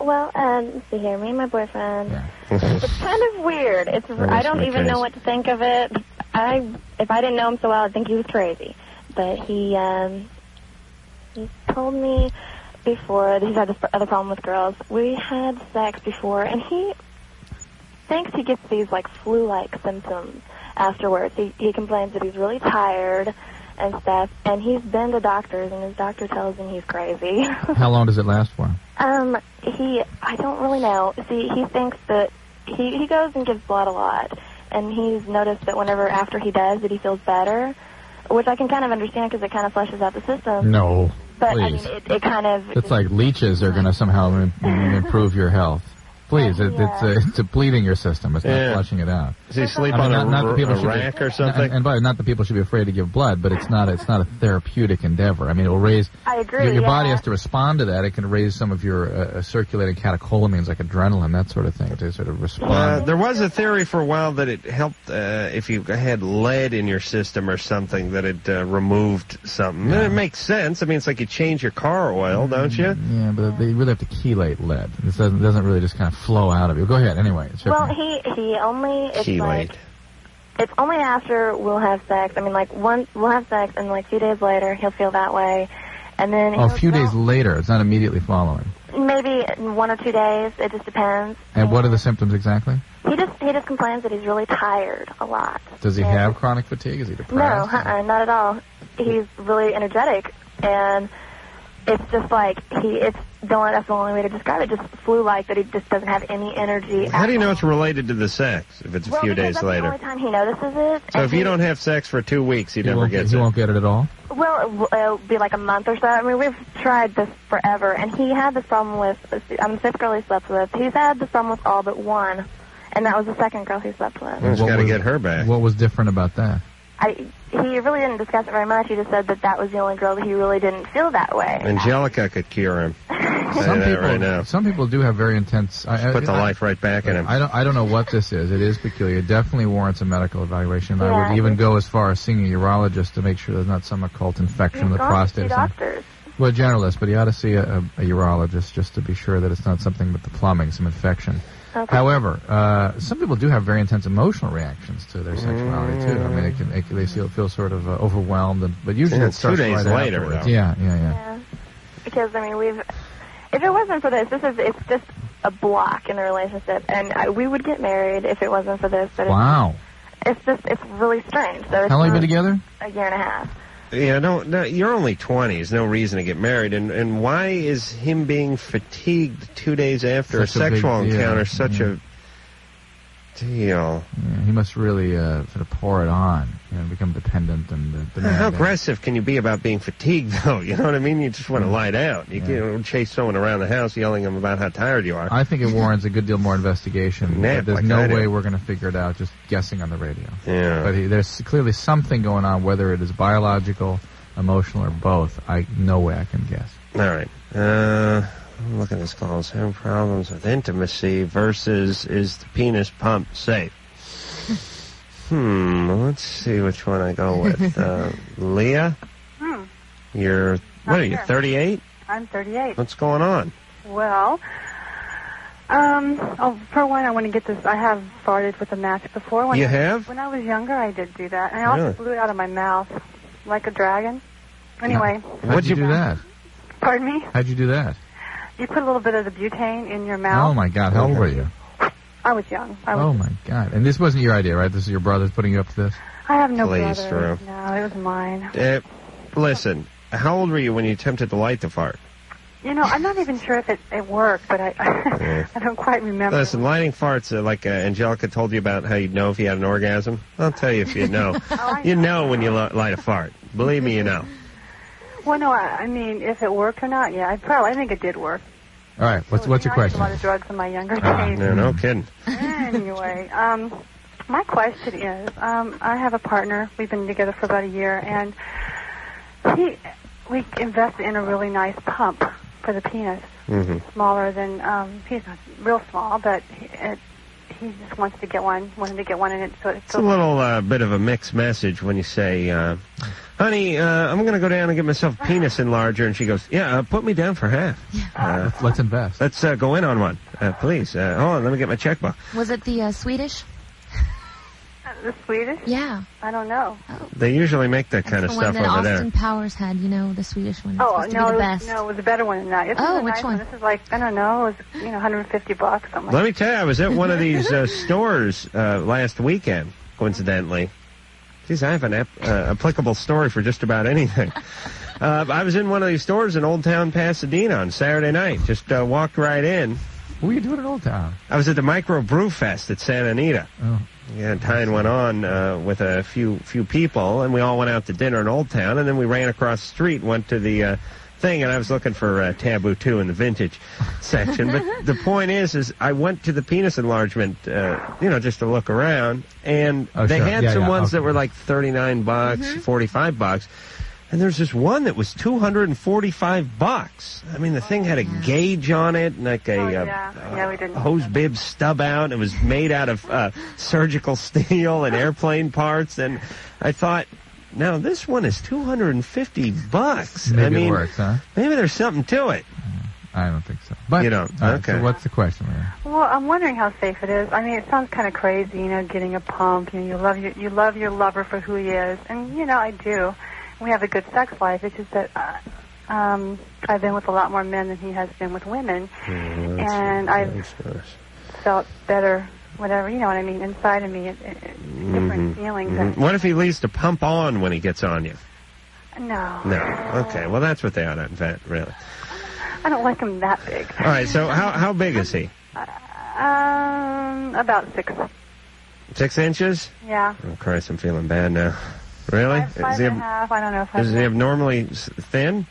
[SPEAKER 15] Well, um, let's see here, me and my boyfriend. It's kind of weird. It's
[SPEAKER 5] That
[SPEAKER 15] I
[SPEAKER 5] was
[SPEAKER 15] don't
[SPEAKER 5] my
[SPEAKER 15] even know
[SPEAKER 5] case.
[SPEAKER 15] what to think of it. I if I didn't know him so well, I'd think he was crazy. But he um, he told me before that he's had this other problem with girls. We had sex before, and he thinks he gets these like flu-like symptoms afterwards. He he complains that he's really tired and stuff, and he's been to doctors, and his doctor tells him he's crazy.
[SPEAKER 5] How long does it last for?
[SPEAKER 15] Um, he, I don't really know. See, he thinks that he he goes and gives blood a lot, and he's noticed that whenever after he does that he feels better, which I can kind of understand because it kind of flushes out the system.
[SPEAKER 5] No.
[SPEAKER 15] But I mean,
[SPEAKER 5] please.
[SPEAKER 15] it, it kind of
[SPEAKER 5] It's like leeches are going to somehow im- improve your health. Please, it, it's, uh, it's depleting your system. It's not
[SPEAKER 3] Yeah.
[SPEAKER 5] flushing it out.
[SPEAKER 3] Does he sleep on a r- a
[SPEAKER 5] should be-
[SPEAKER 3] rack or
[SPEAKER 5] and-
[SPEAKER 3] something?
[SPEAKER 5] And by the way, not that people should be afraid to give blood, but it's not it's not a therapeutic endeavor. I mean, it will raise.
[SPEAKER 15] I agree,
[SPEAKER 5] Your, your body
[SPEAKER 15] yeah.
[SPEAKER 5] has to respond to that. It can raise some of your uh, uh, circulating catecholamines, like adrenaline, that sort of thing, to sort of respond.
[SPEAKER 3] Uh, there was a theory for a while that it helped uh, if you had lead in your system or something that it uh, removed something. It makes sense. I mean, it's like you change your car oil, don't you?
[SPEAKER 5] Yeah, but they really have to chelate lead. This doesn't doesn't really just kind of flow out of you. Go ahead. Anyway, it's your
[SPEAKER 15] well he he only it's like it's only after we'll have sex. I mean, like one we'll have sex, and like a few days later he'll feel that way, and then
[SPEAKER 5] Oh, a
[SPEAKER 15] he'll-
[SPEAKER 5] few days later. It's not immediately following.
[SPEAKER 15] maybe in one or two days. It just depends.
[SPEAKER 5] And what are the symptoms exactly?
[SPEAKER 15] He just he just complains that he's really tired a lot.
[SPEAKER 5] Does he have chronic fatigue? Is he
[SPEAKER 15] No,
[SPEAKER 5] depressed?
[SPEAKER 15] uh-uh, not at all. He's really energetic, and it's just like he. It's the only that's the only way to describe it. Just flu-like that he just doesn't have any energy.
[SPEAKER 3] How do you know it's related to the sex if it's a
[SPEAKER 15] well,
[SPEAKER 3] few
[SPEAKER 15] because
[SPEAKER 3] days
[SPEAKER 15] that's the
[SPEAKER 3] later?
[SPEAKER 15] only time he notices it.
[SPEAKER 3] So
[SPEAKER 15] and
[SPEAKER 3] if you
[SPEAKER 15] he-
[SPEAKER 3] don't have sex for two weeks, he, never
[SPEAKER 5] won't
[SPEAKER 3] gets
[SPEAKER 5] he
[SPEAKER 3] it.
[SPEAKER 5] won't get it at all.
[SPEAKER 15] Well, it w- it'll be like a month or so. I mean, we've tried this forever, and he had this problem with. I'm the fifth girl he slept with. He's had this problem with all but one, and that was the second girl he slept with.
[SPEAKER 3] Well, he's
[SPEAKER 5] What
[SPEAKER 3] gotta
[SPEAKER 5] was-
[SPEAKER 3] get her back.
[SPEAKER 5] What was different about that?
[SPEAKER 15] I he really didn't discuss it very much. He just said that that was the only girl that he really didn't feel that way.
[SPEAKER 3] Angelica could cure him. I'll tell
[SPEAKER 5] Some
[SPEAKER 3] you that
[SPEAKER 5] people,
[SPEAKER 3] right now.
[SPEAKER 5] some people do have very intense. I, I,
[SPEAKER 3] Put the
[SPEAKER 5] I-
[SPEAKER 3] life right back in him.
[SPEAKER 5] I don't. I don't know what this is. It is peculiar. It definitely warrants a medical evaluation. I
[SPEAKER 15] Yeah.
[SPEAKER 5] would even go as far as seeing a urologist to make sure there's not some occult infection of
[SPEAKER 15] He's
[SPEAKER 5] the
[SPEAKER 15] gone to
[SPEAKER 5] prostate.
[SPEAKER 15] two
[SPEAKER 5] or something.
[SPEAKER 15] doctors.
[SPEAKER 5] Well, a generalist, but you ought to see a, a, a urologist just to be sure that it's not something with the plumbing, some infection.
[SPEAKER 15] Okay.
[SPEAKER 5] However, uh, some people do have very intense emotional reactions to their sexuality too. I mean, it can, it, can- they feel, feel sort of uh, overwhelmed, and, but usually
[SPEAKER 3] Yeah,
[SPEAKER 5] it
[SPEAKER 3] two
[SPEAKER 5] starts
[SPEAKER 3] days
[SPEAKER 5] right
[SPEAKER 3] later,
[SPEAKER 5] afterwards.
[SPEAKER 3] though.
[SPEAKER 5] Yeah, yeah, yeah.
[SPEAKER 15] Yeah, because I mean, we've. If it wasn't for this, this is it's just a block in the relationship, and I, we would get married if it wasn't for this. But it's-
[SPEAKER 5] Wow.
[SPEAKER 15] it's, just it's really strange. So it's
[SPEAKER 3] How long you
[SPEAKER 15] not-
[SPEAKER 3] been together?
[SPEAKER 15] A year and a half.
[SPEAKER 3] Yeah, no, no, you're only 20. There's no reason to get married. And and why is him being fatigued two days after
[SPEAKER 5] Such
[SPEAKER 3] a
[SPEAKER 5] a big
[SPEAKER 3] sexual
[SPEAKER 5] deal.
[SPEAKER 3] encounter such a deal?
[SPEAKER 5] Yeah, he must really uh, sort of pour it on you know, become dependent and uh, demand.
[SPEAKER 3] How
[SPEAKER 5] it.
[SPEAKER 3] aggressive can you be about being fatigued, though? You know what I mean? You just want
[SPEAKER 5] Mm.
[SPEAKER 3] to lie down. You can't chase someone around the house yelling at them about how tired you are.
[SPEAKER 5] I think it warrants a good deal more investigation.
[SPEAKER 3] Nap
[SPEAKER 5] but there's
[SPEAKER 3] like
[SPEAKER 5] no
[SPEAKER 3] I do.
[SPEAKER 5] way we're going to figure it out just guessing on the radio.
[SPEAKER 3] Yeah.
[SPEAKER 5] But he, there's clearly something going on, whether it is biological, emotional, or both. I no way I can guess.
[SPEAKER 3] All right. Uh, I'm looking at this call. Having problems with intimacy versus is the penis pump safe? Hmm. Let's see which one I go with. Uh, Leah,
[SPEAKER 16] Hmm.
[SPEAKER 3] you're what
[SPEAKER 16] Not
[SPEAKER 3] are you?
[SPEAKER 16] sure.
[SPEAKER 3] 38.
[SPEAKER 16] I'm 38.
[SPEAKER 3] What's going on?
[SPEAKER 16] Well, um, oh, for one, I want to get this. I have farted with a match before. When
[SPEAKER 3] You
[SPEAKER 16] I,
[SPEAKER 3] have?
[SPEAKER 16] When I was younger, I did do that. And I also
[SPEAKER 3] Really?
[SPEAKER 16] blew it out of my mouth like a dragon. Anyway,
[SPEAKER 5] How'd you do that?
[SPEAKER 16] pardon me.
[SPEAKER 5] How'd you do that?
[SPEAKER 16] You put a little bit of the butane in your
[SPEAKER 5] Oh
[SPEAKER 16] mouth.
[SPEAKER 5] my God! How old were you?
[SPEAKER 16] I was young. I was.
[SPEAKER 5] Oh my God! And this wasn't your idea, right? This is your brother's putting you up to this.
[SPEAKER 16] I have no
[SPEAKER 3] Please,
[SPEAKER 16] brother. No, it was mine.
[SPEAKER 3] Uh, listen. How old were you when you attempted to light the fart?
[SPEAKER 16] You know, I'm not even sure if it, it worked, but I, I don't quite remember.
[SPEAKER 3] Listen, lighting farts, uh, like uh, Angelica told you about how you'd know if you had an orgasm. I'll tell you if you
[SPEAKER 16] Oh,
[SPEAKER 3] know. you know when you li- light a fart. Believe me, you know.
[SPEAKER 16] Well, no, I, I mean, if it worked or not, yeah, I probably I think it did work.
[SPEAKER 5] All right. What's what's your
[SPEAKER 16] I used a
[SPEAKER 5] question?
[SPEAKER 16] lot of drugs in my younger
[SPEAKER 5] Ah,
[SPEAKER 16] days.
[SPEAKER 3] No, no kidding.
[SPEAKER 16] anyway, um, my question is, um, I have a partner. We've been together for about a year, and he, we invested in a really nice pump for the penis,
[SPEAKER 3] Mm-hmm.
[SPEAKER 16] smaller than um, he's not real small, but he, it, he just wants to get one, wanted to get one, and it so it
[SPEAKER 3] It's a little uh, bit of a mixed message when you say, uh, "Honey, uh, I'm going to go down and get myself a penis enlarger," and she goes, "Yeah, uh, put me down for half." Uh,
[SPEAKER 5] let's invest.
[SPEAKER 3] Let's uh, go in on one, uh, please. Uh, hold on, let me get my checkbook.
[SPEAKER 4] Was it the uh, Swedish?
[SPEAKER 16] Uh, The Swedish?
[SPEAKER 4] Yeah.
[SPEAKER 16] I don't know.
[SPEAKER 3] They usually make that kind
[SPEAKER 4] That's
[SPEAKER 3] of
[SPEAKER 4] the
[SPEAKER 3] stuff
[SPEAKER 4] one that
[SPEAKER 3] over
[SPEAKER 4] Austin Powers had, you know, the Swedish one. It's
[SPEAKER 16] Oh
[SPEAKER 4] supposed to
[SPEAKER 16] no!
[SPEAKER 4] be the
[SPEAKER 16] it was-
[SPEAKER 4] best.
[SPEAKER 16] No, it was a better one than that. This
[SPEAKER 4] Oh,
[SPEAKER 16] was a
[SPEAKER 4] which
[SPEAKER 16] nice
[SPEAKER 4] one?
[SPEAKER 16] This is like I don't know. It was you know 150 bucks. I'm
[SPEAKER 3] there.
[SPEAKER 16] like,
[SPEAKER 3] Let me tell you, I was at one of these uh, stores uh, last weekend, coincidentally. Geez, I have an ap- uh, applicable story for just about anything. Uh, I was in one of these stores in Old Town Pasadena on Saturday night. Just uh, walked right in.
[SPEAKER 5] What were you doing in Old Town?
[SPEAKER 3] I was at the Micro Brew Fest at Santa Anita.
[SPEAKER 5] Oh.
[SPEAKER 3] Yeah, and Tyne went on uh, with a few few people, and we all went out to dinner in Old Town, and then we ran across the street, went to the uh, thing, and I was looking for uh, Taboo Two in the vintage section. but the point is, is I went to the penis enlargement, uh, you know, just to look around, and
[SPEAKER 5] Oh,
[SPEAKER 3] they
[SPEAKER 5] sure.
[SPEAKER 3] had
[SPEAKER 5] Yeah,
[SPEAKER 3] some
[SPEAKER 5] yeah,
[SPEAKER 3] ones
[SPEAKER 5] okay.
[SPEAKER 3] that were like thirty nine bucks, forty five bucks. And there's this one that was 245 bucks. I mean, the thing had a gauge on it, and like a uh,
[SPEAKER 16] Oh, yeah, we didn't.
[SPEAKER 3] hose bib stub out. It was made out of uh, surgical steel and airplane parts. And I thought, now this one is 250 bucks. I
[SPEAKER 5] Maybe it
[SPEAKER 3] mean,
[SPEAKER 5] works, huh?
[SPEAKER 3] maybe there's something to it.
[SPEAKER 5] I don't think so. But
[SPEAKER 3] you don't.
[SPEAKER 5] all right,
[SPEAKER 3] okay.
[SPEAKER 5] So what's the question? Maria?
[SPEAKER 16] Well, I'm wondering how safe it is. I mean, it sounds kind of crazy, you know, getting a pump. You, know, you love your you love your lover for who he is, and you know I do. We have a good sex life. It's just that uh, um, I've been with a lot more men than he has been with women, and I've felt better, whatever you know what I mean, inside of me. It, it, it,
[SPEAKER 3] Mhm.
[SPEAKER 16] feelings
[SPEAKER 3] Mhm.
[SPEAKER 16] that-
[SPEAKER 3] What if he leaves the pump on when he gets on you?
[SPEAKER 16] no,
[SPEAKER 3] No. Okay. Well, that's what they ought to invent, really.
[SPEAKER 16] I don't like him that big.
[SPEAKER 3] All right. So how how big is he?
[SPEAKER 16] Um, about six.
[SPEAKER 3] Six inches?
[SPEAKER 16] Yeah,
[SPEAKER 3] Oh, Christ, I'm feeling bad now. Really?
[SPEAKER 16] five
[SPEAKER 3] is he,
[SPEAKER 16] and a half. I don't know if I.
[SPEAKER 3] is he abnormally s- thin?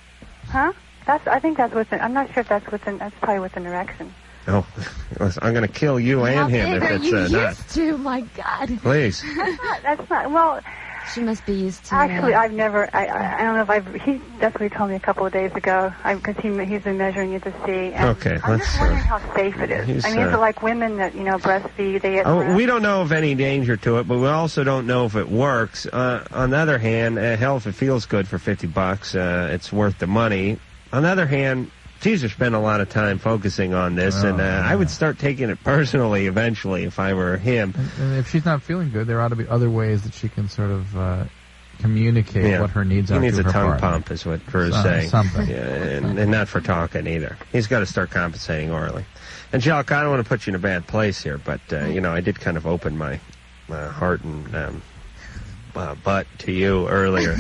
[SPEAKER 16] Huh? That's. I think that's within. I'm not sure if that's within. That's probably within erection.
[SPEAKER 3] Oh, listen, I'm going to kill you
[SPEAKER 16] How
[SPEAKER 3] and him
[SPEAKER 16] big
[SPEAKER 3] if
[SPEAKER 16] are
[SPEAKER 3] it's
[SPEAKER 16] you
[SPEAKER 3] uh, not.
[SPEAKER 16] used
[SPEAKER 17] To my God.
[SPEAKER 3] Please.
[SPEAKER 16] That's not. That's not. Well.
[SPEAKER 17] She must be used to.
[SPEAKER 16] Actually,
[SPEAKER 17] uh,
[SPEAKER 16] I've never. I, I I don't know if I've. He. That's what he told me a couple of days ago. Because he he's been measuring it to see. And
[SPEAKER 3] Okay,
[SPEAKER 16] I'm
[SPEAKER 3] let's,
[SPEAKER 16] just
[SPEAKER 3] uh,
[SPEAKER 16] wondering how safe it is.
[SPEAKER 3] he's,
[SPEAKER 16] I mean, is
[SPEAKER 3] uh,
[SPEAKER 16] it like women that you know breastfeed? They get.
[SPEAKER 3] Oh,
[SPEAKER 16] breast-
[SPEAKER 3] we don't know of any danger to it, but we also don't know if it works. Uh, on the other hand, uh, hell, if it feels good for 50 bucks, uh, it's worth the money. On the other hand, Caesar spent a lot of time focusing on this, and uh, I would start taking it personally eventually if I were him.
[SPEAKER 5] And if she's not feeling good, there ought to be other ways that she can sort of uh, communicate
[SPEAKER 3] Yeah.
[SPEAKER 5] what her needs
[SPEAKER 3] he
[SPEAKER 5] are.
[SPEAKER 3] needs
[SPEAKER 5] to
[SPEAKER 3] a
[SPEAKER 5] her
[SPEAKER 3] tongue
[SPEAKER 5] partner.
[SPEAKER 3] pump, is what Drew's
[SPEAKER 5] Some-
[SPEAKER 3] saying.
[SPEAKER 5] something.
[SPEAKER 3] Yeah, and, and not for talking either. He's got to start compensating orally. And Jalk, I don't want to put you in a bad place here, but uh, you know, I did kind of open my uh, heart and um, uh, butt to you earlier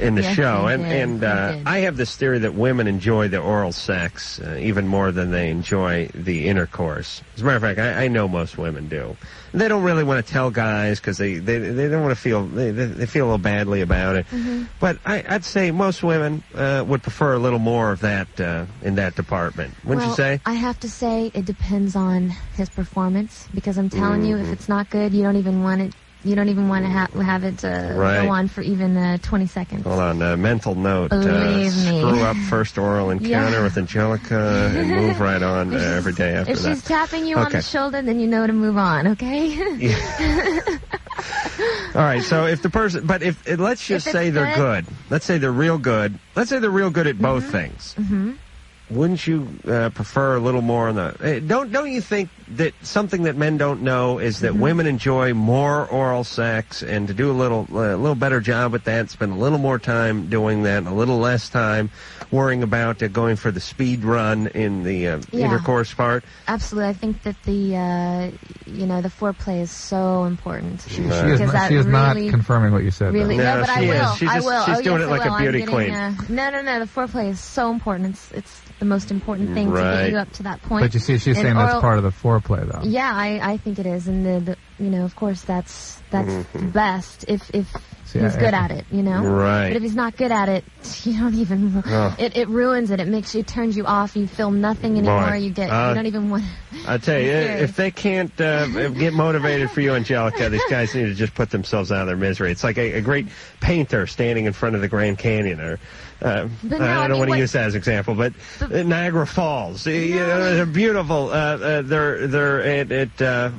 [SPEAKER 3] in the
[SPEAKER 1] Yes,
[SPEAKER 3] show,
[SPEAKER 1] you
[SPEAKER 3] and
[SPEAKER 1] did.
[SPEAKER 3] and uh,
[SPEAKER 1] You did.
[SPEAKER 3] I have this theory that women enjoy the oral sex uh, even more than they enjoy the intercourse. As a matter of fact, I, I know most women do. They don't really want to tell guys because they, they they don't want to feel they, they they feel a little badly about it.
[SPEAKER 4] Mm-hmm.
[SPEAKER 3] But I, I'd say most women uh, would prefer a little more of that uh, in that department, wouldn't
[SPEAKER 4] well,
[SPEAKER 3] you say?
[SPEAKER 4] I have to say it depends on his performance because I'm telling you,
[SPEAKER 5] Mm-hmm.
[SPEAKER 4] if it's not good, you don't even want it. You don't even want to ha- have it uh,
[SPEAKER 3] Right.
[SPEAKER 4] go on for even uh, 20 seconds.
[SPEAKER 3] Hold on, uh, mental note. Uh,
[SPEAKER 4] Believe me.
[SPEAKER 3] screw up first oral encounter
[SPEAKER 4] Yeah.
[SPEAKER 3] with Angelica and move right on uh, every day after
[SPEAKER 4] If
[SPEAKER 3] that.
[SPEAKER 4] she's tapping you on
[SPEAKER 3] Okay.
[SPEAKER 4] the shoulder, then you know to move on. Okay.
[SPEAKER 3] All right, so if the person, but if it, let's just
[SPEAKER 4] If it's
[SPEAKER 3] say they're good.
[SPEAKER 4] good- Mm-hmm.
[SPEAKER 3] Let's say they're real good. Let's say they're real good at both things.
[SPEAKER 4] hmm
[SPEAKER 3] Wouldn't you uh, prefer a little more on the? eh, Don't don't you think that something that men don't know is
[SPEAKER 4] Mm-hmm.
[SPEAKER 3] that women enjoy more oral sex and to do a little a little better job with that, spend a little more time doing that, and a little less time worrying about uh, going for the speed run in the uh,
[SPEAKER 4] Yeah.
[SPEAKER 3] intercourse part.
[SPEAKER 4] Absolutely, I think that the uh, you know the foreplay is so important.
[SPEAKER 5] She is,
[SPEAKER 4] Because
[SPEAKER 5] not,
[SPEAKER 4] that
[SPEAKER 5] she is
[SPEAKER 4] really-
[SPEAKER 5] not confirming what you said. though.
[SPEAKER 4] Really? No, but I
[SPEAKER 3] she
[SPEAKER 4] will.
[SPEAKER 3] is. She
[SPEAKER 4] I
[SPEAKER 3] just-
[SPEAKER 4] will.
[SPEAKER 3] she's
[SPEAKER 4] oh,
[SPEAKER 3] doing
[SPEAKER 4] yes,
[SPEAKER 3] it like
[SPEAKER 4] I
[SPEAKER 3] a
[SPEAKER 4] will.
[SPEAKER 3] beauty
[SPEAKER 4] I'm
[SPEAKER 3] queen.
[SPEAKER 4] getting, Uh, no, no, no. The foreplay is so important. It's it's the most important thing to
[SPEAKER 5] Right.
[SPEAKER 4] get you up to that point.
[SPEAKER 5] But you see, she's saying that's part of the foreplay, though.
[SPEAKER 4] Yeah, I, I think it is, and the, the you know, of course, that's that's
[SPEAKER 5] Mhm.
[SPEAKER 4] best if if
[SPEAKER 5] See,
[SPEAKER 4] he's
[SPEAKER 5] I-
[SPEAKER 4] good
[SPEAKER 5] I-
[SPEAKER 4] at it, you know.
[SPEAKER 5] Right.
[SPEAKER 4] But if he's not good at it, you don't even.
[SPEAKER 3] Oh.
[SPEAKER 4] It it ruins it. It makes you turns you off. You feel nothing anymore.
[SPEAKER 3] Boy,
[SPEAKER 4] You get
[SPEAKER 3] uh,
[SPEAKER 4] you don't even want.
[SPEAKER 3] I tell you,
[SPEAKER 4] Okay.
[SPEAKER 3] if they can't uh, get motivated for you, Angelica, these guys need to just put themselves out of their misery. It's like a, a great painter standing in front of the Grand Canyon, or uh,
[SPEAKER 1] But no,
[SPEAKER 3] I
[SPEAKER 1] I
[SPEAKER 3] don't
[SPEAKER 1] mean,
[SPEAKER 3] want to
[SPEAKER 1] what-
[SPEAKER 3] use that as an example, but uh, Niagara Falls. You know, they're beautiful. Uh, uh, they're they're at, at uh,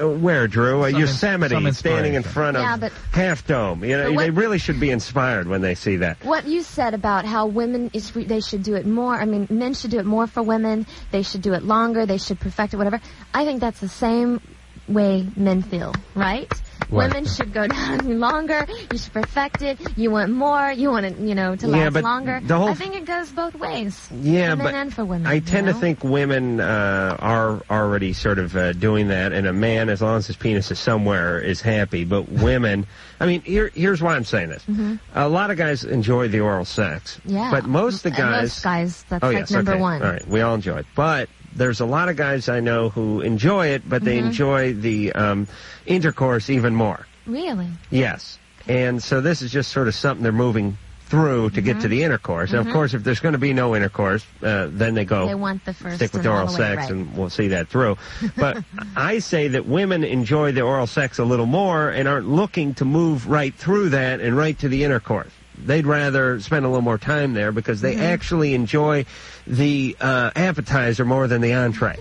[SPEAKER 3] where Drew uh,
[SPEAKER 5] Some ins-
[SPEAKER 3] Yosemite,
[SPEAKER 5] some
[SPEAKER 3] standing in front
[SPEAKER 5] inspiration.
[SPEAKER 3] of
[SPEAKER 4] Yeah, but-
[SPEAKER 3] Half Dome. You know,
[SPEAKER 4] But what-
[SPEAKER 3] they really should be inspired when they see that.
[SPEAKER 4] What you said about how women is they should do it more. I mean, men should do it more for women. They should do it longer. They should perfect it. Whatever. I think that's the same way men feel, right?
[SPEAKER 3] Right.
[SPEAKER 4] Women should go down longer. You should perfect it. You want more. You want it, you know, to
[SPEAKER 3] Yeah,
[SPEAKER 4] last
[SPEAKER 3] but
[SPEAKER 4] longer.
[SPEAKER 3] the whole-
[SPEAKER 4] I think it goes both ways.
[SPEAKER 3] Yeah,
[SPEAKER 4] for men
[SPEAKER 3] but
[SPEAKER 4] and for women.
[SPEAKER 3] I
[SPEAKER 4] you
[SPEAKER 3] tend to
[SPEAKER 4] know?
[SPEAKER 3] think women uh, are already sort of uh, doing that, and a man, as long as his penis is somewhere, is happy. But women, I mean, here, here's why I'm saying this:
[SPEAKER 4] Mhm.
[SPEAKER 3] a lot of guys enjoy the oral sex,
[SPEAKER 4] Yeah.
[SPEAKER 3] but most of the
[SPEAKER 4] And
[SPEAKER 3] guys,
[SPEAKER 4] most guys, that's
[SPEAKER 3] oh
[SPEAKER 4] like
[SPEAKER 3] yes,
[SPEAKER 4] number
[SPEAKER 3] okay.
[SPEAKER 4] one.
[SPEAKER 3] All right, we all enjoy it, but there's a lot of guys I know who enjoy it, but they
[SPEAKER 4] Mhm.
[SPEAKER 3] enjoy the um, intercourse even more.
[SPEAKER 4] Really?
[SPEAKER 3] Yes. And so this is just sort of something they're moving through to get to the intercourse. And
[SPEAKER 4] Mhm.
[SPEAKER 3] of course, if there's going to be no intercourse, uh, then they go
[SPEAKER 4] They want the first
[SPEAKER 3] stick with
[SPEAKER 4] and all
[SPEAKER 3] oral
[SPEAKER 4] the way,
[SPEAKER 3] sex,
[SPEAKER 4] right.
[SPEAKER 3] and we'll see that through. But I say that women enjoy the oral sex a little more and aren't looking to move right through that and right to the intercourse. They'd rather spend a little more time there because they
[SPEAKER 4] Mm-hmm.
[SPEAKER 3] actually enjoy the uh, appetizer more than the entree.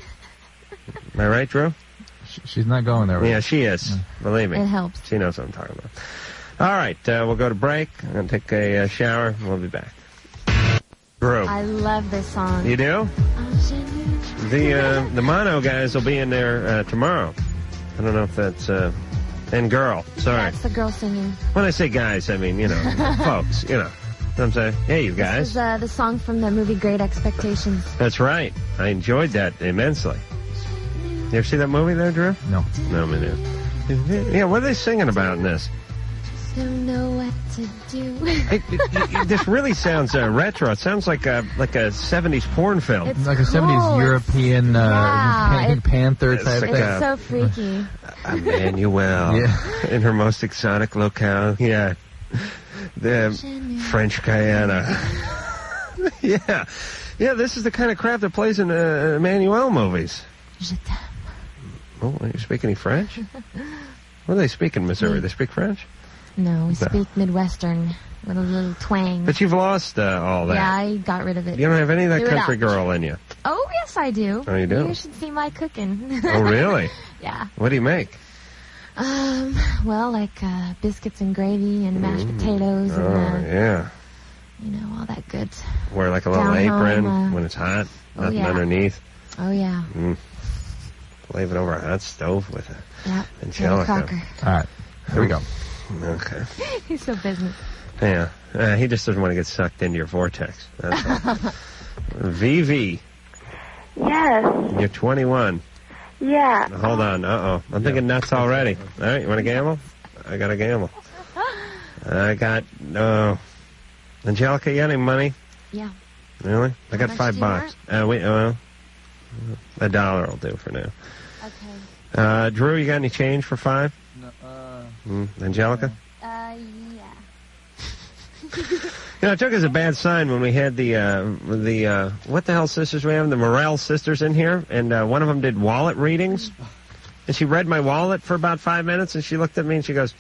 [SPEAKER 3] Am I right, Drew?
[SPEAKER 5] She's not going there.
[SPEAKER 3] Yeah, she is. Believe me.
[SPEAKER 4] It helps.
[SPEAKER 3] She knows what I'm talking about. All right, uh, we'll go to break. I'm going to take a uh, shower. and We'll be back. Drew.
[SPEAKER 4] I love this song.
[SPEAKER 3] Oh.
[SPEAKER 4] Oh,
[SPEAKER 3] You do? The uh, the mono guys will be in there uh, tomorrow. I don't know if that's uh, and girl. Sorry.
[SPEAKER 4] That's the girl singing.
[SPEAKER 3] When I say guys, I mean you know folks. You know, what I'm saying. Hey, you
[SPEAKER 4] This
[SPEAKER 3] guys.
[SPEAKER 4] is uh, the song from the movie Great Expectations.
[SPEAKER 3] That's right. I enjoyed that immensely. You ever see that movie there, Drew?
[SPEAKER 5] No.
[SPEAKER 3] No, me neither. Yeah, what are they singing about in this?
[SPEAKER 4] Don't know what to do.
[SPEAKER 3] It, it, it- this really sounds uh, retro. It sounds like a like a '70s porn film.
[SPEAKER 4] It's
[SPEAKER 5] Like a 70s European uh,
[SPEAKER 4] Wow,
[SPEAKER 5] Pink
[SPEAKER 4] it-
[SPEAKER 5] Panther type
[SPEAKER 3] like
[SPEAKER 5] thing.
[SPEAKER 3] a-
[SPEAKER 4] it's so freaky.
[SPEAKER 3] Emmanuel.
[SPEAKER 5] Yeah.
[SPEAKER 3] In her most exotic locale. Yeah. The French Guyana. yeah. Yeah, this is the kind of crap that plays in uh, Emmanuel movies. Oh, you speak any French? What do they speak in Missouri? They speak French?
[SPEAKER 4] No, we
[SPEAKER 3] No.
[SPEAKER 4] speak Midwestern with a little twang.
[SPEAKER 3] But you've lost uh, all that.
[SPEAKER 4] yeah, I got rid of it.
[SPEAKER 3] You don't have any of that
[SPEAKER 4] Threw it
[SPEAKER 3] country
[SPEAKER 4] out.
[SPEAKER 3] girl in you.
[SPEAKER 4] Oh, yes, I do.
[SPEAKER 3] Oh, you do?
[SPEAKER 4] You should see my cooking.
[SPEAKER 3] Oh, really?
[SPEAKER 4] yeah.
[SPEAKER 3] What do you make?
[SPEAKER 4] Um, well, like uh, biscuits and gravy and mashed potatoes
[SPEAKER 3] oh,
[SPEAKER 4] and uh,
[SPEAKER 3] yeah.
[SPEAKER 4] you know all that good.
[SPEAKER 3] Wear like a little
[SPEAKER 4] Down home,
[SPEAKER 3] apron
[SPEAKER 4] uh,
[SPEAKER 3] when it's hot.
[SPEAKER 4] oh,
[SPEAKER 3] Nothing
[SPEAKER 4] yeah.
[SPEAKER 3] underneath.
[SPEAKER 4] Oh yeah,
[SPEAKER 3] Mm. Leave it over a hot stove with it.
[SPEAKER 4] yeah.
[SPEAKER 3] Angelica.
[SPEAKER 4] Little Crocker.
[SPEAKER 5] All right. Here we go.
[SPEAKER 3] Okay.
[SPEAKER 4] He's so business.
[SPEAKER 3] Yeah. Uh, he just doesn't want to get sucked into your vortex. That's all. Vivi,
[SPEAKER 11] Yes.
[SPEAKER 3] you're 21.
[SPEAKER 11] Yeah.
[SPEAKER 5] Uh-huh.
[SPEAKER 3] Hold on. Uh oh. I'm thinking nuts already. All right. You want to gamble? I got to gamble. I got. Oh. Angelica, you got any money?
[SPEAKER 4] Yeah.
[SPEAKER 3] Really? I
[SPEAKER 4] How
[SPEAKER 3] got
[SPEAKER 4] much
[SPEAKER 3] five
[SPEAKER 4] do you
[SPEAKER 3] bucks. Uh, wait. Well, a dollar will do for now. Uh, Drew, you got any change for five? Mm, Angelica?
[SPEAKER 4] Uh,
[SPEAKER 3] You know, it took us a bad sign when we had the uh, the uh, what the hell sisters we have the Morale sisters in here, and uh, one of them did wallet readings, and she read my wallet for about five minutes, and she looked at me and she goes,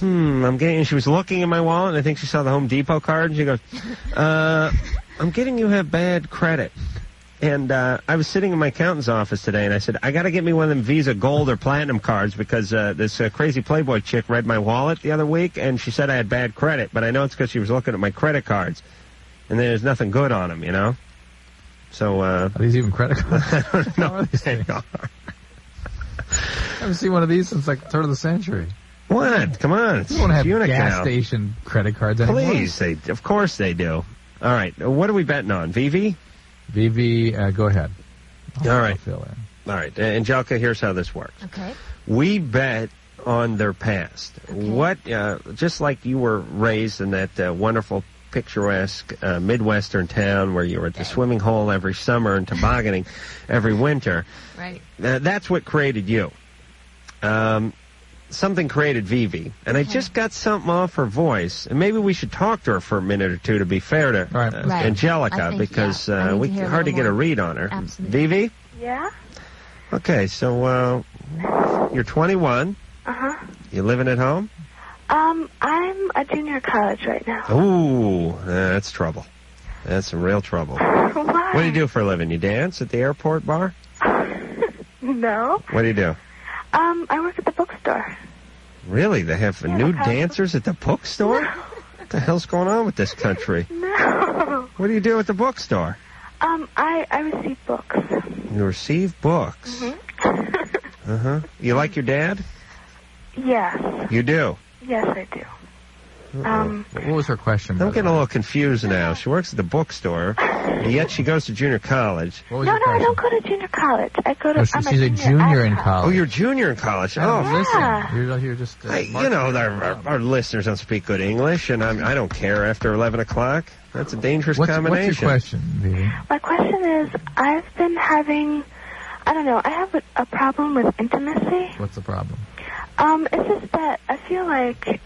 [SPEAKER 3] "Hmm, I'm getting." And she was looking in my wallet, and I think she saw the Home Depot card, and she goes, uh, "I'm getting you have bad credit." And uh, I was sitting in my accountant's office today, and I said, "I got to get me one of them Visa Gold or Platinum cards because uh, this uh, crazy Playboy chick read my wallet the other week, and she said I had bad credit, but I know it's because she was looking at my credit cards, and there's nothing good on them, you know." So uh,
[SPEAKER 5] are these even credit cards?
[SPEAKER 3] I don't know what they are.
[SPEAKER 5] I haven't seen one of these since like the turn of the century.
[SPEAKER 3] What? Come on, it's
[SPEAKER 5] You don't have
[SPEAKER 3] Unical.
[SPEAKER 5] gas station credit cards anymore.
[SPEAKER 3] Please, they of course they do. All right, what are we betting on? VV.
[SPEAKER 5] VV, uh, go ahead.
[SPEAKER 3] All right.
[SPEAKER 5] Fill in.
[SPEAKER 3] All right, uh, Angelica, here's how this works.
[SPEAKER 4] Okay.
[SPEAKER 3] We bet on their past. What, uh, just like you were raised in that uh, wonderful, picturesque uh, Midwestern town where you were at the swimming hole every summer and tobogganing every winter,
[SPEAKER 4] Right.
[SPEAKER 3] uh, that's what created you. Um, something created Vivi, and I just got something off her voice. And maybe we should talk to her for a minute or two to be fair to uh,
[SPEAKER 4] Right. I
[SPEAKER 3] Angelica
[SPEAKER 4] think,
[SPEAKER 3] because
[SPEAKER 4] yeah. I
[SPEAKER 3] uh,
[SPEAKER 4] need
[SPEAKER 3] we
[SPEAKER 4] to hear a
[SPEAKER 3] hard to
[SPEAKER 4] little
[SPEAKER 3] get a
[SPEAKER 4] more.
[SPEAKER 3] read on her.
[SPEAKER 4] Absolutely.
[SPEAKER 3] Vivi,
[SPEAKER 11] Yeah?
[SPEAKER 3] okay, so uh, you're 21.
[SPEAKER 11] Uh huh.
[SPEAKER 3] You living at home?
[SPEAKER 11] Um, I'm a junior in college right now.
[SPEAKER 3] Ooh, uh, that's trouble. That's some real trouble.
[SPEAKER 11] Why?
[SPEAKER 3] What do you do for a living? You dance at the airport bar?
[SPEAKER 11] No.
[SPEAKER 3] What do you do?
[SPEAKER 11] Um, I work at the bookstore.
[SPEAKER 3] Really? They have new dancers at the bookstore? What the hell's going on with this country?
[SPEAKER 11] No.
[SPEAKER 3] What do you do at the bookstore?
[SPEAKER 11] Um, I I receive books.
[SPEAKER 3] You receive books.
[SPEAKER 4] Mm-hmm.
[SPEAKER 3] Uh huh. You like your dad?
[SPEAKER 11] Yes.
[SPEAKER 3] You do.
[SPEAKER 11] Yes, I do. Um,
[SPEAKER 5] What was her question?
[SPEAKER 3] I'm getting a little confused now. She works at the bookstore. Yet she goes to junior college.
[SPEAKER 11] No, no, I don't go to junior college. I go to.
[SPEAKER 3] Oh,
[SPEAKER 11] I'm
[SPEAKER 3] she's a
[SPEAKER 5] junior in college.
[SPEAKER 3] Oh, you're a junior in college.
[SPEAKER 5] Oh,
[SPEAKER 3] Oh,
[SPEAKER 5] listen, you're, you're just uh,
[SPEAKER 3] I, you know, our, our, our listeners don't speak good English, and I'm, I don't care after 11 o'clock. That's a dangerous
[SPEAKER 5] What's- what's your
[SPEAKER 3] combination.
[SPEAKER 5] question,
[SPEAKER 11] My question is, I've been having, I don't know, I have a, a problem with intimacy.
[SPEAKER 5] What's the problem?
[SPEAKER 11] Um, it's just that I feel like,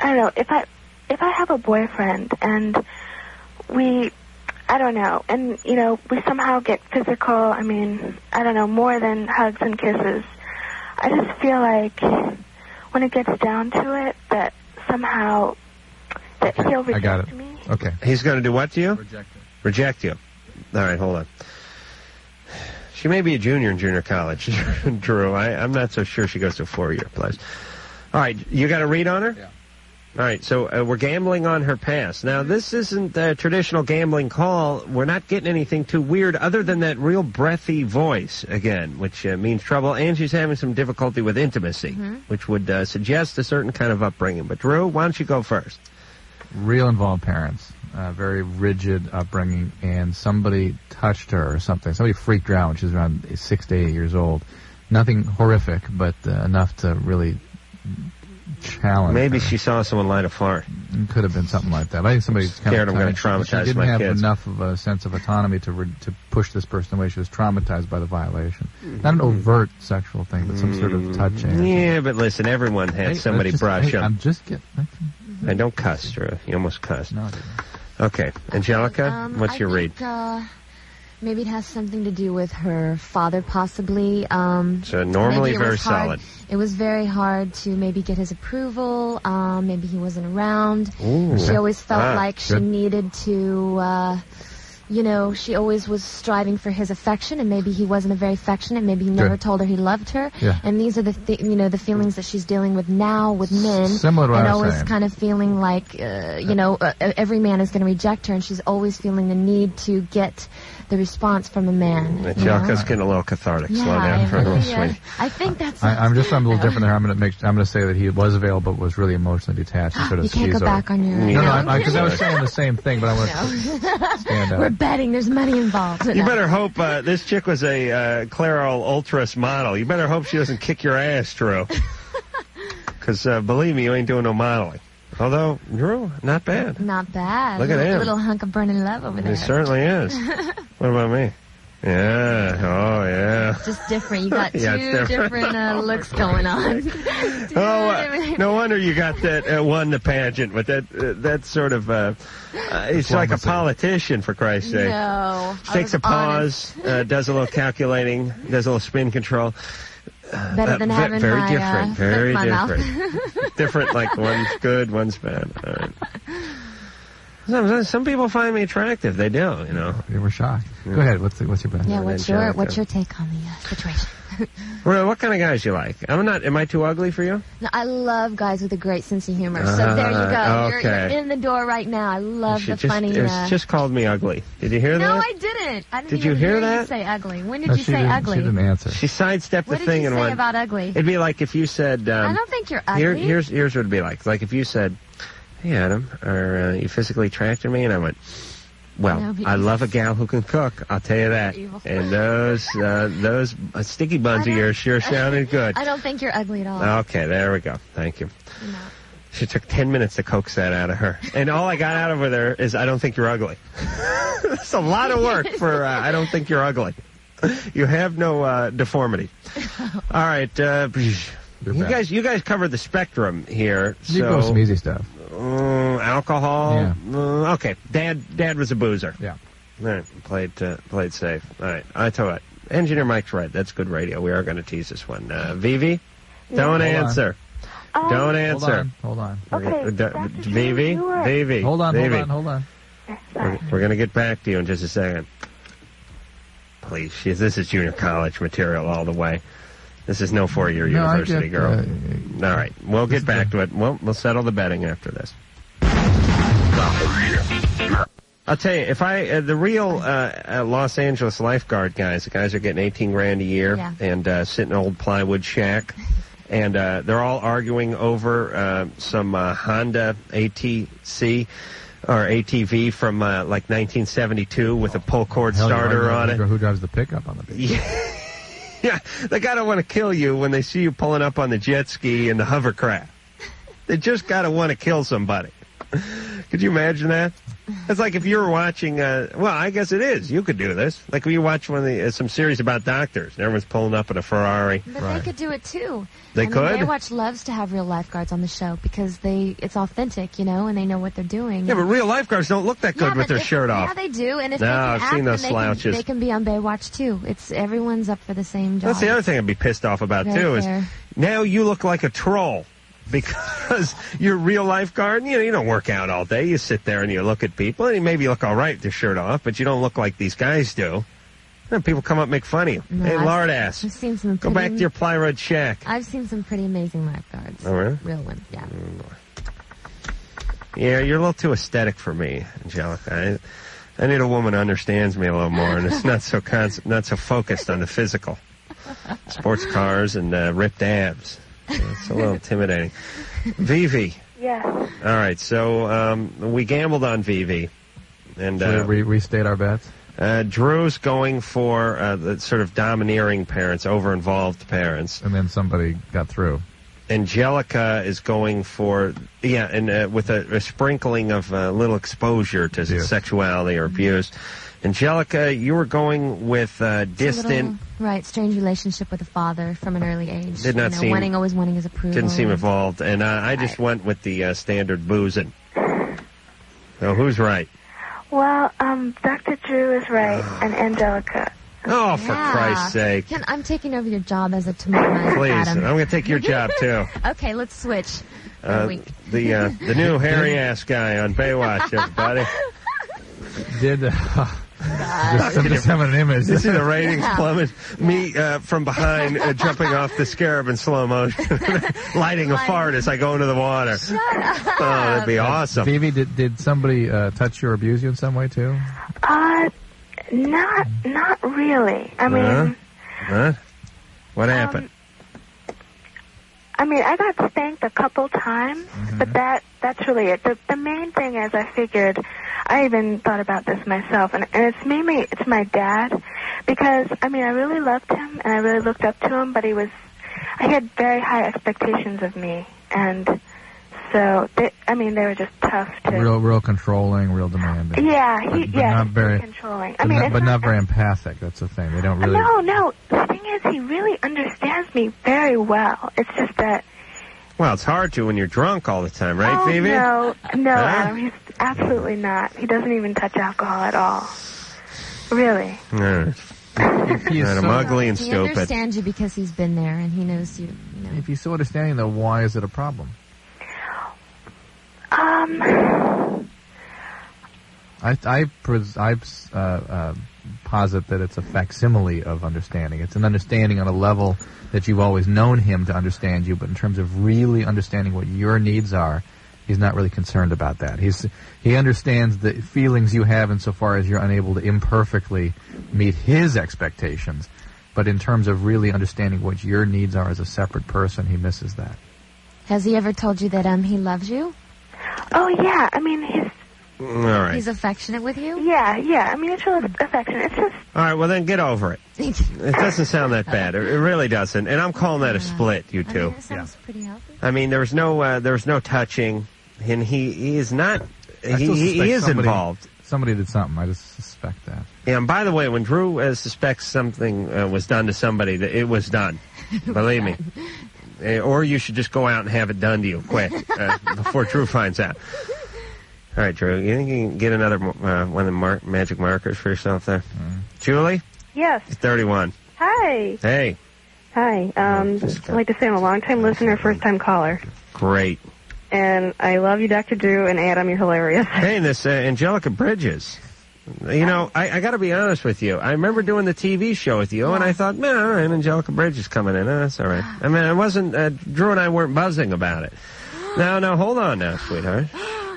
[SPEAKER 11] I don't know, if I if I have a boyfriend and we, I don't know, and you know, we somehow get physical. I mean, I don't know, more than hugs and kisses. I just feel like when it gets down to it, that somehow that he'll
[SPEAKER 3] I
[SPEAKER 11] reject
[SPEAKER 3] got it.
[SPEAKER 5] Okay.
[SPEAKER 3] He's going to do what to you?
[SPEAKER 5] Reject
[SPEAKER 3] you. Reject you. All right, hold on. She may be a junior in junior college, Drew. I, I'm not so sure she goes to a four-year place. All right, you got a read on her? Yeah. All right, so uh, we're gambling on her past. Now, this isn't a traditional gambling call. We're not getting anything too weird other than that real breathy voice again, which uh, means trouble. And she's having some difficulty with intimacy, which would uh, suggest a certain kind of upbringing. But, Drew, why don't you go first?
[SPEAKER 5] real involved parents, uh, very rigid upbringing, and somebody touched her or something. Somebody freaked her out when she was around six to eight years old. Nothing horrific, but uh, enough to really challenge.
[SPEAKER 3] Maybe she saw someone light a fart.
[SPEAKER 5] Could have been something like that. I think somebody kind
[SPEAKER 3] Scared
[SPEAKER 5] of
[SPEAKER 3] I'm gonna
[SPEAKER 5] tied- She
[SPEAKER 3] traumatize
[SPEAKER 5] didn't
[SPEAKER 3] my
[SPEAKER 5] have
[SPEAKER 3] kids.
[SPEAKER 5] enough of a sense of autonomy to re- to push this person away. She was traumatized by the violation.
[SPEAKER 3] Mm-hmm.
[SPEAKER 5] Not an overt sexual thing, but some sort of touching.
[SPEAKER 3] Yeah, but listen, everyone
[SPEAKER 5] Hey,
[SPEAKER 3] had
[SPEAKER 5] that's
[SPEAKER 3] Mm-hmm. somebody
[SPEAKER 5] just-
[SPEAKER 3] brush
[SPEAKER 5] hey,
[SPEAKER 3] up.
[SPEAKER 5] I'm just getting.
[SPEAKER 3] And don't cuss, Drew. You almost cussed. okay, Angelica,
[SPEAKER 4] Um,
[SPEAKER 3] what's
[SPEAKER 4] I
[SPEAKER 3] your read?
[SPEAKER 4] think, Uh, maybe it has something to do with her father, possibly. Um,
[SPEAKER 3] So normally
[SPEAKER 4] maybe it
[SPEAKER 3] very
[SPEAKER 4] was hard-
[SPEAKER 3] solid.
[SPEAKER 4] It was very hard to maybe get his approval. Um, maybe he wasn't around.
[SPEAKER 3] Ooh.
[SPEAKER 4] She always felt
[SPEAKER 3] Ah,
[SPEAKER 4] like she
[SPEAKER 3] good.
[SPEAKER 4] needed to. Uh, you know, she always was striving for his affection, and maybe he wasn't very affectionate. Maybe he never
[SPEAKER 5] Good.
[SPEAKER 4] told her he loved her.
[SPEAKER 5] Yeah.
[SPEAKER 4] And these are the, th- you know, the feelings that she's dealing with now with men,
[SPEAKER 5] Similar to what
[SPEAKER 4] and
[SPEAKER 5] I was
[SPEAKER 4] always
[SPEAKER 5] saying.
[SPEAKER 4] kind of feeling like, uh, you know, uh, every man is going to reject her, and she's always feeling the need to get the response from a man. you know?
[SPEAKER 3] Angelica's getting a little cathartic. Slow down for a little
[SPEAKER 4] yeah.
[SPEAKER 3] swing.
[SPEAKER 4] I think that's.
[SPEAKER 5] I, I'm just I'm a little different there. I'm gonna make I'm gonna say that he was available, but was really emotionally detached. and Sort of
[SPEAKER 11] Ah,
[SPEAKER 4] You can't go
[SPEAKER 5] skeezed
[SPEAKER 4] back
[SPEAKER 5] over.
[SPEAKER 4] on your-
[SPEAKER 5] No,
[SPEAKER 4] No.
[SPEAKER 5] no, because I, was saying the same thing, but I want. to Stand up.
[SPEAKER 4] We're betting. There's money involved.
[SPEAKER 3] You better hope uh, this chick was a uh, Clairol Ultras model. You better hope she doesn't kick your ass, Drew. Because uh, believe me, you ain't doing no modeling. Although, Drew, not bad.
[SPEAKER 4] Not bad.
[SPEAKER 3] Look at
[SPEAKER 4] Little-
[SPEAKER 3] him.
[SPEAKER 4] Little hunk of burning love over there.
[SPEAKER 3] It certainly is. What about me? Yeah. Oh, yeah.
[SPEAKER 4] Just different. You got two
[SPEAKER 3] Yeah, it's
[SPEAKER 4] different,
[SPEAKER 3] different.
[SPEAKER 4] uh, looks going on.
[SPEAKER 3] Oh, uh, no wonder you got that uh, won the pageant with that uh, that sort of uh, uh, it's like a politician for Christ's sake.
[SPEAKER 4] No, I
[SPEAKER 3] takes a
[SPEAKER 4] was honest.
[SPEAKER 3] pause, uh, does a little calculating, does a little spin control. Uh,
[SPEAKER 4] Better than
[SPEAKER 3] ve-
[SPEAKER 4] having
[SPEAKER 3] very
[SPEAKER 4] my, uh,
[SPEAKER 3] different,
[SPEAKER 4] foot in
[SPEAKER 3] very
[SPEAKER 4] my mouth.
[SPEAKER 3] different, different. Like one's good, one's bad. All right. Some, some people find me attractive. They do, you know.
[SPEAKER 5] You were shocked. Go ahead. What's the, what's your best?
[SPEAKER 4] Yeah, what's your what's your take on the uh, situation?
[SPEAKER 3] Well, what kind of guys you like? I'm not. Am I too ugly for you?
[SPEAKER 4] No, I love guys with a great sense of humor. so there you go.
[SPEAKER 3] Ah,
[SPEAKER 4] You're- you're,
[SPEAKER 3] okay.
[SPEAKER 4] in the door right now. I love
[SPEAKER 3] She
[SPEAKER 4] the
[SPEAKER 3] just,
[SPEAKER 4] funny.
[SPEAKER 3] it was
[SPEAKER 4] uh,
[SPEAKER 3] just called me ugly. Did you hear that?
[SPEAKER 4] no, I didn't. I didn't
[SPEAKER 3] Did you
[SPEAKER 4] even
[SPEAKER 3] hear
[SPEAKER 4] you
[SPEAKER 3] that? Oh,
[SPEAKER 4] say ugly. When did you say ugly?
[SPEAKER 5] answer.
[SPEAKER 3] She sidestepped
[SPEAKER 4] What
[SPEAKER 3] the
[SPEAKER 4] did
[SPEAKER 3] thing
[SPEAKER 4] you
[SPEAKER 3] and
[SPEAKER 4] say
[SPEAKER 3] went.
[SPEAKER 4] about ugly?
[SPEAKER 3] It'd be like if you said. Um,
[SPEAKER 4] I don't think you're
[SPEAKER 3] Here,
[SPEAKER 4] ugly.
[SPEAKER 3] here's here's what it'd be like. Like if you said, "Hey Adam, are uh, you physically attracted to me?" and I went, "Well,
[SPEAKER 2] No, but
[SPEAKER 3] I
[SPEAKER 2] you-
[SPEAKER 3] love a gal who can cook. I'll tell you that."
[SPEAKER 4] Evil.
[SPEAKER 3] And those uh, those uh, sticky buns of yours sure sounded good. Oh,
[SPEAKER 4] I don't think you're ugly at all.
[SPEAKER 3] Okay, there we go. Thank you. She took ten minutes to coax that out of her, and all I got out of her there is, "I don't think you're ugly." That's a lot of work for. Uh, I don't think you're ugly. You have no uh, deformity. All right, uh, you
[SPEAKER 5] back.
[SPEAKER 3] guys, you guys cover the spectrum here.
[SPEAKER 5] You
[SPEAKER 3] so,
[SPEAKER 5] go with some easy stuff.
[SPEAKER 3] Mm, alcohol. Mm, okay, dad. Dad was a boozer.
[SPEAKER 5] Yeah.
[SPEAKER 3] All right, played uh, played safe. All right, I tell you what, engineer Mike's right. That's good radio. We are going to tease this one. Uh, Vivi, don't
[SPEAKER 5] Hold on.
[SPEAKER 3] answer.
[SPEAKER 11] Um,
[SPEAKER 3] don't
[SPEAKER 5] Hold
[SPEAKER 3] answer.
[SPEAKER 5] on, Hold on.
[SPEAKER 3] Uh, d- Vivi,
[SPEAKER 11] you are-
[SPEAKER 3] Vivi,
[SPEAKER 5] Hold on. Hold
[SPEAKER 3] Vivi.
[SPEAKER 5] on. Hold on.
[SPEAKER 3] We're, we're going to get back to you in just a second. Please, she's, this is junior college material all the way. This is no four-year
[SPEAKER 5] No, I
[SPEAKER 3] university
[SPEAKER 5] get,
[SPEAKER 3] girl.
[SPEAKER 5] uh,
[SPEAKER 3] all right, we'll get back to it. We'll, we'll settle the betting after this. I'll tell you, if I uh, the real uh, uh, Los Angeles lifeguard guys, the guys are getting eighteen grand a year
[SPEAKER 2] Yeah.
[SPEAKER 3] and uh, sit in an old plywood shack, and uh, they're all arguing over uh, some uh, Honda ATC or ATV from uh, like 1972 with a pull cord
[SPEAKER 5] Hell, you
[SPEAKER 3] starter
[SPEAKER 5] might
[SPEAKER 3] on
[SPEAKER 5] know
[SPEAKER 3] it.
[SPEAKER 5] Who drives the pickup on the beach?
[SPEAKER 3] Yeah, they gotta want to kill you when they see you pulling up on the jet ski and the hovercraft. They just gotta want to kill somebody. Could you imagine that? It's like if you were watching. Uh, well, I guess it is. You could do this. Like when you watch one of the, uh, some series about doctors, and everyone's pulling up in a Ferrari.
[SPEAKER 4] But they could do it too.
[SPEAKER 3] They
[SPEAKER 4] I mean,
[SPEAKER 3] could?
[SPEAKER 4] Baywatch loves to have real lifeguards on the show because they it's authentic, you know, and they know what they're doing.
[SPEAKER 3] Yeah, but real lifeguards don't look that
[SPEAKER 4] Yeah,
[SPEAKER 3] good with
[SPEAKER 4] but
[SPEAKER 3] their
[SPEAKER 4] if-
[SPEAKER 3] shirt off.
[SPEAKER 4] Yeah, they do. And if
[SPEAKER 3] No,
[SPEAKER 4] they can
[SPEAKER 3] I've
[SPEAKER 4] act,
[SPEAKER 3] seen
[SPEAKER 4] then
[SPEAKER 3] those
[SPEAKER 4] they
[SPEAKER 3] slouches.
[SPEAKER 4] Can, they can be on Baywatch too. It's everyone's up for the same job.
[SPEAKER 3] That's the other thing I'd be pissed off about
[SPEAKER 4] Right
[SPEAKER 3] too is
[SPEAKER 4] there.
[SPEAKER 3] now you look like a troll because you're a real lifeguard. You know, you don't work out all day. You sit there and you look at people, and you maybe look all right with your shirt off, but you don't look like these guys do. And people come up and make fun of you.
[SPEAKER 4] No,
[SPEAKER 3] hey,
[SPEAKER 4] I've-
[SPEAKER 3] lard ass,
[SPEAKER 4] I've seen some
[SPEAKER 3] go back to
[SPEAKER 4] pretty-
[SPEAKER 3] your plywood shack.
[SPEAKER 4] I've seen some pretty amazing lifeguards.
[SPEAKER 3] Oh, really? Mm,
[SPEAKER 4] Real ones, yeah.
[SPEAKER 3] Yeah, you're a little too aesthetic for me, Angelica. I, I need a woman who understands me a little more, and it's not so con- not so focused on the physical. Sports cars and uh, ripped abs. It's a little intimidating. Vivi.
[SPEAKER 11] Yes.
[SPEAKER 3] All right, so um, we gambled on Vivi, and uh,
[SPEAKER 5] we restate our bets.
[SPEAKER 3] Uh, Drew's going for uh, the sort of domineering parents, over-involved parents,
[SPEAKER 5] and then somebody got through.
[SPEAKER 3] Angelica is going for yeah, and uh, with a, a sprinkling of uh, little exposure to sexuality or abuse. Angelica, you were going with uh,
[SPEAKER 4] It's a
[SPEAKER 3] distant.
[SPEAKER 4] little, right, strange relationship with a father from an early age.
[SPEAKER 3] Did not
[SPEAKER 4] you know,
[SPEAKER 3] seem-
[SPEAKER 4] wanting always wanting his approval.
[SPEAKER 3] Didn't seem involved, and uh, I just went with the uh, standard boozing. So who's right?
[SPEAKER 11] Well, um, Dr. Drew is right, and Angelica.
[SPEAKER 3] Oh, for
[SPEAKER 4] Yeah.
[SPEAKER 3] Christ's sake!
[SPEAKER 4] Ken, I'm taking over your job as of tomorrow night,
[SPEAKER 3] Please,
[SPEAKER 4] Adam.
[SPEAKER 3] I'm going to take your job too.
[SPEAKER 4] Okay, let's switch. for a
[SPEAKER 3] Uh,
[SPEAKER 4] week.
[SPEAKER 3] the uh, the new hairy ass guy on Baywatch, everybody.
[SPEAKER 5] Did uh, just send us an image.
[SPEAKER 3] You see the ratings
[SPEAKER 5] Yeah.
[SPEAKER 3] plummet. Me uh, from behind uh, jumping off the scarab in slow motion, lighting a fart as I go into the water. Oh, that'd be awesome.
[SPEAKER 5] Phoebe, did, did somebody uh, touch you or abuse you in some way too?
[SPEAKER 11] Uh, not, not really. I mean,
[SPEAKER 5] Huh?
[SPEAKER 3] Huh? What happened?
[SPEAKER 11] I mean, I got spanked a couple times,
[SPEAKER 5] Mm-hmm.
[SPEAKER 11] but that that's really it. The the main thing is, I figured, I even thought about this myself, and and it's mainly it's my dad, because I mean, I really loved him and I really looked up to him, but he was, he had very high expectations of me, and so they, I mean, they were just tough to.
[SPEAKER 5] Real, real controlling, real demanding.
[SPEAKER 11] Yeah,
[SPEAKER 5] but,
[SPEAKER 11] he
[SPEAKER 5] but
[SPEAKER 11] yeah,
[SPEAKER 5] not very
[SPEAKER 11] controlling. I
[SPEAKER 5] but
[SPEAKER 11] mean,
[SPEAKER 5] not,
[SPEAKER 11] it's
[SPEAKER 5] but not very empathic. That's the thing. They don't really.
[SPEAKER 11] no, no. The thing is, he really understands me very well. It's just that
[SPEAKER 3] Well, it's hard to when you're drunk all the time, right,
[SPEAKER 11] oh,
[SPEAKER 3] Phoebe?
[SPEAKER 11] No, no,
[SPEAKER 3] Huh?
[SPEAKER 11] Adam, he's absolutely not. He doesn't even touch alcohol at all. Really.
[SPEAKER 3] All right. And I'm ugly and
[SPEAKER 4] he
[SPEAKER 3] stupid.
[SPEAKER 4] understands you because he's been there and he knows you.
[SPEAKER 5] If he's so understanding, though, why is it a problem?
[SPEAKER 11] Um.
[SPEAKER 5] I I pres- I uh, uh, posit that it's a facsimile of understanding. It's an understanding on a level that you've always known him to understand you, but in terms of really understanding what your needs are, he's not really concerned about that. He's he understands the feelings you have insofar as you're unable to imperfectly meet his expectations, but in terms of really understanding what your needs are as a separate person, he misses that.
[SPEAKER 4] Has he ever told you that um he loves you?
[SPEAKER 11] Oh yeah. I mean, he's
[SPEAKER 3] All right.
[SPEAKER 4] He's affectionate with you?
[SPEAKER 11] yeah, yeah. I mean, it's real affection. It's just
[SPEAKER 3] All right, well then get over it. It doesn't sound that bad. It, it really doesn't. And I'm calling that a split, you two.
[SPEAKER 4] Sounds pretty healthy.
[SPEAKER 3] I mean, there was no uh, there was no touching, and he, he is not. He,
[SPEAKER 5] I still
[SPEAKER 3] he
[SPEAKER 5] suspect
[SPEAKER 3] is
[SPEAKER 5] somebody-
[SPEAKER 3] involved.
[SPEAKER 5] Somebody did something. I just suspect that.
[SPEAKER 3] Yeah, and by the way, when Drew uh, suspects something uh, was done to somebody, that it was done. Believe me. Uh, or you should just go out and have it done to you quick uh, before Drew finds out. All right, Drew, you think you can get another uh, one of the mar- magic markers for yourself there?
[SPEAKER 5] Mm-hmm.
[SPEAKER 3] Julie?
[SPEAKER 18] Yes.
[SPEAKER 3] She's 31.
[SPEAKER 18] Hi.
[SPEAKER 3] Hey,
[SPEAKER 18] Hi. Um, I'd like to say I'm a long-time listener, first-time caller,
[SPEAKER 3] great.
[SPEAKER 18] and I love you, Dr. Drew and Adam. You're hilarious.
[SPEAKER 3] Hey, and this uh, Angelica Bridges. You know, I, I got to be honest with you. I remember doing the TV show with you, and I thought, man, all right, Angelica Bridges coming in. Oh, that's all right. I mean, I wasn't. Uh, Drew and I weren't buzzing about it. No, no, hold on now, sweetheart.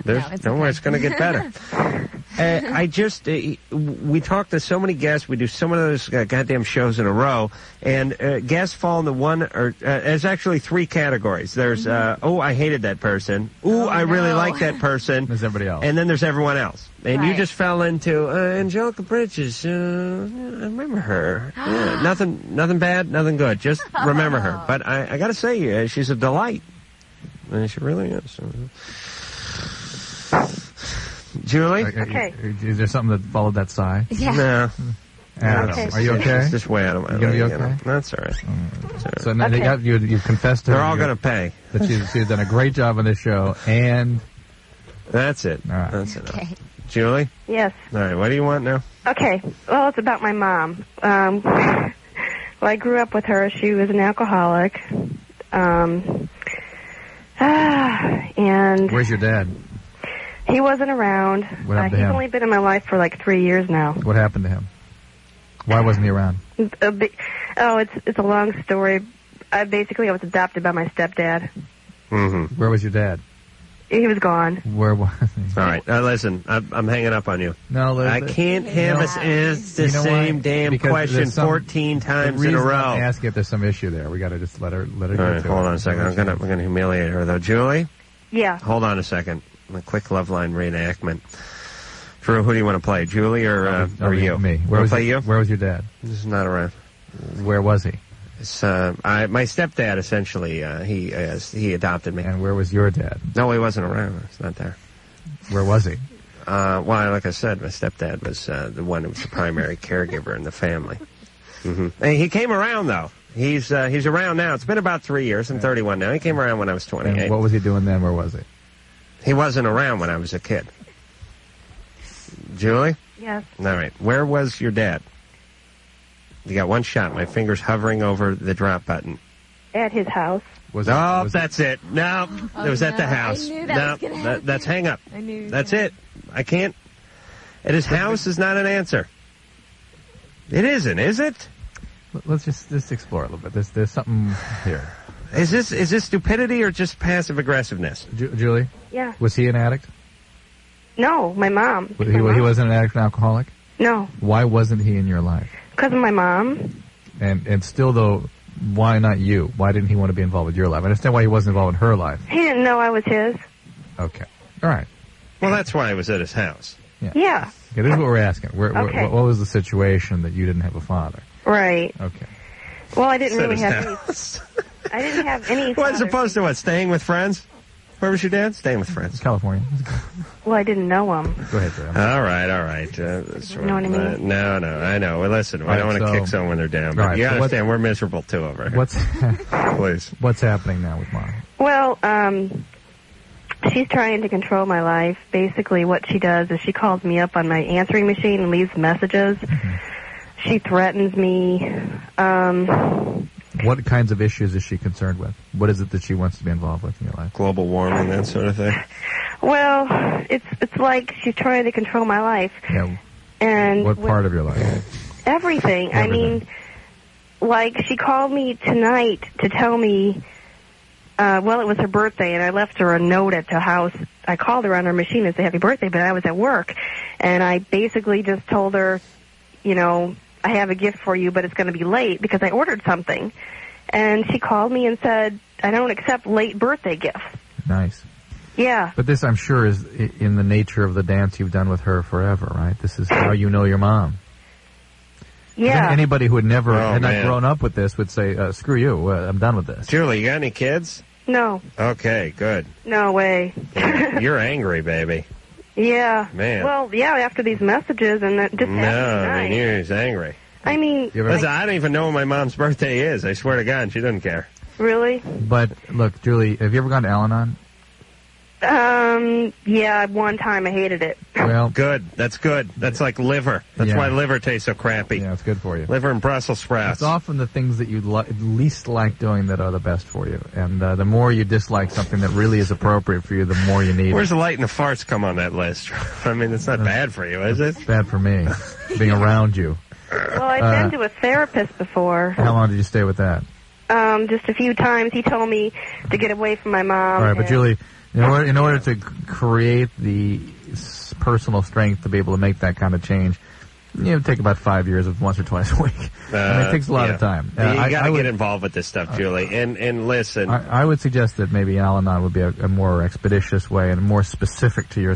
[SPEAKER 3] There's,
[SPEAKER 1] No, it's
[SPEAKER 3] don't worry,
[SPEAKER 1] okay.
[SPEAKER 3] it's going to get better. uh, I just uh, we talk to so many guests. We do so many of those uh, goddamn shows in a row, and uh, guests fall into one or uh, there's actually three categories. There's uh, oh, I hated that person. Ooh, I really
[SPEAKER 5] Mm-hmm. Oh, no.
[SPEAKER 3] like that person.
[SPEAKER 5] There's everybody else,
[SPEAKER 3] and then there's everyone else. And you
[SPEAKER 5] Right.
[SPEAKER 3] just fell into uh, Angelica Bridges. Uh, I remember her. Yeah, nothing, nothing bad, nothing good. Just remember her. But I, I got to say, uh, she's a delight. And she really is. Julie?
[SPEAKER 18] Okay.
[SPEAKER 5] Is there something that followed that sigh?
[SPEAKER 18] Yeah.
[SPEAKER 3] No.
[SPEAKER 5] Adam,
[SPEAKER 3] Okay.
[SPEAKER 5] are you okay?
[SPEAKER 3] It's just way out of my
[SPEAKER 5] You gonna be
[SPEAKER 3] league, you
[SPEAKER 5] okay?
[SPEAKER 3] know. That's all right.
[SPEAKER 5] So now they
[SPEAKER 3] Okay.
[SPEAKER 5] got you. You confessed to
[SPEAKER 3] They're
[SPEAKER 5] her
[SPEAKER 3] all
[SPEAKER 5] you're-
[SPEAKER 3] gonna pay.
[SPEAKER 5] That she's, she's done a great job on this show, and
[SPEAKER 3] that's it. That's it.
[SPEAKER 18] Okay.
[SPEAKER 3] Julie?
[SPEAKER 18] Yes.
[SPEAKER 3] All right, what do you want now?
[SPEAKER 18] Okay. Well, it's about my mom. Um, well, I grew up with her. She was an alcoholic. Um, and
[SPEAKER 5] where's your dad?
[SPEAKER 18] he wasn't around.
[SPEAKER 5] What
[SPEAKER 18] Uh,
[SPEAKER 5] happened to
[SPEAKER 18] he's
[SPEAKER 5] him?
[SPEAKER 18] only been in my life for like three years now.
[SPEAKER 5] What happened to him? Why wasn't he around?
[SPEAKER 18] A bi- oh, it's it's a long story. I basically I was adopted by my stepdad.
[SPEAKER 3] Mm-hmm.
[SPEAKER 5] Where was your dad?
[SPEAKER 18] He was gone.
[SPEAKER 5] Where was he?
[SPEAKER 3] All right, uh, listen, I'm, I'm hanging up on you.
[SPEAKER 5] No,
[SPEAKER 3] I
[SPEAKER 5] there's-
[SPEAKER 3] can't have
[SPEAKER 5] No.
[SPEAKER 3] us ask the
[SPEAKER 5] You know why?
[SPEAKER 3] same damn
[SPEAKER 5] Because
[SPEAKER 3] question
[SPEAKER 5] there's some-
[SPEAKER 3] 14 times
[SPEAKER 5] the
[SPEAKER 3] in a
[SPEAKER 5] reason
[SPEAKER 3] row.
[SPEAKER 5] I'm asking if there's some issue there. We got to just let her let her.
[SPEAKER 3] All
[SPEAKER 5] get
[SPEAKER 3] right,
[SPEAKER 5] to
[SPEAKER 3] hold
[SPEAKER 5] it.
[SPEAKER 3] on a second. I'm gonna I'm gonna humiliate her though. Julie,
[SPEAKER 18] Yeah.
[SPEAKER 3] hold on a second. A quick love line reenactment. Drew, who do you want to play, Julie or uh,
[SPEAKER 5] Oh,
[SPEAKER 3] or you?
[SPEAKER 5] Me.
[SPEAKER 3] Wanna
[SPEAKER 5] Where was
[SPEAKER 3] play
[SPEAKER 5] he-
[SPEAKER 3] you?
[SPEAKER 5] Where was your dad?
[SPEAKER 3] This is not around.
[SPEAKER 5] Where was he?
[SPEAKER 3] It's, uh, I, my stepdad essentially uh, he uh, he adopted me.
[SPEAKER 5] And where was your dad?
[SPEAKER 3] No, he wasn't around. It's not there.
[SPEAKER 5] Where was he?
[SPEAKER 3] Uh, well, like I said, my stepdad was uh, the one who was the primary caregiver in the family. hmm And he came around though. He's uh, he's around now. It's been about three years. I'm 31 now. He came around when I was 28.
[SPEAKER 5] And what was he doing then? Where was he?
[SPEAKER 3] He wasn't around when I was a kid. Julie?
[SPEAKER 18] Yes.
[SPEAKER 3] All right. Where was your dad? You got one shot. My finger's hovering over the drop button.
[SPEAKER 18] At his house.
[SPEAKER 5] Was
[SPEAKER 3] oh, that's it. No,
[SPEAKER 18] Oh,
[SPEAKER 3] it was at
[SPEAKER 18] no.
[SPEAKER 3] the
[SPEAKER 18] I
[SPEAKER 3] house. no,
[SPEAKER 18] knew that was gonna happen.
[SPEAKER 3] that's hang up.
[SPEAKER 18] I knew you were
[SPEAKER 3] That's it. I can't. At his house is not an answer. It isn't, is it?
[SPEAKER 5] L- Let's just just explore a little bit. There's there's something here.
[SPEAKER 3] Is this is this stupidity or just passive aggressiveness?
[SPEAKER 5] Ju- Julie,
[SPEAKER 18] Yeah.
[SPEAKER 5] was he an addict?
[SPEAKER 18] No, my mom.
[SPEAKER 5] He, he wasn't an addict, and alcoholic.
[SPEAKER 18] No,
[SPEAKER 5] Why wasn't he in your life?
[SPEAKER 18] because of my mom.
[SPEAKER 5] And and still though, why not you? Why didn't he want to be involved with your life? I understand why he wasn't involved in her life.
[SPEAKER 18] He didn't know I was his.
[SPEAKER 5] Okay. All right.
[SPEAKER 3] Well, that's why I was at his house.
[SPEAKER 18] Yeah.
[SPEAKER 5] Okay, this is what we're asking. Where, where-
[SPEAKER 18] Okay.
[SPEAKER 5] what, what was the situation that you didn't have a father?
[SPEAKER 18] Right.
[SPEAKER 5] Okay.
[SPEAKER 18] Well, I didn't
[SPEAKER 3] Set
[SPEAKER 18] really
[SPEAKER 3] us
[SPEAKER 18] have
[SPEAKER 3] down.
[SPEAKER 18] any. I didn't have any.
[SPEAKER 3] Well, as
[SPEAKER 18] father.
[SPEAKER 3] opposed to what? Staying with friends? Where was your dad? Staying with friends.
[SPEAKER 5] California.
[SPEAKER 18] Well, I didn't know him.
[SPEAKER 5] Go ahead, Graham.
[SPEAKER 3] All right, all right. Uh, that's
[SPEAKER 18] You know what I mean?
[SPEAKER 3] uh, no, no, I know. Well, listen, I
[SPEAKER 5] All
[SPEAKER 3] don't
[SPEAKER 5] right,
[SPEAKER 3] want to
[SPEAKER 5] so-
[SPEAKER 3] kick someone when they're down, but
[SPEAKER 5] All right,
[SPEAKER 3] you
[SPEAKER 5] so what-
[SPEAKER 3] understand we're miserable too over here.
[SPEAKER 5] What's
[SPEAKER 3] Please.
[SPEAKER 5] what's happening now with mom?
[SPEAKER 18] Well, um, she's trying to control my life. Basically, what she does is she calls me up on my answering machine and leaves messages.
[SPEAKER 5] Mm-hmm.
[SPEAKER 18] She threatens me. Um,
[SPEAKER 5] What kinds of issues is she concerned with? What is it that she wants to be involved with in your life?
[SPEAKER 3] Global warming, that sort of thing.
[SPEAKER 18] well, it's it's like she's trying to control my life
[SPEAKER 5] Yeah.
[SPEAKER 18] and
[SPEAKER 5] What
[SPEAKER 18] with
[SPEAKER 5] part of your life?
[SPEAKER 18] everything. I mean, like she called me tonight to tell me. Uh, well, it was her birthday, and I left her a note at the house. I called her on her machine and said happy birthday, but I was at work, and I basically just told her, you know, I have a gift for you, but it's going to be late because I ordered something. And she called me and said, I don't accept late birthday gifts.
[SPEAKER 5] Nice.
[SPEAKER 18] Yeah,
[SPEAKER 5] But this, I'm sure, is i- in the nature of the dance you've done with her forever, right? This is how you know your mom.
[SPEAKER 18] yeah.
[SPEAKER 5] Anybody who had never
[SPEAKER 3] Oh,
[SPEAKER 5] had
[SPEAKER 3] man.
[SPEAKER 5] not grown up with this would say, uh, "Screw you, uh, I'm done with this."
[SPEAKER 3] Julie, you got any kids?
[SPEAKER 18] no,
[SPEAKER 3] Okay, good.
[SPEAKER 18] no way.
[SPEAKER 3] You're angry, baby.
[SPEAKER 18] Yeah.
[SPEAKER 3] Man.
[SPEAKER 18] Well, yeah. After these messages and that just
[SPEAKER 3] No,
[SPEAKER 18] happened
[SPEAKER 3] I
[SPEAKER 18] tonight.
[SPEAKER 3] mean, you're just angry.
[SPEAKER 18] I mean,
[SPEAKER 3] Listen,
[SPEAKER 18] like,
[SPEAKER 3] I don't even know when my mom's birthday is. I swear to God, she doesn't care.
[SPEAKER 18] really?
[SPEAKER 5] But look, Julie, have you ever gone to Al-Anon?
[SPEAKER 18] Um, yeah, one time I hated it.
[SPEAKER 5] Well,
[SPEAKER 3] Good. That's good. That's like liver. That's
[SPEAKER 5] Yeah.
[SPEAKER 3] why liver tastes so crappy.
[SPEAKER 5] Yeah, it's good for you.
[SPEAKER 3] Liver and Brussels sprouts.
[SPEAKER 5] It's often the things that you li- least like doing that are the best for you. And uh, the more you dislike something that really is appropriate for you, the more you need.
[SPEAKER 3] Where's
[SPEAKER 5] it. Uh,
[SPEAKER 3] the light and the farts come on that list? I mean, it's not bad for you, is it?
[SPEAKER 5] Bad for me, being around you.
[SPEAKER 18] Well, I've
[SPEAKER 5] Uh,
[SPEAKER 18] been to a therapist before.
[SPEAKER 5] How long did you stay with that?
[SPEAKER 18] Um, just a few times. He told me to get away from my mom.
[SPEAKER 5] All right, but
[SPEAKER 18] and-
[SPEAKER 5] Julie, in order, in order to c- create the s- personal strength to be able to make that kind of change, you know, take about five years of once or twice a week. I mean, it takes a lot
[SPEAKER 3] yeah.
[SPEAKER 5] of time. Uh,
[SPEAKER 3] you
[SPEAKER 5] I-
[SPEAKER 3] got
[SPEAKER 5] I
[SPEAKER 3] to
[SPEAKER 5] would- Uh,
[SPEAKER 3] get involved with this stuff, Julie. And and listen,
[SPEAKER 5] I, I would suggest that maybe Al-Anon would be a, a more expeditious way and more specific to your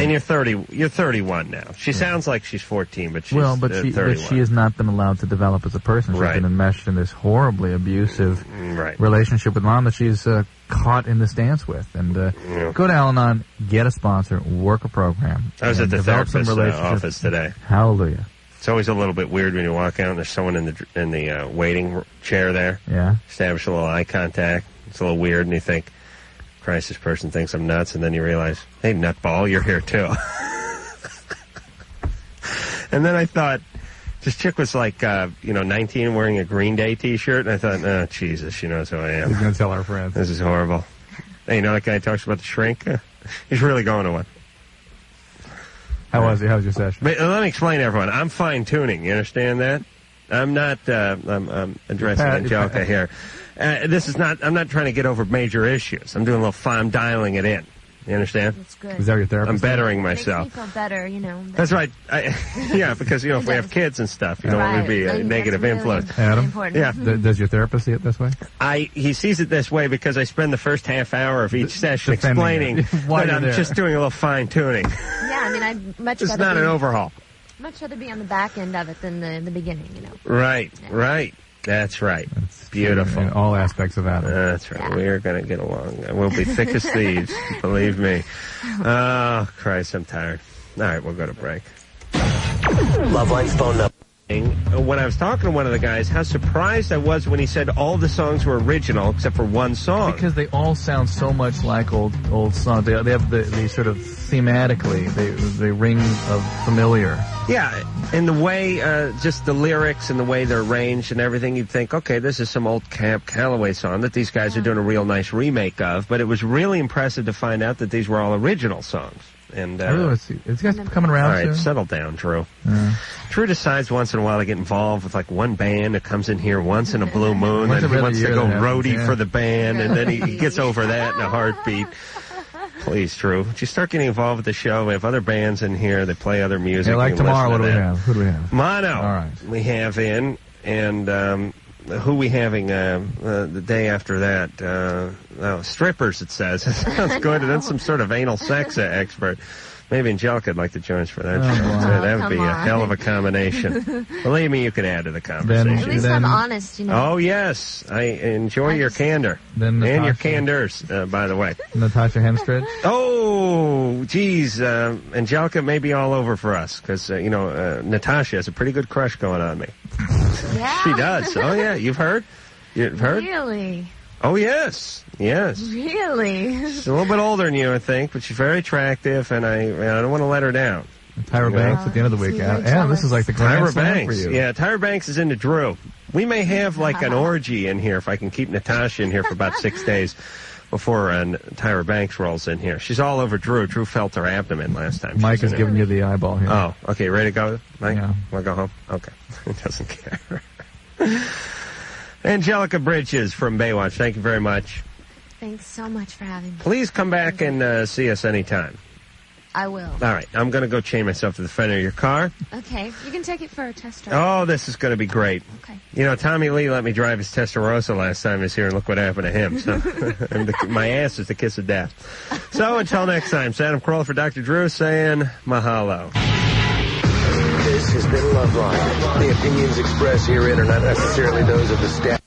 [SPEAKER 3] and you're thirty. You're thirty-one now. She sounds like she's fourteen, but she's
[SPEAKER 5] well, but
[SPEAKER 3] uh,
[SPEAKER 5] she but
[SPEAKER 3] thirty-one.
[SPEAKER 5] she has not been allowed to develop as a person. She's
[SPEAKER 3] Right. Mm,
[SPEAKER 5] been enmeshed in this horribly abusive
[SPEAKER 3] Right.
[SPEAKER 5] relationship with mom that she's uh, caught in this dance with. And uh, go to Al-Anon, get a sponsor, work a program.
[SPEAKER 3] I was at
[SPEAKER 5] and
[SPEAKER 3] the
[SPEAKER 5] develop
[SPEAKER 3] therapist's
[SPEAKER 5] some
[SPEAKER 3] uh,
[SPEAKER 5] relationships.
[SPEAKER 3] office today.
[SPEAKER 5] Hallelujah.
[SPEAKER 3] It's always a little bit weird when you walk out and there's someone in the dr- in the uh, waiting r- chair there.
[SPEAKER 5] Yeah.
[SPEAKER 3] Establish a little eye contact. It's a little weird, and you think, "Christ, this person thinks I'm nuts," and then you realize, "Hey, nutball, you're here too." and then I thought, this chick was like, uh, you know, 19, wearing a Green Day T-shirt, and I thought, "Oh, Jesus, she knows who I am."
[SPEAKER 5] She's gonna tell her friends.
[SPEAKER 3] This is horrible. Hey, you know that guy talks about the shrink? He's really going to one.
[SPEAKER 5] How was it? How was your session?
[SPEAKER 3] But uh, let me explain, to everyone. I'm fine tuning. You understand that? I'm not. Uh, I'm, I'm addressing
[SPEAKER 5] Pat-
[SPEAKER 3] Angelica
[SPEAKER 5] Pat-
[SPEAKER 3] here. Uh, this is not. I'm not trying to get over major issues. I'm doing a little fine. I'm dialing it in. You understand?
[SPEAKER 4] That's good. Is that what your
[SPEAKER 3] I'm
[SPEAKER 4] therapist said?
[SPEAKER 3] bettering
[SPEAKER 4] You
[SPEAKER 3] myself.
[SPEAKER 4] feel better, you know.
[SPEAKER 3] That's right. I, yeah, because you know if we have kids and stuff, you don't want to be
[SPEAKER 4] Right.
[SPEAKER 3] a
[SPEAKER 4] That's
[SPEAKER 3] negative
[SPEAKER 4] really Mm-hmm.
[SPEAKER 3] influence.
[SPEAKER 5] Adam?
[SPEAKER 3] Yeah.
[SPEAKER 5] Th- does your therapist see it this way?
[SPEAKER 3] I he sees it this way because I spend the first half hour of each session explaining
[SPEAKER 5] defending it. Why
[SPEAKER 3] that
[SPEAKER 5] you're
[SPEAKER 3] I'm
[SPEAKER 5] there.
[SPEAKER 3] just doing a little fine tuning.
[SPEAKER 4] Yeah, I mean, I'd much
[SPEAKER 3] It's
[SPEAKER 4] rather
[SPEAKER 3] not
[SPEAKER 4] be,
[SPEAKER 3] an overhaul.
[SPEAKER 4] Much rather be on the back end of it than the the beginning, you know.
[SPEAKER 3] Right, right. That's right. Beautiful.
[SPEAKER 5] In all aspects of Adam.
[SPEAKER 3] That's right. We are going to get along. We'll be thick as thieves, believe me. Oh, Christ, I'm tired. All right, we'll go to break.
[SPEAKER 1] Loveline's phone number.
[SPEAKER 3] When I was talking to one of the guys, how surprised I was when he said all the songs were original except for one song.
[SPEAKER 5] Because they all sound so much like old old songs. They, they have the, the sort of thematically, they, they ring of familiar.
[SPEAKER 3] Yeah, and the way, uh, just the lyrics and the way they're arranged and everything, you'd think, okay, this is some old Camp Calloway song that these guys are doing a real nice remake of. But it was really impressive to find out that these were all original songs. And uh,
[SPEAKER 5] I really want to see. Is this guy coming around
[SPEAKER 3] All right,
[SPEAKER 5] soon?
[SPEAKER 3] settle down, Drew. Drew decides once in a while to get involved with like one band that comes in here once in a blue moon,
[SPEAKER 5] Once
[SPEAKER 3] then he
[SPEAKER 5] every
[SPEAKER 3] wants to
[SPEAKER 5] year
[SPEAKER 3] go
[SPEAKER 5] that happens,
[SPEAKER 3] roadie
[SPEAKER 5] yeah.
[SPEAKER 3] for the band, and then he he gets over that in a heartbeat. Please, Drew, if you start getting involved with the show, we have other bands in here. They play other music.
[SPEAKER 5] Yeah, like
[SPEAKER 3] you can listen
[SPEAKER 5] tomorrow,
[SPEAKER 3] to
[SPEAKER 5] what do we
[SPEAKER 3] that.
[SPEAKER 5] have? Who do we have?
[SPEAKER 3] Mono. All right. We have in, and um, who we having uh, uh, the day after that? Uh, oh, strippers, it says. That sounds good. And then some sort of anal sex expert. Maybe Angelica would like to join us for that. show.
[SPEAKER 4] wow.
[SPEAKER 3] that would
[SPEAKER 4] Oh,
[SPEAKER 3] be
[SPEAKER 4] come
[SPEAKER 3] a
[SPEAKER 4] on.
[SPEAKER 3] hell of a combination. Believe me, you could add to the conversation.
[SPEAKER 4] At least I'm honest, you know.
[SPEAKER 3] Oh yes, I enjoy your candor
[SPEAKER 5] Then the
[SPEAKER 3] and your
[SPEAKER 5] toxic-
[SPEAKER 3] candors, uh, by the way.
[SPEAKER 5] Natasha Hemstrid?
[SPEAKER 3] Oh, geez, uh, Angelica may be all over for us because uh, you know uh, Natasha has a pretty good crush going on me. she does. Oh yeah, you've heard. You've heard.
[SPEAKER 4] Really,
[SPEAKER 3] Oh yes, yes.
[SPEAKER 4] really.
[SPEAKER 3] She's a little bit older than you, I think, but she's very attractive, and I, I don't want to let her down.
[SPEAKER 5] Tyra Banks at the end of the week. Adam, Adam, this is like the grand
[SPEAKER 3] Tyra
[SPEAKER 5] slam for
[SPEAKER 3] Banks.
[SPEAKER 5] you.
[SPEAKER 3] Yeah, Tyra Banks is into Drew. We may have like an orgy in here if I can keep Natasha in here for about six days before uh, Tyra Banks rolls in here. She's all over Drew. Drew felt her abdomen last time.
[SPEAKER 5] Mike
[SPEAKER 3] She's
[SPEAKER 5] is
[SPEAKER 3] in
[SPEAKER 5] giving
[SPEAKER 3] it.
[SPEAKER 5] you the eyeball here.
[SPEAKER 3] Oh, okay. Ready to go, Mike?
[SPEAKER 5] Yeah.
[SPEAKER 3] Want to go home? Okay. He doesn't care. Angelica Bridges from Baywatch. Thank you very much.
[SPEAKER 4] Thanks so much for having me.
[SPEAKER 3] Please come back and uh, see us anytime.
[SPEAKER 4] I will.
[SPEAKER 3] All right. I'm going to go chain myself to the fender of your car.
[SPEAKER 4] Okay, you can take it for a test drive.
[SPEAKER 3] Oh, this is going to be great.
[SPEAKER 4] Okay.
[SPEAKER 3] You know, Tommy Lee let me drive his Testarossa last time he was here, and look what happened to him. So and the, my ass is the kiss of death. So until next time, it's Adam Kroll for Dr. Drew saying mahalo.
[SPEAKER 1] This has been Loveline. The opinions expressed herein are not necessarily those of the staff.